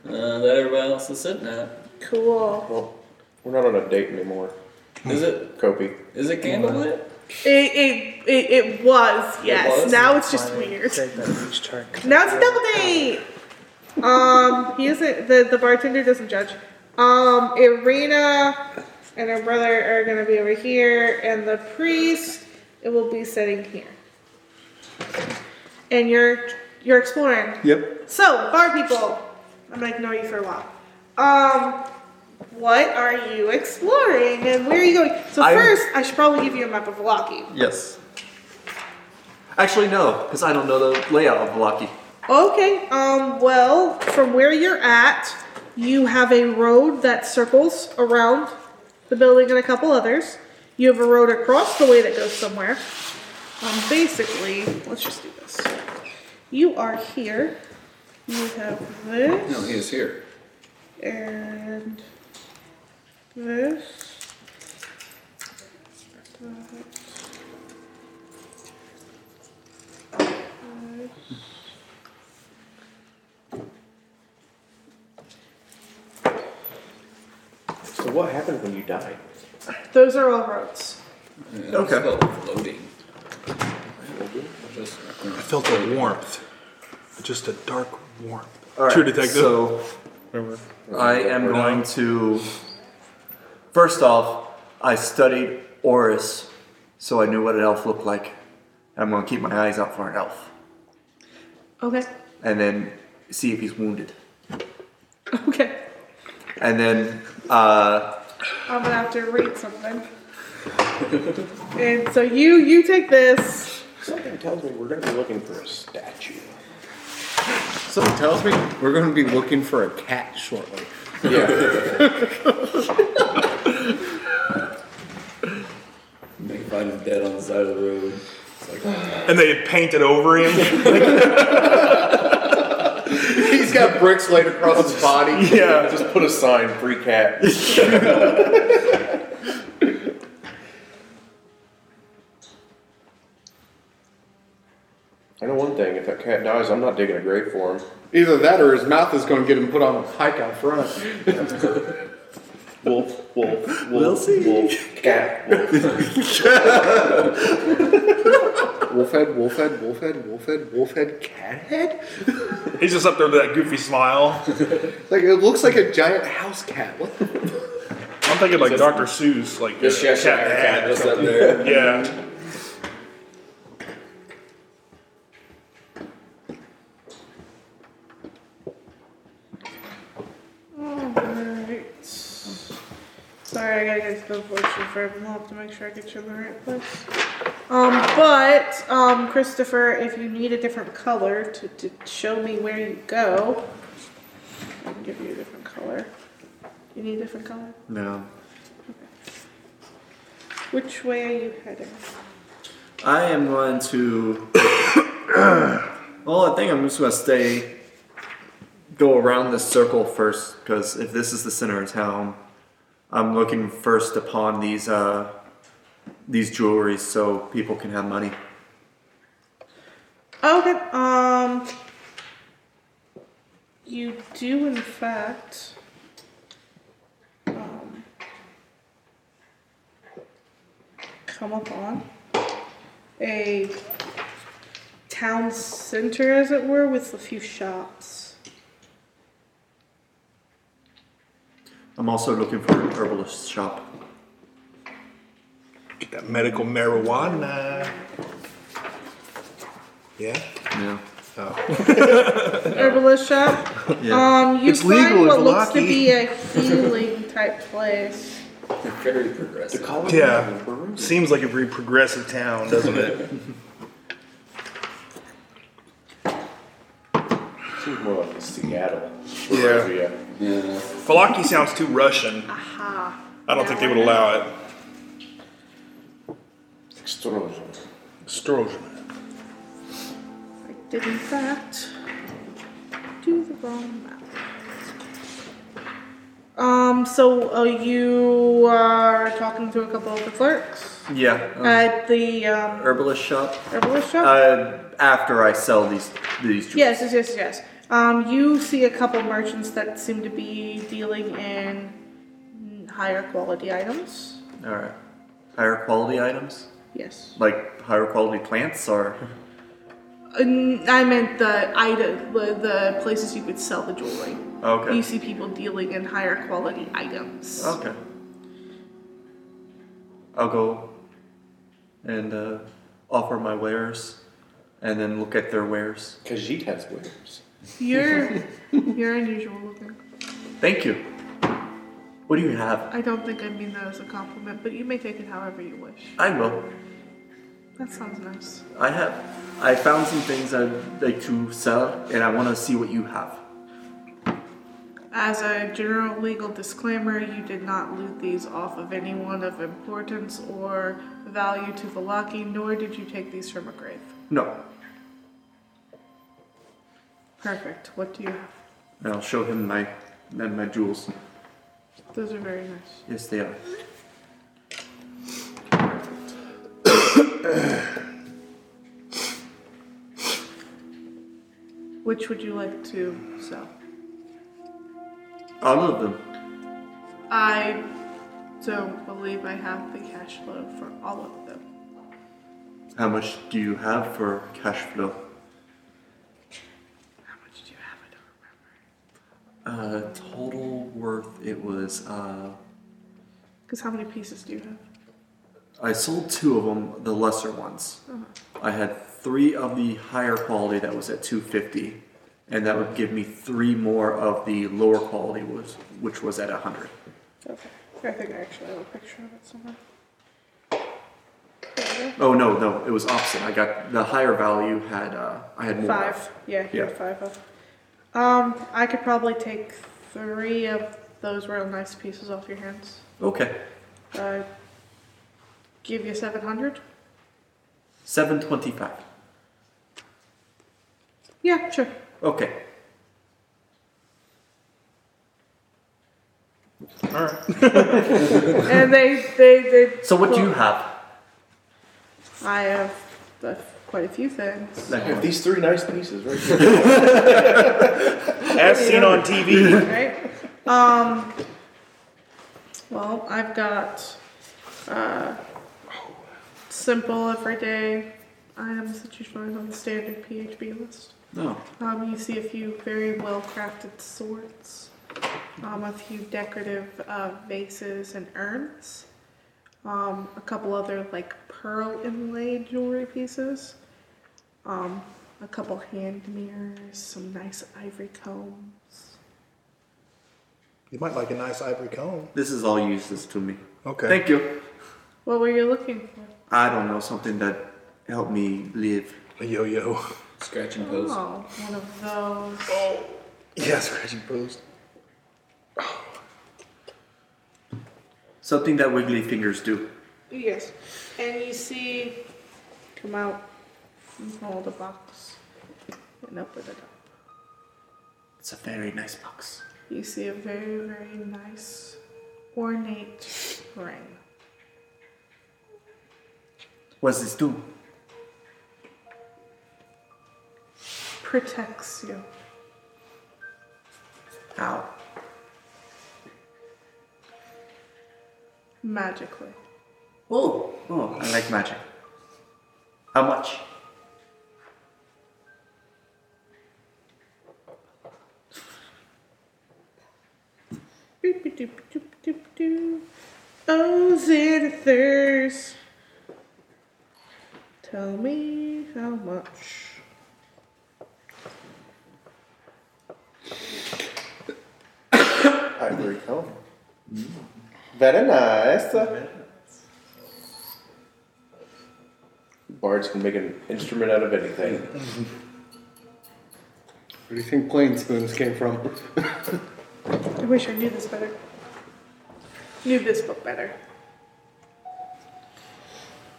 S3: uh, that everybody else is sitting at.
S5: Cool.
S4: Well, we're not on a date anymore.
S3: Is it?
S4: Copy.
S3: Is it candlelit?
S5: It it it, it was yes.
S3: was?
S5: Now it's just weird. Now it's a double date. Um. He isn't the the bartender doesn't judge. Um. Irina and her brother are gonna be over here, and the priest it will be sitting here. And you're you're exploring.
S14: Yep.
S5: So, bar people, I'm gonna ignore you for a while. Um, what are you exploring and where are you going? So
S12: I'm-
S5: first, I should probably give you a map of Locky.
S12: Yes. Actually, no, because I don't know the layout of Milwaukee.
S5: Okay. Um. Well, from where you're at, you have a road that circles around the building and a couple others. You have a road across the way that goes somewhere. Um. Basically, let's just do this. You are here. You have this.
S3: No, Oh, he is here.
S5: And this.
S14: So what happened when you died?
S5: Those are all roads.
S3: Okay. Floating. Just
S2: I felt a warmth, just a dark warmth.
S12: All right,
S2: True detective.
S12: So I am going to. First off, I studied Oris, so I knew what an elf looked like. I'm going to keep my eyes out for an elf,
S5: Okay.
S12: and then see if he's wounded,
S5: Okay.
S12: and then uh,
S5: I'm gonna have to read something. and so you you take this.
S4: Something tells me we're going to be looking for a statue.
S8: Something tells me we're going to be looking for a cat shortly.
S3: Make find him dead on the side of the road. It's like,
S2: And they painted over him.
S8: He's got bricks laid across his body.
S2: yeah.
S4: Just put a sign, free cat. I know one thing, if that cat dies, I'm not digging a grave for him.
S8: Either that or his mouth is going to get him put on a hike out front.
S4: Wolf, wolf,
S8: We'll
S4: wolf,
S8: see.
S4: wolf, cat, wolf.
S8: Wolfhead, wolfhead, wolfhead, wolfhead, wolfhead, cat head?
S2: He's just up there with that goofy smile.
S8: Like, it looks like a giant house cat. What the
S2: I'm thinking like Dr. Seuss, like
S3: Just
S2: uh,
S3: Cheshire
S2: in the
S3: Cat
S2: Hat or
S3: just up
S2: something.
S3: there.
S2: Yeah.
S5: Alright. Sorry, I gotta get a spell fortune for everyone to make sure I get you in the right place. Um, but um, Christopher, if you need a different color to, to show me where you go, I can give you a different color. You need a different color.
S12: no.
S5: Which way are you heading?
S12: I am going to. well, I think I'm just going to stay. Go around this circle first, because if this is the center of town, I'm looking first upon these uh, these jewelries so people can have money.
S5: Okay. Um. You do, in fact. Um, come up on a town center, as it were, with a few shops.
S12: I'm also looking for an herbalist shop.
S2: Get that medical marijuana. Yeah?
S12: Yeah.
S5: Herbalist shop.
S12: Yeah.
S5: Um, you
S2: It's
S5: find
S2: legal in
S5: what looks to
S2: Velaki.
S5: be a healing type place.
S3: They're very progressive.
S2: Yeah. Seems like a very progressive town, doesn't it?
S14: Seems more like Seattle.
S2: Yeah.
S14: Yeah.
S2: Falaki sounds too Russian.
S5: Aha.
S2: I don't think they would allow it.
S14: Extortion.
S2: Extortion.
S5: I did, in fact, do the wrong map. Um, so uh, you are talking to a couple of the clerks
S12: Yeah. um,
S5: at the um,
S12: herbalist shop.
S5: herbalist shop?
S12: Uh, after I sell these these jewels.
S5: Yes, yes, yes, yes. Um, you see a couple merchants that seem to be dealing in higher quality items.
S12: All right. Higher quality items,
S5: Yes.
S12: like higher quality plants, or
S5: And I meant the item, the the places you could sell the jewelry.
S12: Okay. Oh.
S5: You see people dealing in higher quality items.
S12: okay. I'll go and uh, offer my wares, and then look at their wares. Khajiit has wares.
S5: You're you're unusual looking.
S12: Thank you. What do you have?
S5: I don't think I mean that as a compliment, but you may take it however you wish.
S12: I will.
S5: That sounds nice.
S12: I have. I found some things I'd like to sell, and I want to see what you have.
S5: As a general legal disclaimer, you did not loot these off of anyone of importance or value to the Locky, nor did you take these from a grave.
S12: No.
S5: Perfect. What do you have?
S12: And I'll show him my then my jewels.
S5: Those are very nice.
S12: Yes, they are.
S5: Which would you like to sell?
S12: All of them.
S5: I don't believe I have the cash flow for all of them.
S12: How much do you have for cash flow? How much do you have? I don't remember. Uh, total worth it was. Uh,
S5: Because how many pieces do you have?
S12: I sold two of them, the lesser ones.
S5: Uh-huh.
S12: I had three of the higher quality that was at 250, and that would give me three more of the lower quality was, which was at 100.
S5: Okay. I think I actually have a picture of it somewhere.
S12: Oh no, no, it was opposite. I got the higher value had uh, I had more.
S5: Five. Yeah, you
S12: Yeah.
S5: had five of. Um, I could probably take three of those real nice pieces off your hands.
S12: Okay,
S5: Uh, give you seven hundred.
S12: 725.
S5: Yeah, sure.
S12: Okay. All
S5: and
S12: right.
S5: they, they, they.
S12: so what do you
S5: well,
S12: have?
S5: I have the, quite a few things.
S14: I have these three nice pieces right here.
S2: As seen on TV.
S5: right? Um, well, I've got uh, simple everyday items that you find on the standard PHB list.
S12: No.
S5: Um, you see a few very well crafted swords, um, a few decorative uh, vases and urns, um, a couple other like pearl inlaid jewelry pieces, um, a couple hand mirrors, some nice ivory combs.
S2: You might like a nice ivory comb.
S12: This is all useless to me.
S2: Okay.
S12: Thank you.
S5: What were you looking for?
S12: I don't know something that helped me live.
S2: A yo-yo.
S3: Scratch and
S5: Oh, one of those. Oh.
S11: Yeah, scratching post.
S12: Something that wiggly fingers do.
S5: Yes. And you see come out from hold the box and open it up.
S12: It's a very nice box.
S5: You see a very, very nice ornate ring.
S12: What's this do?
S5: protects you.
S12: Ow.
S5: Magically.
S12: Oh. Oh, I like magic. How much?
S5: Beep, doop, doop, doop, doop. Oh, Xanathers. Tell me how much.
S14: I agree. Oh. Very nice.
S4: Bards can make an instrument out of anything.
S14: Where do you think plain spoons came from?
S5: I wish I knew this better. Knew this book better.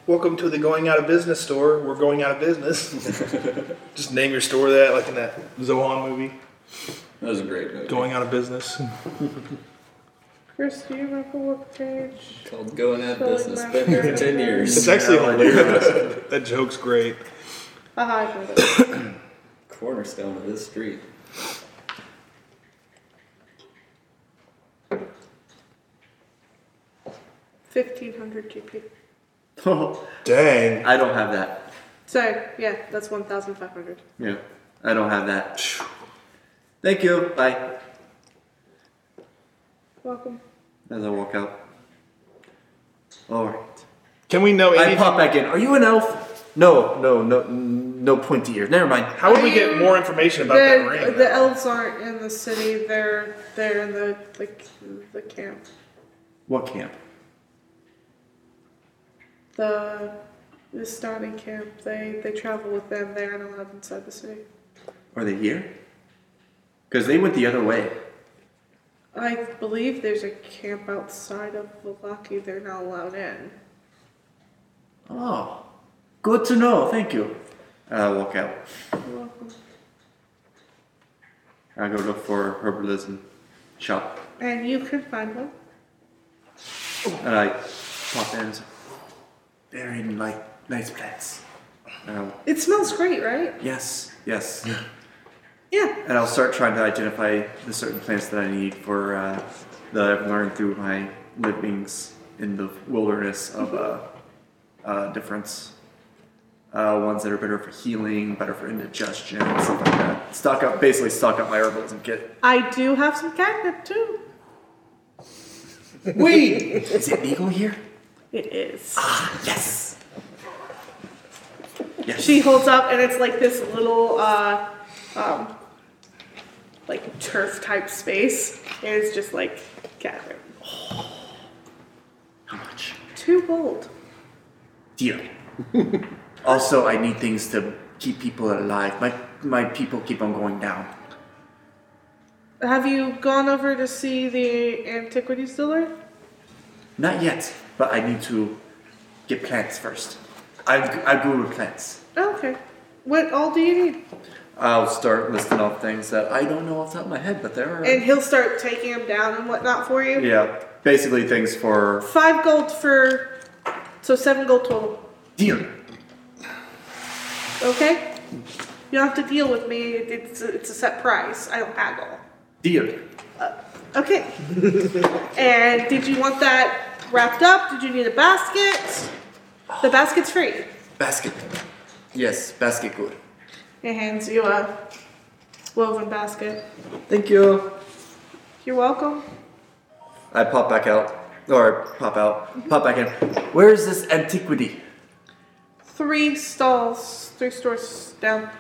S11: Welcome to the going out of business store. We're going out of business. Just name your store that, like in that Zohan movie.
S3: That was a great movie.
S11: Going out of business.
S5: Chris, do you remember what page?
S3: Called going out
S5: Spelling
S3: of business.
S5: matter.
S3: Been here for ten years.
S11: It's actually hilarious. that joke's great.
S5: Haha, I got it.
S3: Cornerstone of this street.
S5: Fifteen hundred GP.
S12: Dang. Oh, I don't have that.
S5: So yeah, that's one thousand five hundred.
S12: Yeah, I don't have that. Thank you. Bye.
S5: Welcome.
S12: As I walk out. All right.
S11: Can we know?
S12: I pop back in. Are you an elf? No, no, no, no pointy ears. Never mind.
S11: How would we get more information
S5: the, the elves aren't in the city. They're they're in the like the camp.
S12: What camp?
S5: The the starting camp. They they travel with them. They aren't allowed inside the city.
S12: Are they here? Because they went the other way.
S5: I believe there's a camp outside of Valaki. They're not allowed in.
S12: Oh, good to know. Thank you. I walk out.
S5: You're welcome.
S12: I go look for herbalism shop,
S5: And you can find them.
S12: and I pop in. Very nice, nice plants. And I'll-
S5: It smells great, right?
S12: yes, Um, yes.
S5: Yeah.
S12: And I'll start trying to identify the certain plants that I need for uh, that I've learned through my livings in the wilderness of uh, uh, difference. Uh, ones that are better for healing, better for indigestion, stuff like that. Stock up, basically stock up my herbalism kit.
S5: I do have some catnip too.
S12: Weed. Is it legal here?
S5: It is.
S12: yes.
S5: She holds up, and it's like this little, uh, um, like turf type space, and it's just like catnip.
S12: How much?
S5: Two gold.
S12: Deal. also, I need things to keep people alive. My my people keep on going down.
S5: Have you gone over to see the antiquities dealer?
S12: Not yet, but I need to get plants first. I, I grew with plants.
S5: Okay. What all do you need?
S12: I'll start listing off things that I don't know off the top of my head, but there are.
S5: And he'll start taking them down and whatnot for you.
S12: yeah, basically things for
S5: Five gold for, so seven gold total.
S12: deal.
S5: Okay. You don't have to deal with me. It- It's a, it's a set price. I don't haggle.
S12: Deal.
S5: Okay. and did you want that wrapped up? Did you need a basket? The basket's free.
S12: Basket. Yes, basket good.
S5: It hands you a woven basket.
S12: Thank you.
S5: You're welcome.
S12: I pop back out. Or pop out. Pop back in. Where is this antiquity?
S5: Three stalls, three stores down.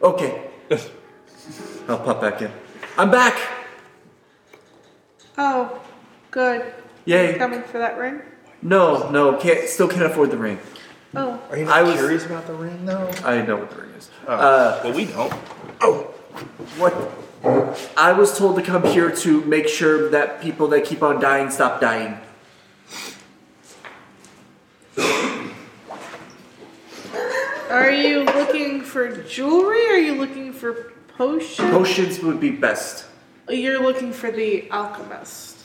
S12: Okay. I'll pop back in. I'm back!
S5: Oh, good.
S12: Yay.
S5: You coming for that ring?
S12: No, no, can't still can't afford the ring.
S5: Oh.
S12: Are you not I was-
S19: curious about the ring, though?
S12: I know what the ring is. Uh, Oh.
S11: well, we don't.
S12: What? I was told to come here to make sure that people that keep on dying stop dying.
S5: Are you looking for jewelry? Are you looking for potions?
S12: Potions would be best.
S5: You're looking for the alchemist.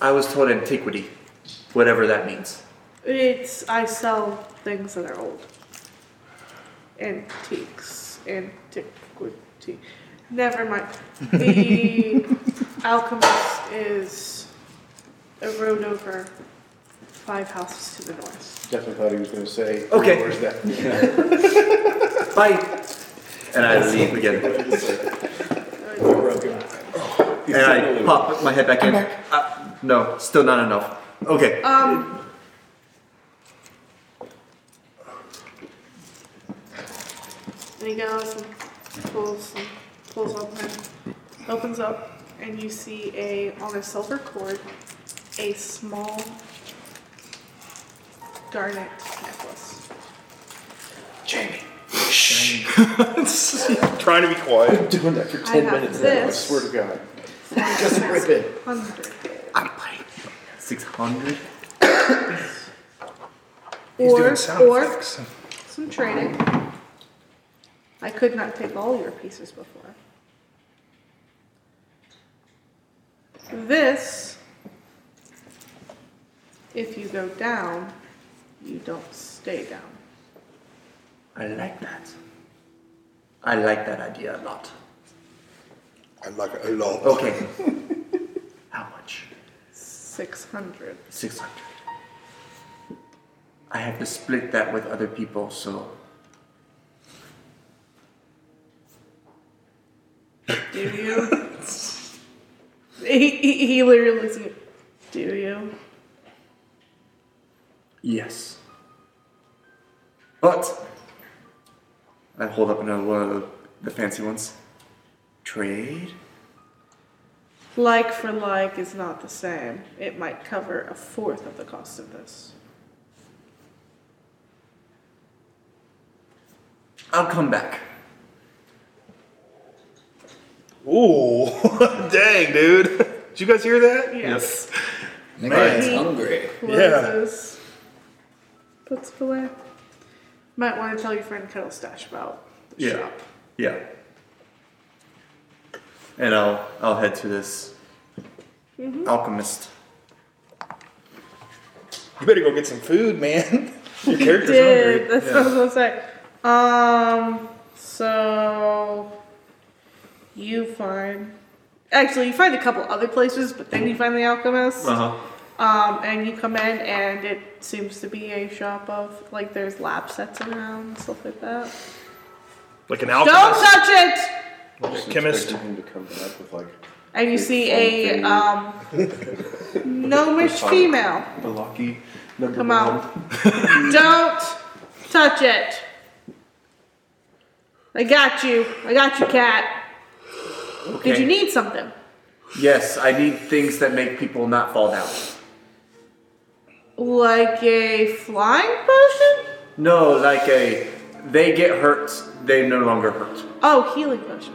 S12: I was told antiquity, whatever that means.
S5: It's I sell things that are old. Antiques, antiquity. Never mind. The alchemist is a road over five houses to the north.
S4: Definitely thought he was going to say.
S5: Okay.
S4: Where's that?
S12: Bye. And I leave again. and I pop my head back Uh, in. Uh, no, still not enough. Okay.
S5: Um. And he goes and pulls and pulls open, opens up, and you see a on a silver cord a small garnet necklace.
S2: Jamie. Shh. Trying to be quiet. I'm doing that for
S5: I 10 have minutes now, I this. swear
S2: to God.
S5: Just
S2: rip it.
S5: Hundred.
S12: Six hundred.
S2: He's doing
S5: Or,
S2: sound
S5: or some training. I could not take all your pieces before. This, if you go down, you don't stay down.
S12: I like that. I like that idea a lot.
S19: I like it a lot.
S12: Okay. How much?
S5: 600.
S12: Six hundred. I have to split that with other people, so
S5: Do you? he, he, he literally looks at you. Do you?
S12: yes. But I hold up another one of the, the fancy ones. Trade.
S5: Like for like is not the same. It might cover a fourth of the cost of this.
S12: I'll come back.
S2: Ooh, dang, dude. Did you guys hear that?
S5: Yes.
S2: Man.
S5: He
S2: Yeah.
S5: closes, Puts it away. Might want to tell your friend Kettle Stash about.
S12: Yeah. Yeah. And I'll I'll head to this
S5: Mhm.
S12: alchemist.
S2: You better go get some food, man. Your
S5: He
S2: character's
S5: did.
S2: hungry.
S5: That's what I was gonna say. Um. So you find actually you find a couple other places, but then you find the alchemist.
S12: Uh-huh.
S5: Um, and you come in, and it seems to be a shop of like there's lab sets around stuff like that.
S2: Like an
S5: Don't
S2: alchemist.
S5: touch it.
S2: Chemist.
S5: And you see a um, gnomish female
S14: The lucky number
S5: come out. Don't touch it. I got you. I got you, cat. Did
S12: Okay.
S5: you need something?
S12: Yes, I need things that make people not fall down.
S5: Like a flying potion?
S12: No, like a they get hurt, they no longer hurt.
S5: Oh, healing potion.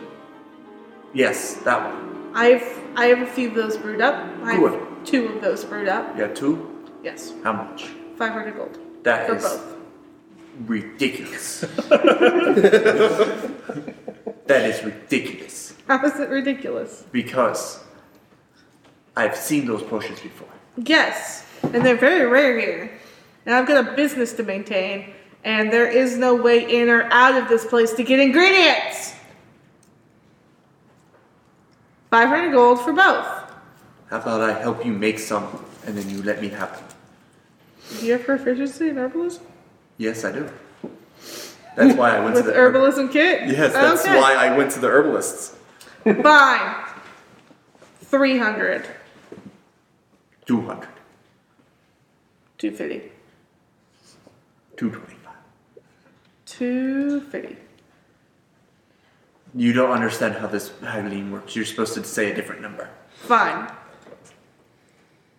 S12: Yes, that one.
S5: I've I have a few of those brewed up. I have
S12: Good.
S5: two of those brewed up.
S12: Yeah, two.
S5: Yes,
S12: How much?
S5: five hundred gold.
S12: That
S5: for
S12: is
S5: both.
S12: ridiculous. that is ridiculous.
S5: How is it ridiculous?
S12: Because I've seen those potions before.
S5: Yes, and they're very rare here. And I've got a business to maintain, and there is no way in or out of this place to get ingredients. 500 gold for both.
S12: How about I help you make some and then you let me have them?
S5: Do you have proficiency in herbalism?
S12: Yes, I do. That's why I went to
S5: With
S12: the
S5: herbalism kit?
S12: Yes, that's
S5: Okay.
S12: why I went to the herbalists.
S5: Fine. 300.
S12: 200,
S5: 250.
S12: 225.
S5: 250.
S12: You don't understand how this Hagline works. You're supposed to say a different number.
S5: Fine.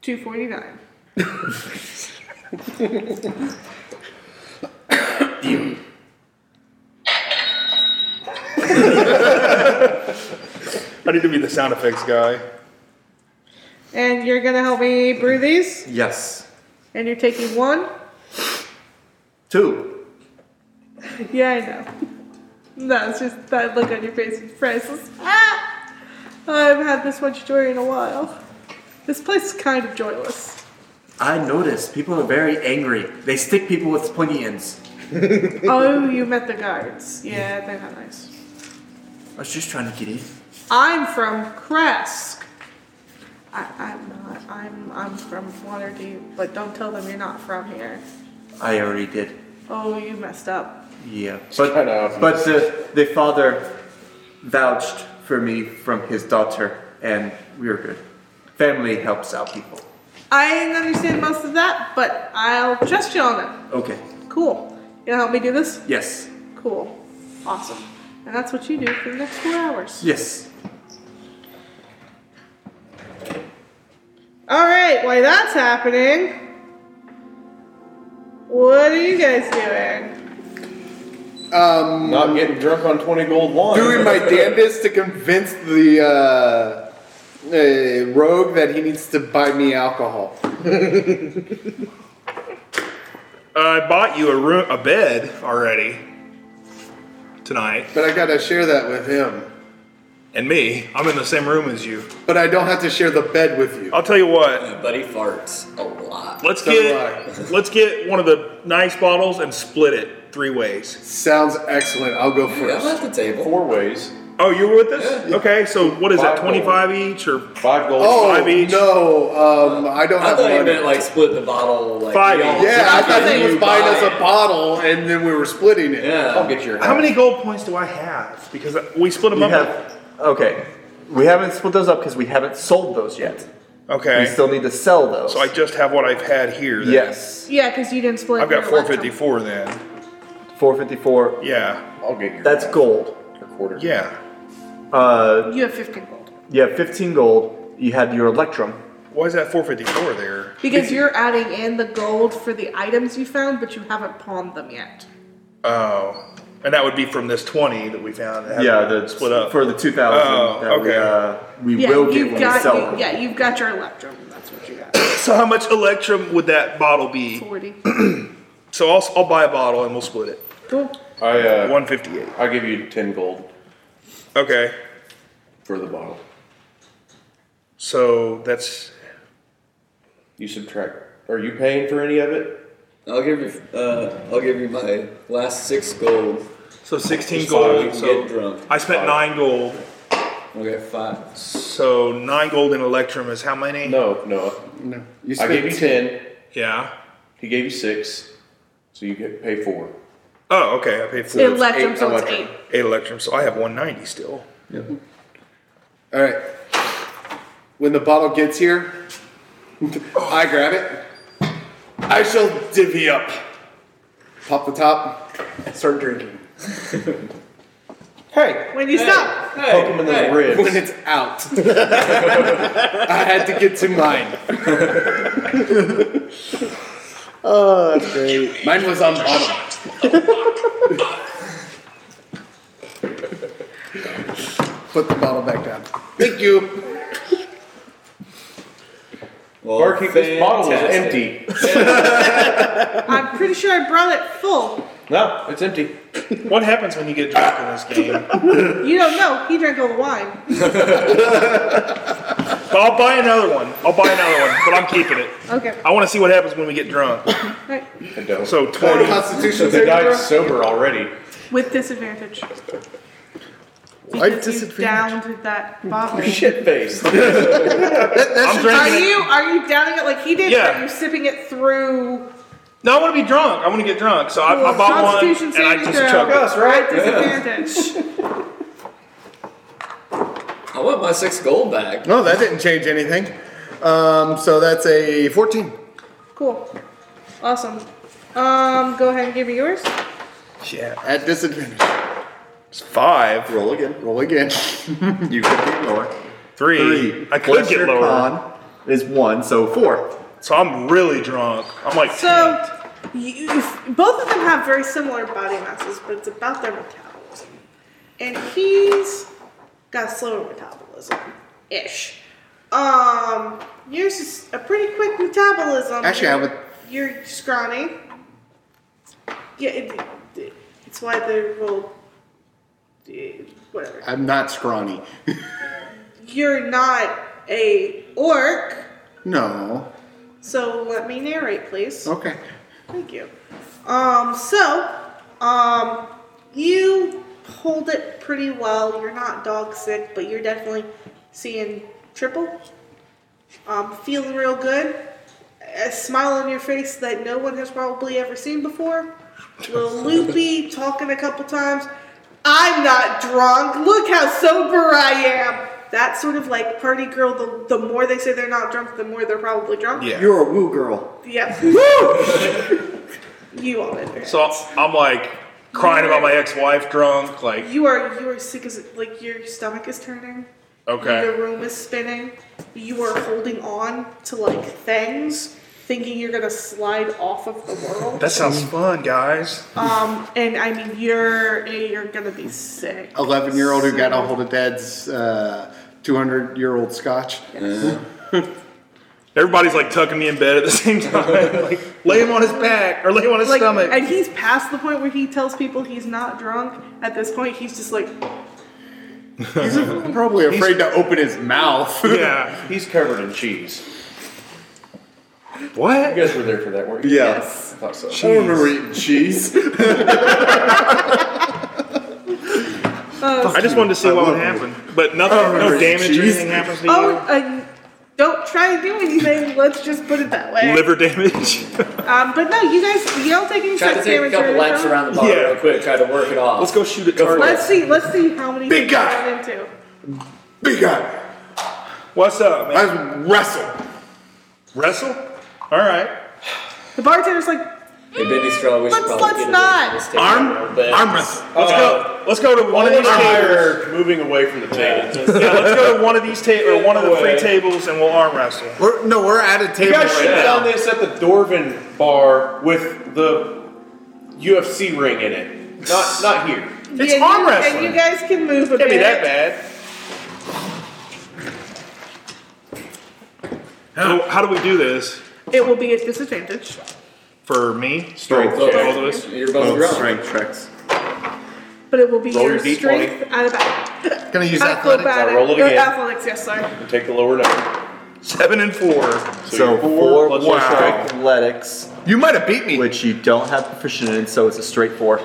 S5: 249.
S2: I need to be the sound effects guy.
S5: And you're gonna help me brew these?
S12: Yes.
S5: And you're taking one?
S12: Two.
S5: Yeah, I know. No, it's just that look on your face is priceless. Ah! I haven't had this much joy in a while. This place is kind of joyless.
S12: I noticed people are very angry. They stick people with pointy ends.
S5: oh, you met the guards. Yeah, they're not nice.
S12: I was just trying to get in.
S5: I'm from Kresk. I, I'm not. I'm I'm from Waterdeep, but don't tell them you're not from here.
S12: I already did.
S5: Oh, you messed up.
S12: Yeah, but but the the father vouched for me from his daughter, and we were good. Family helps out people.
S5: I didn't understand most of that, but I'll trust you on
S12: Okay.
S5: it. Cool. You gonna help me do this?
S12: Yes.
S5: Cool. Awesome. And that's what you do for the next four hours.
S12: Yes.
S5: All right, while that's happening, what are you guys doing?
S4: Um, Not getting drunk on 20 gold wine.
S14: Doing my damnedest to convince the uh, uh, rogue that he needs to buy me alcohol.
S2: I bought you a room, a bed already tonight.
S14: But I gotta share that with him.
S2: And me, I'm in the same room as you.
S14: But I don't have to share the bed with you.
S2: I'll tell you what.
S3: Buddy farts a lot.
S2: Let's
S14: So
S2: get let's get one of the nice bottles and split it three ways.
S14: Sounds excellent. I'll go first.
S3: I'm at the table.
S4: Four ways.
S2: Oh, you were with us? Okay, so what is
S4: Five
S2: that? Twenty five each or
S4: five gold?
S14: Oh
S2: Five each.
S14: no, um, I don't
S3: I
S14: have
S3: thought
S14: money.
S3: you meant like split the bottle. Like,
S2: Five.
S3: y'all-
S14: yeah, I thought he
S3: you
S14: was buying
S3: buy
S14: us a
S3: it.
S14: bottle and then we were splitting it.
S3: Yeah. I'll
S4: get your.
S2: How many gold points do I have? Because we split them
S12: We
S2: up.
S12: have okay. We haven't split those up because we haven't sold those yet. We
S2: okay,
S12: still need to sell those.
S2: so I just have what I've had here. Then.
S12: yes,
S5: Yeah, because you didn't split.
S2: I've got
S5: your
S2: four
S5: last time.
S2: fifty four then.
S12: four fifty four.
S2: Yeah,
S4: I'll get your.
S12: That's gold.
S4: your quarter.
S2: yeah.
S12: Uh,
S5: You have fifteen gold
S12: you have fifteen gold. You had your electrum.
S2: Why is that four fifty four there?
S5: because you're adding in the gold for the items you found, but you haven't pawned them yet.
S2: Oh, and that would be from this twenty that we found. that
S12: Yeah,
S2: hasn't
S12: the
S2: split up.
S12: for the two thousand.
S2: Uh, Oh, okay.
S12: We, uh, we
S5: yeah,
S12: will get
S5: you've
S12: when we
S5: got.
S12: sell
S5: you-
S12: them.
S5: yeah, you've got your electrum. That's what you got.
S2: so how much electrum would that bottle be?
S5: Forty.
S2: So I'll I'll buy a bottle and we'll split it.
S5: Cool.
S4: I uh,
S2: One fifty eight.
S4: I'll give you 10 gold
S2: Okay,
S4: for the bottle.
S2: so that's
S4: You subtract. Are you paying for any of it?
S3: I'll give you. Uh, I'll give you my last six gold.
S2: so sixteen
S3: Just so
S2: gold.
S3: you can
S2: so
S3: get drunk.
S2: I spent nine gold.
S3: Okay, five.
S2: So nine gold in electrum is how many?
S4: No, no.
S14: No. You
S4: I
S14: spent
S4: gave you 10.
S2: Yeah.
S4: He gave you 6. So you get pay 4.
S2: Oh, okay. I paid four.
S5: Electrum,
S4: eight
S5: so it's eight.
S4: electrum.
S2: Eight electrum, so I have one ninety still.
S14: All right. When the bottle gets here,
S2: Oh.
S14: I grab it. I shall divvy up. Pop the top. and Start drinking. hey,
S5: When you stop,
S4: Poke him in the ribs.
S14: when it's out, I had to get to mine.
S15: Oh, that's great.
S14: Mine was on bottom. Put the bottle back down. Thank you.
S3: Well,
S4: Barkeep, this bottle is
S3: fantastic.
S4: empty.
S5: I'm pretty sure I brought it full.
S4: No, it's empty.
S2: What happens when you get drunk in this game?
S5: You don't know. He drank all the wine.
S2: But I'll buy another one. I'll buy another one, but I'm keeping it.
S5: Okay.
S2: I want to see what happens when we get drunk.
S5: Right.
S4: I don't.
S2: So twenty.
S14: Constitution
S4: they
S14: saving
S4: died
S14: throw.
S4: sober already.
S5: With disadvantage.
S14: Why
S5: Because you downed that bottle.
S4: Shit face.
S2: I'm
S5: Are
S2: drinking. it.
S5: you are you downing it like he did? Or
S2: Yeah.
S5: are you sipping it through
S2: No, I want to be drunk. I want to get drunk. So I, I bought one
S5: Constitution
S2: and I
S5: saving
S2: just
S5: throw?
S2: chugged.
S5: right? Disadvantage.
S3: I want my six gold back.
S14: No, that didn't change anything. Um, so that's a 14.
S5: cool. Awesome. Um, go ahead and give me yours.
S2: Yeah.
S14: At disadvantage.
S2: It's five,
S14: Roll again. Roll again.
S12: You could get lower.
S2: three.
S12: Three.
S2: I could
S12: Plus
S2: get
S12: your
S2: lower.
S12: con is one, so four.
S2: So I'm really drunk. I'm like
S5: So you, you- both of them have very similar body masses, but it's about their metabolism. And he's got slower metabolism ish. Um, yours is a pretty quick metabolism.
S14: Actually, I
S5: You're-
S14: would-
S5: You're scrawny. Yeah, it, it- it's why they rolled. eh, Whatever.
S14: I'm not scrawny.
S5: You're not a orc,
S14: No.
S5: So let me narrate, please.
S8: Okay.
S5: Thank you. Um, so, um, you hold it pretty well. You're not dog sick, but you're definitely seeing triple. Um, feeling real good. A smile on your face that no one has probably ever seen before. Little loopy, talking a couple times. I'm not drunk. Look how sober I am. That sort of like party girl. The, the more they say they're not drunk, the more they're probably drunk.
S3: You're a woo girl.
S5: Yep. you all been there.
S2: So I'm like crying about my ex-wife drunk. Like
S5: You are you are sick as like your stomach is turning.
S2: Okay.
S5: Your room is spinning. You are holding on to like things, thinking you're gonna slide off of the world.
S2: that sounds fun, guys.
S5: Um, and I mean you're you're gonna be sick.
S2: Oh,
S8: 11 year old who got a hold of dad's 200 year old scotch.
S2: Everybody's like tucking me in bed at the same time. like lay him on his back or lay him on his
S5: Like,
S2: stomach.
S5: And he's past the point where he tells people he's not drunk. At this point, he's just like,
S8: He's probably afraid to open his mouth.
S2: Yeah.
S4: He's covered in cheese.
S2: What?
S4: You guys were there for that, weren't you?
S8: Yeah.
S4: Yes. I thought so.
S8: I don't remember eating cheese.
S5: oh,
S2: I just wanted to see
S8: I
S2: what would
S8: love
S2: happen, but nothing, no
S8: remember
S2: damage or
S8: cheese.
S2: anything happens to
S5: oh, uh, don't try to do anything. Let's just put it that
S2: you.
S5: way.
S2: Liver damage.
S5: Um, but no, you guys, you don't take any
S3: Try to
S5: sex
S3: take a
S5: damage.
S3: couple
S5: or
S3: laps
S5: anything.
S3: around the bar
S2: Yeah.
S3: real quick. Try to work it off.
S2: Let's go shoot at
S3: for
S2: target.
S5: Let's see. Let's see how many
S2: Big
S5: things you
S2: guy.
S5: run into.
S2: Big guy. What's up, man?
S8: Let's wrestle.
S2: Wrestle? All right.
S5: The bartender's like,
S3: Hey, Benny Strella, we should
S5: Let's-
S3: probably
S5: let's not.
S3: get Arm,
S8: arm wrestle.
S2: Let's
S11: Uh,
S2: go. Let's go to one of these tables.
S4: moving away from the table.
S2: Yeah, let's go to one of these tables or one of the free tables, and we'll arm wrestle.
S8: We're, no, we're at a
S4: You
S8: table
S4: guys
S8: right
S4: should have
S8: now.
S4: done this at the Dorvin bar with the UFC ring in it. Not not here.
S2: It's
S5: Yeah,
S2: arm
S5: you-
S2: wrestling.
S5: And you guys can move a
S2: Can't
S5: bit.
S2: be that bad. So how do we do this
S5: It will be a disadvantage.
S2: for me?
S4: Strength
S2: For
S4: check.
S2: both of us?
S3: You're both drunk.
S8: strength checks.
S5: But it will be
S4: Roll
S5: your
S4: your D20.
S5: strength out of that.
S8: Gonna use athletics.
S5: Acrobatic.
S4: I'll roll it
S5: or
S4: again.
S5: athletics, yes, sorry.
S4: And take the lower number.
S2: Seven and four.
S4: you're
S12: So four
S4: plus
S12: plus
S4: your
S12: wow.
S4: strength.
S12: athletics,
S8: You might have beat me.
S12: which you don't have proficient in, so it's a straight four.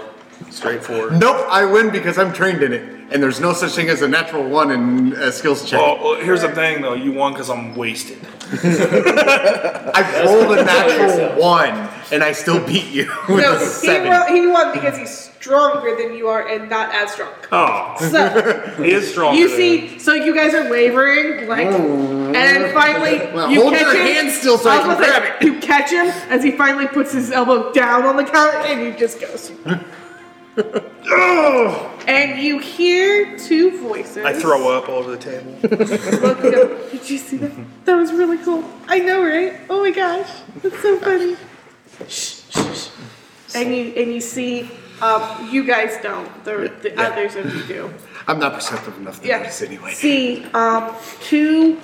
S4: Straight forward.
S8: Nope, I win because I'm trained in it, and there's no such thing as a natural one in a skills check.
S2: Oh, Well, well, here's the thing though. You won because I'm wasted.
S8: I rolled a natural one, and I still beat you with
S5: No,
S8: a
S5: he,
S8: seven.
S5: won, he won because he's stronger than you are and not as strong.
S2: Oh,
S5: So
S2: he is strong.
S5: you see, so you guys are wavering, like, and then finally
S8: Mm. Well,
S5: you
S8: hold
S5: catch
S8: your
S5: him.
S8: hand still so I
S5: was
S8: can
S5: gonna say,
S8: grab
S5: You catch him as he finally puts his elbow down on the counter, and he just goes.
S2: Oh!
S5: And you hear two voices.
S2: I throw up over the table.
S5: Look, you go, Did you see that? That was really cool. I know, right? Oh my gosh, that's so funny. Shh, shh, shh. And you and you see, um, you guys don't. The, the others of you do.
S8: I'm not perceptive enough to
S5: Yeah.
S8: notice anyway.
S5: See, um, two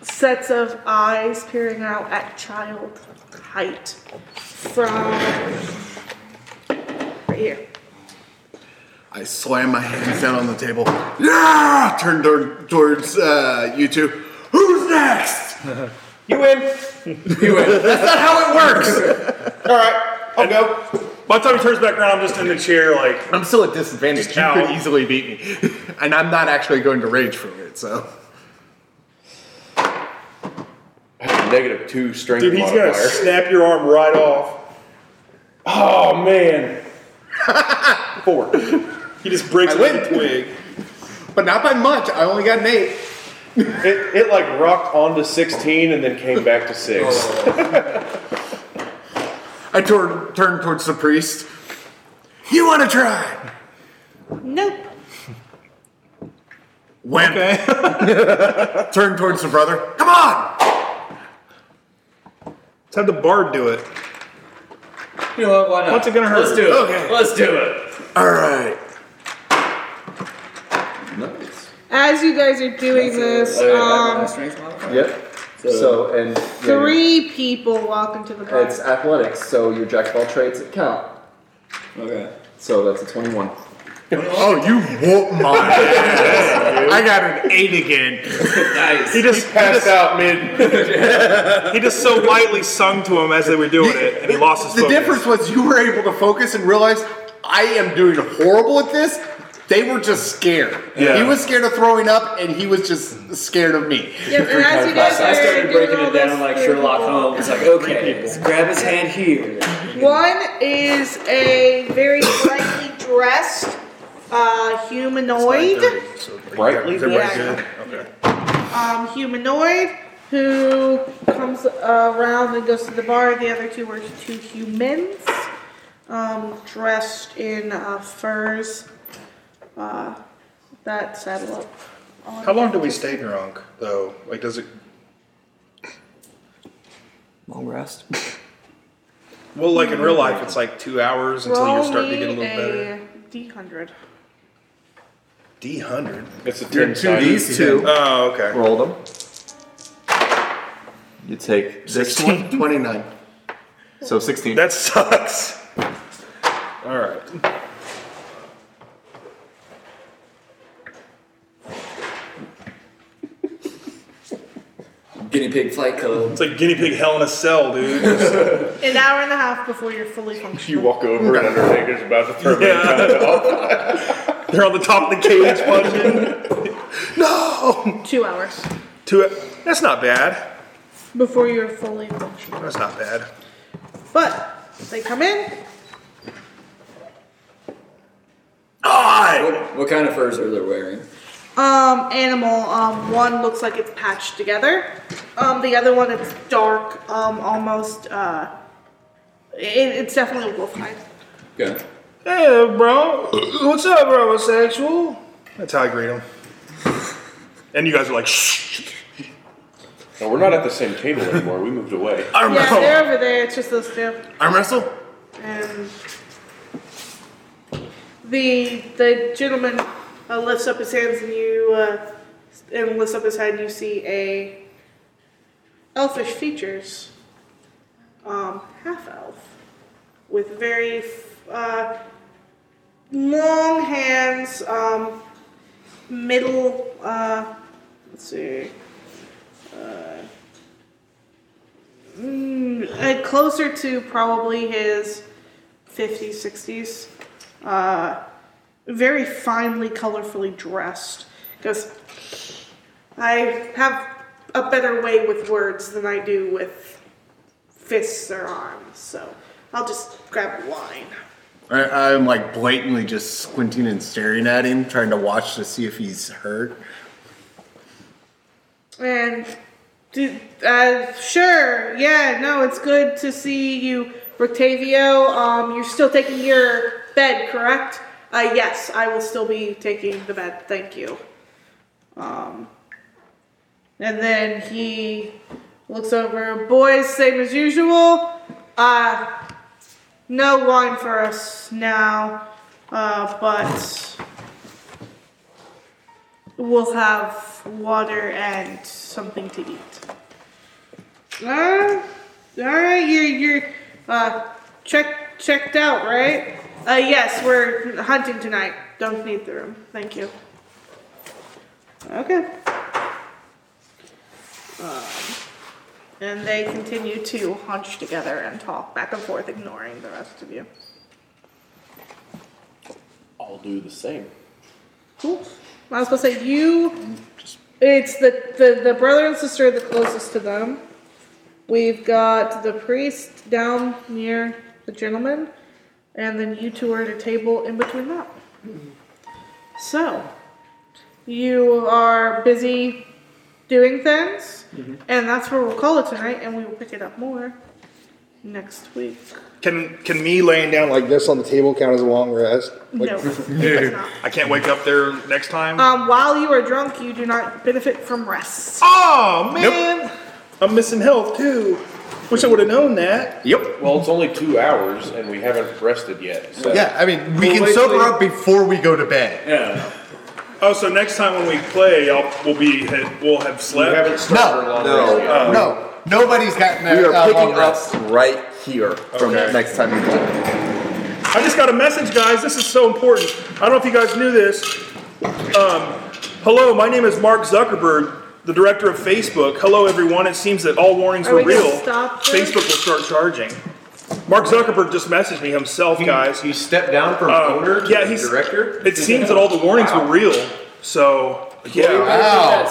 S5: sets of eyes peering out at child height from right here.
S8: I slam my hands down on the table. Yeah! Turn toward, towards uh, you two. Who's next?
S4: You win.
S8: That's not how it works.
S4: All right. I'll go.
S2: By the time he turns back around, I'm just in the chair, like
S8: I'm still at disadvantage. You
S2: Ow.
S8: could easily beat me, and I'm not actually going to rage for it. So
S4: I have a negative two strength
S2: Dude, he's gonna
S4: modifier.
S2: snap your arm right off.
S4: Oh man.
S2: Four. He just breaks
S8: I
S2: it with a
S8: win.
S2: twig.
S8: But not by much. I only got an eight.
S4: It, it like rocked onto 16 and then came back to six.
S8: I turned turned towards the priest. You want to try?
S5: Nope.
S8: Wimp.
S2: Okay.
S8: Turn towards the brother. Come on.
S2: Let's have the bard do it.
S3: You know what? Why not?
S2: What's it gonna hurt?
S3: Let's do it.
S8: Okay.
S3: Let's do it.
S8: All right.
S3: Nice.
S5: As you guys are doing this, um,
S3: Yep. So and yeah,
S5: three people walk into the
S3: you're- it's
S5: bar.
S3: athletics. So your jack of all trades that count. Okay. So that's a twenty-one.
S8: Oh, you whoop my ass. I got an eight again.
S2: He just passed out mid. he just so lightly sung to him as they were doing it, and he lost his
S8: The
S2: focus.
S8: difference was you were able to focus and realize I am doing horrible at this. They were just scared.
S2: Yeah.
S8: He was scared of throwing up, and he was just scared of me.
S5: Yeah, and as you guys
S3: I
S5: are
S3: started
S5: doing
S3: breaking
S5: all
S3: it down
S5: this
S3: like
S5: here,
S3: Sherlock Holmes. Like, okay, let's grab his hand here.
S5: One is a very brightly dressed uh, humanoid.
S4: Brightly
S5: Is everybody good?
S4: Okay.
S5: Um, humanoid who comes uh, around and goes to the bar. The other two were two humans um, dressed in uh, furs. Uh, that saddle up. on-
S11: How long do we stay drunk, though? Like, does it?
S3: Long rest.
S11: Well, like in real life, it's like two hours until
S5: Roll
S11: you're starting to get a
S5: me
S11: little better.
S5: D hundred.
S11: D hundred.
S4: It's a
S12: You're two D's two.
S11: Oh, okay.
S12: Roll them. You take this
S8: 16.
S12: one, 29. So 16.
S11: That sucks. All right.
S3: Guinea pig flight code.
S11: It's like guinea pig hell in a cell, dude.
S5: An hour and a half before you're fully functional.
S4: You walk over and Undertaker's about to throw
S11: Yeah.
S4: mankind off.
S11: They're on the top of the cage punching. no.
S5: Two hours
S11: Two. That's not bad.
S5: before you're fully functional.
S11: That's not bad.
S5: But they come in.
S3: What, what kind of furs are they wearing?
S5: Um, animal. Um, one looks like it's patched together. Um, the other one it's dark. Um, almost. Uh, it, it's definitely a wolf hide.
S3: Okay.
S11: Hey, bro. What's up, homosexual? That's how I greet him. And you guys are like, shh.
S4: No, we're not at the same table anymore. We moved away.
S5: yeah, they're over there. It's just those two.
S8: Arm wrestle?
S5: And the the gentleman uh, lifts up his hands and you uh, and lifts up his head. And you see a elfish features, um, half elf, with very f- uh, long hands, um, middle. Uh, let's see. Uh, Mm, uh, closer to probably his 50s, 60s. Uh, very finely, colorfully dressed. Because I have a better way with words than I do with fists or arms. So I'll just grab wine.
S8: I, I'm like blatantly just squinting and staring at him, trying to watch to see if he's hurt.
S5: And do- uh, sure, yeah, no, it's good to see you, Roctavio. Um, you're still taking your bed, correct? Uh, yes, I will still be taking the bed. Thank you. Um, and then he looks over. Boys, same as usual. Uh, no wine for us now, uh, but we'll have water and something to eat. Uh, all right, you're you're uh, check checked out, right? Uh, yes, we're hunting tonight. Don't need the room. Thank you. Okay. Um, and they continue to hunch together and talk back and forth, ignoring the rest of you.
S3: I'll do the same.
S5: Cool. I was supposed to say you. It's the, the the brother and sister are the closest to them. We've got the priest down near the gentleman, and then you two are at a table in between that. So, you are busy doing things, and that's where we'll call it tonight, and we will pick it up more next week.
S11: Can can me laying down like this on the table count as a long rest? Like,
S5: No, that's
S11: Dude, I can't wake up there next time.
S5: Um, while you are drunk, you do not benefit from rest.
S11: Oh
S5: man.
S11: I'm missing health too. Wish I would have known that.
S4: Yep. Well, it's only two hours, and we haven't rested yet. So.
S8: Yeah, I mean, we
S11: Well,
S8: can
S11: wait
S8: sober
S11: till you-
S8: up before we go to bed.
S3: Yeah.
S11: Oh, so next time when we play, I'll, we'll be we'll have slept.
S4: We haven't
S8: No, no,
S11: Oh.
S8: no. Nobody's gotten
S12: We
S8: a,
S12: are
S8: a
S12: picking
S8: Uh, long
S12: up
S8: rest.
S12: right here from
S11: Okay.
S12: next time you play.
S11: I just got a message, guys. This is so important. I don't know if you guys knew this. Um,
S2: Hello, my name is Mark Zuckerberg, the director of Facebook. Hello, everyone. It seems that all warnings
S5: Are
S2: were
S5: we gonna
S2: real.
S5: stop this?
S2: Facebook will start charging. Mark Zuckerberg just messaged me himself, guys. He stepped down from owner to Oh, yeah, he's, director. It seems that all the warnings were real. So yeah, Wow.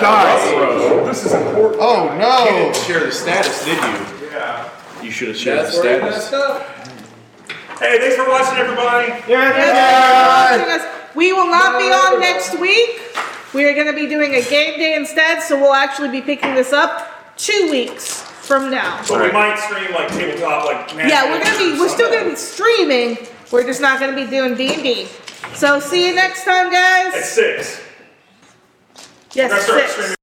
S2: guys, this is important.
S19: Oh
S4: You
S19: no!
S4: didn't share the status, did you? Yeah. You should have shared the
S2: That's where you
S4: status.
S2: Hey, thanks for watching, everybody.
S5: Yes, yes, yes. We will not be on next week. We are going to be doing a game day instead, so we'll actually be picking this up two weeks from now.
S2: But we might stream like tabletop, like
S5: Yeah, we're gonna be, we're still gonna be streaming. We're just not gonna be doing D and D. So see you next time, guys.
S2: six.
S5: Yes,
S2: That's our
S5: six.
S2: streaming.